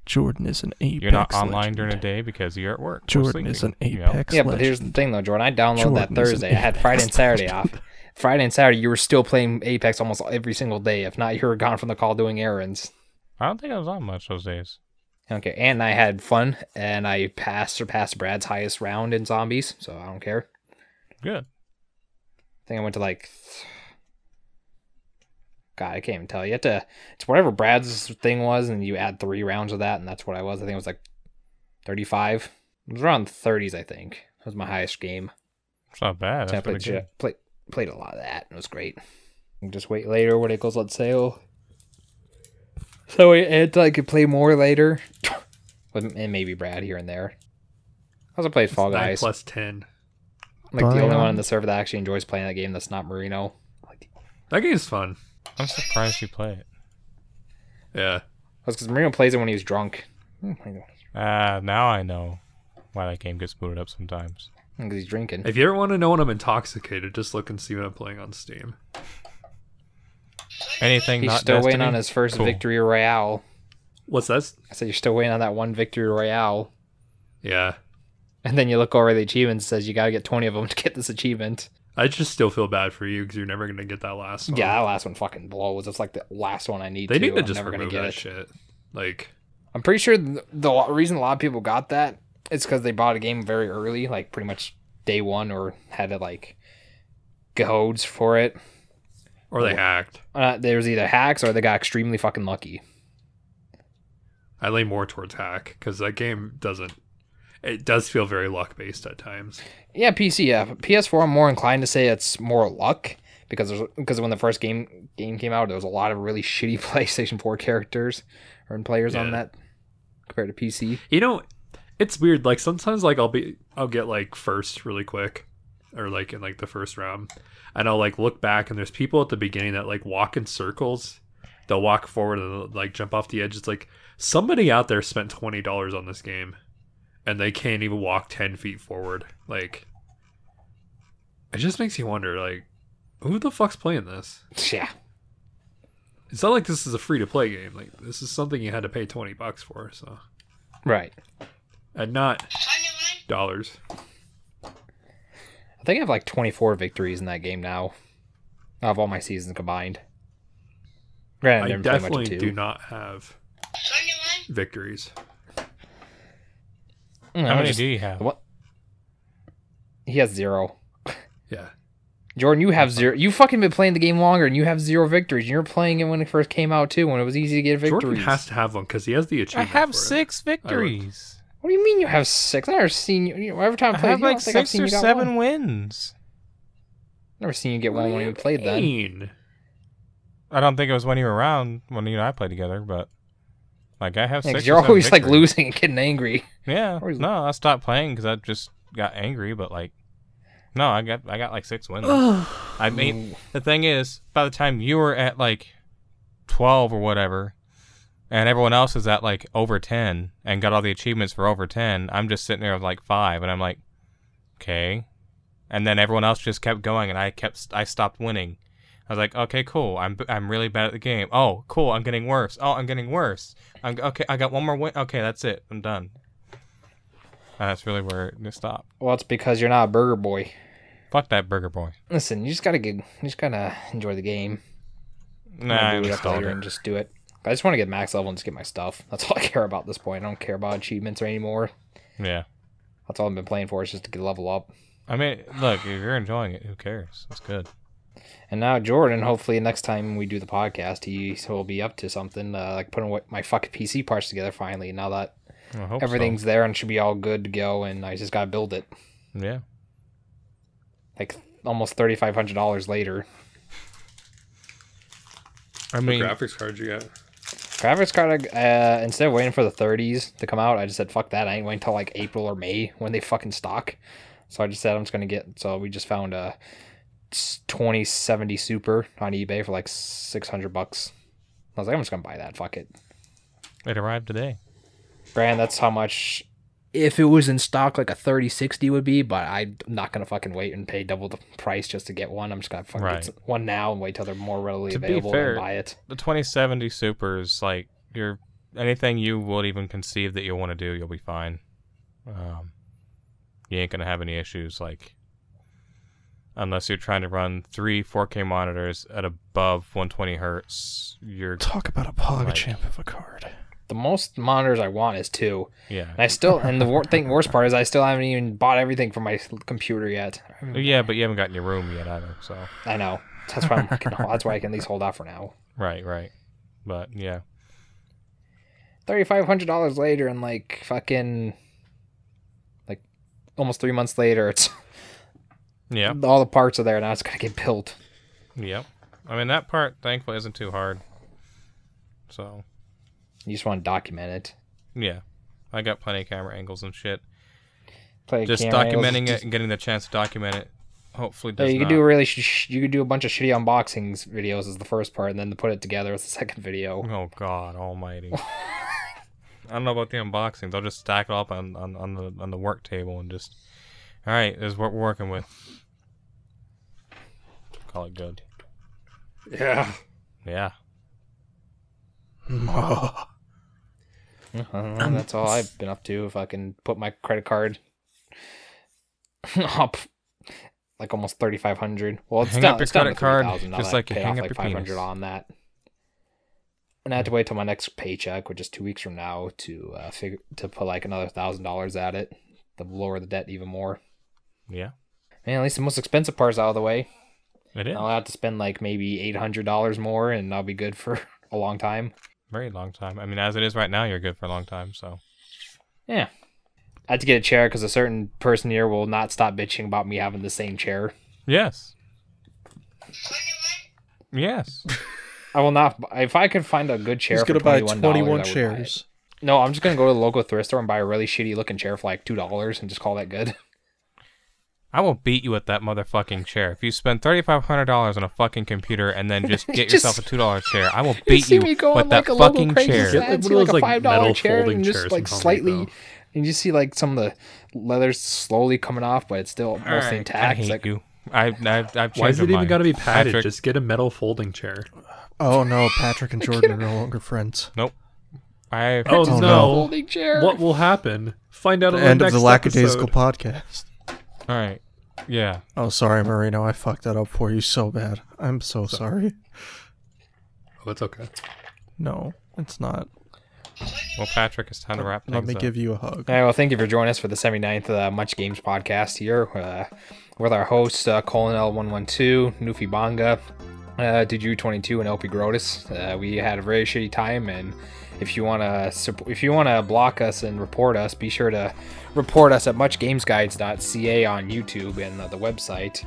[SPEAKER 5] Jordan is an Apex.
[SPEAKER 4] You're not online
[SPEAKER 5] legend.
[SPEAKER 4] during the day because you're at work. or
[SPEAKER 5] Jordan is an
[SPEAKER 4] sleeping, you know?
[SPEAKER 5] Apex
[SPEAKER 1] yeah,
[SPEAKER 5] legend.
[SPEAKER 1] but here's the thing though, Jordan. I downloaded that
[SPEAKER 5] Jordan is an
[SPEAKER 1] Thursday. I had Friday and
[SPEAKER 5] Apex
[SPEAKER 1] Saturday off.
[SPEAKER 5] legend.
[SPEAKER 1] Friday and Saturday, you were still playing Apex almost every single day. If not, you were gone from the call doing errands.
[SPEAKER 4] I don't think I was on much those days.
[SPEAKER 1] Okay, Ant and I had fun, and I passed surpassed Brad's highest round in zombies, so I don't care.
[SPEAKER 4] Good.
[SPEAKER 1] I think I went to like. God, I can't even tell. You have to. It's whatever Brad's thing was, and you add three rounds of that, and that's what I was. I think it was like 35. It was around 30s, I think. That was my highest game.
[SPEAKER 4] It's not bad.
[SPEAKER 1] So I
[SPEAKER 4] That's
[SPEAKER 1] played,
[SPEAKER 4] pretty good.
[SPEAKER 1] shit- play, played a lot of that, and it was great. And Just wait later when it goes on sale. So I- and I could play more later. With- and maybe Brad here and there. I also played Fall
[SPEAKER 3] Nine
[SPEAKER 1] Guys.
[SPEAKER 3] plus
[SPEAKER 1] I'm
[SPEAKER 3] 10.
[SPEAKER 1] like the only one
[SPEAKER 5] Biome.
[SPEAKER 1] on the server that actually enjoys playing that game that's not Marino. Like,
[SPEAKER 3] That game's fun.
[SPEAKER 4] I'm surprised you play it.
[SPEAKER 3] Yeah.
[SPEAKER 1] That's because Marino plays it when he was drunk. Hmm,
[SPEAKER 4] Ah, now I know why that game gets booted up sometimes.
[SPEAKER 1] Because he's drinking.
[SPEAKER 3] If you ever want to know when I'm intoxicated, just look and see what I'm playing on Steam.
[SPEAKER 4] Anything
[SPEAKER 1] He's
[SPEAKER 4] not
[SPEAKER 1] still waiting
[SPEAKER 4] Destiny?
[SPEAKER 1] on his first
[SPEAKER 4] Cool.
[SPEAKER 1] victory royale.
[SPEAKER 3] What's that?
[SPEAKER 1] I said, You're still waiting on that one victory royale.
[SPEAKER 3] Yeah.
[SPEAKER 1] And then you look over the achievements, it says you gotta get 20 of them to get this achievement.
[SPEAKER 3] I just still feel bad for you because you're never going to get that last one.
[SPEAKER 1] Yeah, that last one fucking blows. It's like the last one I need
[SPEAKER 3] They
[SPEAKER 1] to.
[SPEAKER 3] need to
[SPEAKER 1] I'm
[SPEAKER 3] just
[SPEAKER 1] never gonna
[SPEAKER 3] remove
[SPEAKER 1] get
[SPEAKER 3] that
[SPEAKER 1] it.
[SPEAKER 3] shit. Like,
[SPEAKER 1] I'm pretty sure the, the lo- reason a lot of people got that is because they bought a game very early, like pretty much day one, or had to like codes for it.
[SPEAKER 3] or they hacked.
[SPEAKER 1] Uh, there was either hacks or they got extremely fucking lucky.
[SPEAKER 3] I lean more towards hack because that game doesn't. It does feel very luck based at times.
[SPEAKER 1] Yeah, PC. Yeah, PS4. I'm more inclined to say it's more luck because there's because when the first game game came out, there was a lot of really shitty PlayStation 4 characters or players
[SPEAKER 3] Yeah.
[SPEAKER 1] on that compared to PC.
[SPEAKER 3] You know, it's weird. Like sometimes, like I'll be, I'll get like first really quick, or like in like the first round, and I'll like look back and there's people at the beginning that like walk in circles. They'll walk forward and they'll, like jump off the edge. It's like somebody out there spent twenty dollars on this game, and they can't even walk ten feet forward. Like, it just makes you wonder, like, who the fuck's playing this?
[SPEAKER 1] Yeah.
[SPEAKER 3] It's not like this is a free to play game. Like, this is something you had to pay twenty bucks for. So,
[SPEAKER 1] Right.
[SPEAKER 3] and not dollars.
[SPEAKER 1] I think I have like 24 victories in that game now, of all my seasons combined. Granted, I
[SPEAKER 3] I
[SPEAKER 1] never played much of two.
[SPEAKER 3] definitely do not have victories.
[SPEAKER 1] Mm,
[SPEAKER 4] How
[SPEAKER 1] I'm
[SPEAKER 4] many
[SPEAKER 1] just-
[SPEAKER 4] do you have?
[SPEAKER 1] What? He has zero.
[SPEAKER 3] Yeah.
[SPEAKER 1] Jordan, you have zero. You fucking been playing the game longer, and you have zero victories. And you're playing it when it first came out too, when it was easy to get victories.
[SPEAKER 3] Jordan has to have one because he has the
[SPEAKER 4] I
[SPEAKER 3] achievement. for
[SPEAKER 4] have
[SPEAKER 3] it.
[SPEAKER 4] six victories.
[SPEAKER 1] What do you mean you have six? I never seen you. you- Every time
[SPEAKER 4] I
[SPEAKER 1] I play,
[SPEAKER 4] have
[SPEAKER 1] you I
[SPEAKER 4] like
[SPEAKER 1] don't think I've
[SPEAKER 4] six
[SPEAKER 1] seen
[SPEAKER 4] or
[SPEAKER 1] you got
[SPEAKER 4] seven
[SPEAKER 1] One.
[SPEAKER 4] wins.
[SPEAKER 1] Never seen you get
[SPEAKER 3] What
[SPEAKER 1] one
[SPEAKER 3] do
[SPEAKER 1] when
[SPEAKER 3] you
[SPEAKER 1] we played then.
[SPEAKER 3] mean?
[SPEAKER 4] I don't think it was when you were around when you and I played together, but like I have
[SPEAKER 1] Yeah,
[SPEAKER 4] six.
[SPEAKER 1] 'cause
[SPEAKER 4] or
[SPEAKER 1] you're
[SPEAKER 4] seven
[SPEAKER 1] always like
[SPEAKER 4] victories.
[SPEAKER 1] losing and getting angry.
[SPEAKER 4] Yeah.
[SPEAKER 1] always-
[SPEAKER 4] No, I stopped playing because I just got angry. But like, no, I got I got like six wins. I mean, the thing is, by the time you were at like twelve or whatever, and everyone else is at like over ten and got all the achievements for over ten, I'm just sitting there with like five, and I'm like, okay. And then everyone else just kept going, and I kept I stopped winning. I was like, okay, cool. I'm I'm really bad at the game. Oh, cool. I'm getting worse. Oh, I'm getting worse. I'm okay. I got one more win. Okay, that's it. I'm done. And that's really where it stopped.
[SPEAKER 1] well, it's because you're not a burger boy.
[SPEAKER 4] Fuck that burger boy.
[SPEAKER 1] Listen, you just gotta get, you just gotta enjoy the game.
[SPEAKER 4] Nah,
[SPEAKER 1] I'm
[SPEAKER 4] I
[SPEAKER 1] gonna boot it up
[SPEAKER 4] installed
[SPEAKER 1] later
[SPEAKER 4] it.
[SPEAKER 1] and just do it. I just want to get max level and just get my stuff. That's all I care about at this point. I don't care about achievements or anymore.
[SPEAKER 4] Yeah.
[SPEAKER 1] That's all I've been playing for is just to get level up.
[SPEAKER 4] I mean, look, if you're enjoying it, who cares? It's good.
[SPEAKER 1] And now Jordan, hopefully next time we do the podcast, he will be up to something uh, like putting what my fucking PC parts together finally. Now that
[SPEAKER 4] I hope so.
[SPEAKER 1] everything's there and should be all good to go, and I just gotta build it.
[SPEAKER 4] Yeah.
[SPEAKER 1] Like almost thirty five hundred dollars later,
[SPEAKER 4] I
[SPEAKER 3] What
[SPEAKER 4] mean,
[SPEAKER 3] graphics card you got?
[SPEAKER 1] graphics card. Uh, instead of waiting for the thirties to come out, I just said fuck that. I ain't waiting until like April or May when they fucking stock. So I just said I'm just gonna get. So we just found a twenty seventy Super on eBay for like six hundred bucks. I was like, I'm just gonna buy that. Fuck it.
[SPEAKER 4] it arrived today.
[SPEAKER 1] Brand, that's how much if it was in stock like a 3060 would be, but I'm not gonna fucking wait and pay double the price just to get one. I'm just gonna fucking
[SPEAKER 4] Right.
[SPEAKER 1] get s- one now and wait till they're more readily
[SPEAKER 4] To be
[SPEAKER 1] available
[SPEAKER 4] fair-
[SPEAKER 1] and buy it.
[SPEAKER 4] The 2070 Super is like you're anything you would even conceive that you'll want to do, you'll be fine. Um, you ain't gonna have any issues like unless you're trying to run three 4K monitors at above 120 hertz. You're
[SPEAKER 5] Talk about a pog champ of a card.
[SPEAKER 1] The most monitors I want is two. And
[SPEAKER 4] yeah.
[SPEAKER 1] I still and the wor- thing worst part is I still haven't even bought everything for my s- computer yet.
[SPEAKER 4] Yeah, but you haven't gotten your room yet either, so.
[SPEAKER 1] I know. That's why I'm fucking- that's why I can at least hold out for now.
[SPEAKER 4] Right, right. But yeah.
[SPEAKER 1] thirty five hundred dollars later and like fucking like almost three months later it's
[SPEAKER 4] Yeah.
[SPEAKER 1] all the parts are there now it's gonna get built.
[SPEAKER 4] Yep. I mean that part thankfully isn't too hard. So
[SPEAKER 1] You just want to document it.
[SPEAKER 4] yeah. I got plenty of camera angles and shit.
[SPEAKER 1] Play
[SPEAKER 4] Just
[SPEAKER 1] camera angles,
[SPEAKER 4] documenting it
[SPEAKER 1] just-
[SPEAKER 4] and getting the chance to document it hopefully
[SPEAKER 1] Yeah,
[SPEAKER 4] does
[SPEAKER 1] you
[SPEAKER 4] not.
[SPEAKER 1] could do really. Sh- sh- you could do a bunch of shitty unboxings videos as the first part, and then put it together as the second video.
[SPEAKER 4] Oh god almighty. I don't know about the unboxings. I'll just stack it up on, on, on the on the work table and just all right, this is what we're working with. Call it good.
[SPEAKER 3] Yeah.
[SPEAKER 4] Yeah.
[SPEAKER 1] I
[SPEAKER 4] Um,
[SPEAKER 1] don't know, that's all I've been up to. If I can put my credit card up, like almost thirty five hundred. Well, it's
[SPEAKER 4] Hang
[SPEAKER 1] down,
[SPEAKER 4] up your
[SPEAKER 1] it's down to
[SPEAKER 4] credit card,
[SPEAKER 1] 3,000 now
[SPEAKER 4] just
[SPEAKER 1] that I
[SPEAKER 4] like you
[SPEAKER 1] paid
[SPEAKER 4] hang
[SPEAKER 1] off
[SPEAKER 4] up
[SPEAKER 1] like
[SPEAKER 4] your penis.
[SPEAKER 1] five hundred on that. And I have to wait till my next paycheck, which is two weeks from now, to uh, figure to put like another thousand dollars at it, to lower the debt even more.
[SPEAKER 4] Yeah.
[SPEAKER 1] Man, at least the most expensive part's out of the way.
[SPEAKER 4] It is.
[SPEAKER 1] I'll have to spend like maybe eight hundred dollars more, and I'll be good for a long time.
[SPEAKER 4] Very long time. I mean as it is right now you're good for a long time, so
[SPEAKER 1] Yeah, I had to get a chair because a certain person here will not stop bitching about me having the same chair.
[SPEAKER 4] Yes. Yes.
[SPEAKER 1] I will not. If I could find a good chair,
[SPEAKER 2] He's
[SPEAKER 1] for
[SPEAKER 2] gonna
[SPEAKER 1] $21,
[SPEAKER 2] buy
[SPEAKER 1] I would
[SPEAKER 2] twenty-one
[SPEAKER 1] buy it.
[SPEAKER 2] chairs.
[SPEAKER 1] No, I'm just gonna go to the local thrift store and buy a really shitty looking chair for like two dollars and just call that good.
[SPEAKER 4] I will beat you with that motherfucking chair. If you spend thirty five hundred dollars on a fucking computer and then just get
[SPEAKER 1] Just-
[SPEAKER 4] yourself a two dollar chair, I will beat you with that fucking chair.
[SPEAKER 3] Get, like,
[SPEAKER 1] I'd
[SPEAKER 3] one
[SPEAKER 1] see like
[SPEAKER 3] of
[SPEAKER 1] a
[SPEAKER 3] those, like,
[SPEAKER 1] five dollar
[SPEAKER 3] metal
[SPEAKER 1] chair
[SPEAKER 3] folding
[SPEAKER 1] and just
[SPEAKER 3] chairs
[SPEAKER 1] like
[SPEAKER 3] from Home
[SPEAKER 1] slightly,
[SPEAKER 3] Depot.
[SPEAKER 1] and you see like some of the leathers slowly coming off, but it's still
[SPEAKER 4] All
[SPEAKER 1] mostly
[SPEAKER 4] right,
[SPEAKER 1] intact.
[SPEAKER 4] I
[SPEAKER 1] It's
[SPEAKER 4] hate
[SPEAKER 1] like,
[SPEAKER 4] you. I, I, I've changed
[SPEAKER 3] Why is it
[SPEAKER 4] my
[SPEAKER 3] even
[SPEAKER 4] mind.
[SPEAKER 3] got to be padded?
[SPEAKER 4] Patrick,
[SPEAKER 3] Just get a metal folding chair.
[SPEAKER 2] Oh no, Patrick and Jordan are no longer friends.
[SPEAKER 4] I,
[SPEAKER 3] Oh,
[SPEAKER 2] Oh, no.
[SPEAKER 3] no.
[SPEAKER 1] folding chair.
[SPEAKER 3] What will happen? Find out
[SPEAKER 2] The
[SPEAKER 3] on the
[SPEAKER 2] end of
[SPEAKER 3] next
[SPEAKER 2] the lackadaisical
[SPEAKER 3] episode.
[SPEAKER 2] podcast.
[SPEAKER 4] All right. Yeah.
[SPEAKER 2] Oh, sorry, Marino. I fucked that up for you so bad. I'm so sorry.
[SPEAKER 3] Oh, it's okay.
[SPEAKER 2] No, it's not.
[SPEAKER 4] Well, Patrick, it's time to wrap
[SPEAKER 2] Let
[SPEAKER 4] things
[SPEAKER 2] me
[SPEAKER 4] up.
[SPEAKER 2] give you a hug.
[SPEAKER 1] All right, well, thank you for joining us for the 79th uh, Much Games podcast here uh, with our hosts, uh, Colin L112, Nufi Bonga, uh, Diju22, and LP Grotus. Uh, we had a very shitty time, and if you want to if you want to block us and report us, be sure to report us at muchgamesguides.ca on YouTube and uh, the website.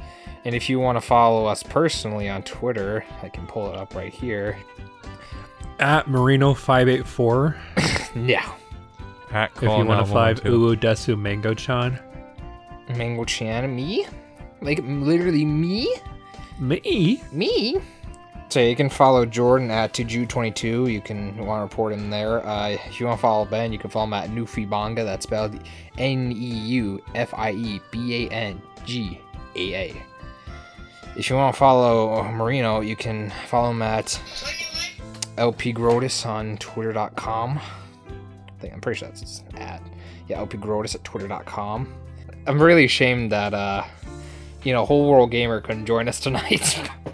[SPEAKER 1] And if you want to follow us personally on Twitter, I can pull it up right here.
[SPEAKER 3] At Marino five eight four.
[SPEAKER 1] Yeah,
[SPEAKER 4] Pat,
[SPEAKER 3] If you want to five
[SPEAKER 4] Ooh.
[SPEAKER 3] Uodesu Mango Chan.
[SPEAKER 1] Mango Chan, me, like literally me.
[SPEAKER 3] Me.
[SPEAKER 1] me. So you can follow Jordan at 2Jew22. You can want to report him there. Uh, if you want to follow Ben, you can follow him at Nufibanga. That's spelled N E U F I E B A N G A A. If you want to follow uh, Marino, you can follow him at LP Grotus on Twitter.com. I think I'm pretty sure that's his at. Yeah, LP Grotus at Twitter.com. I'm really ashamed that uh, you know, whole world gamer couldn't join us tonight.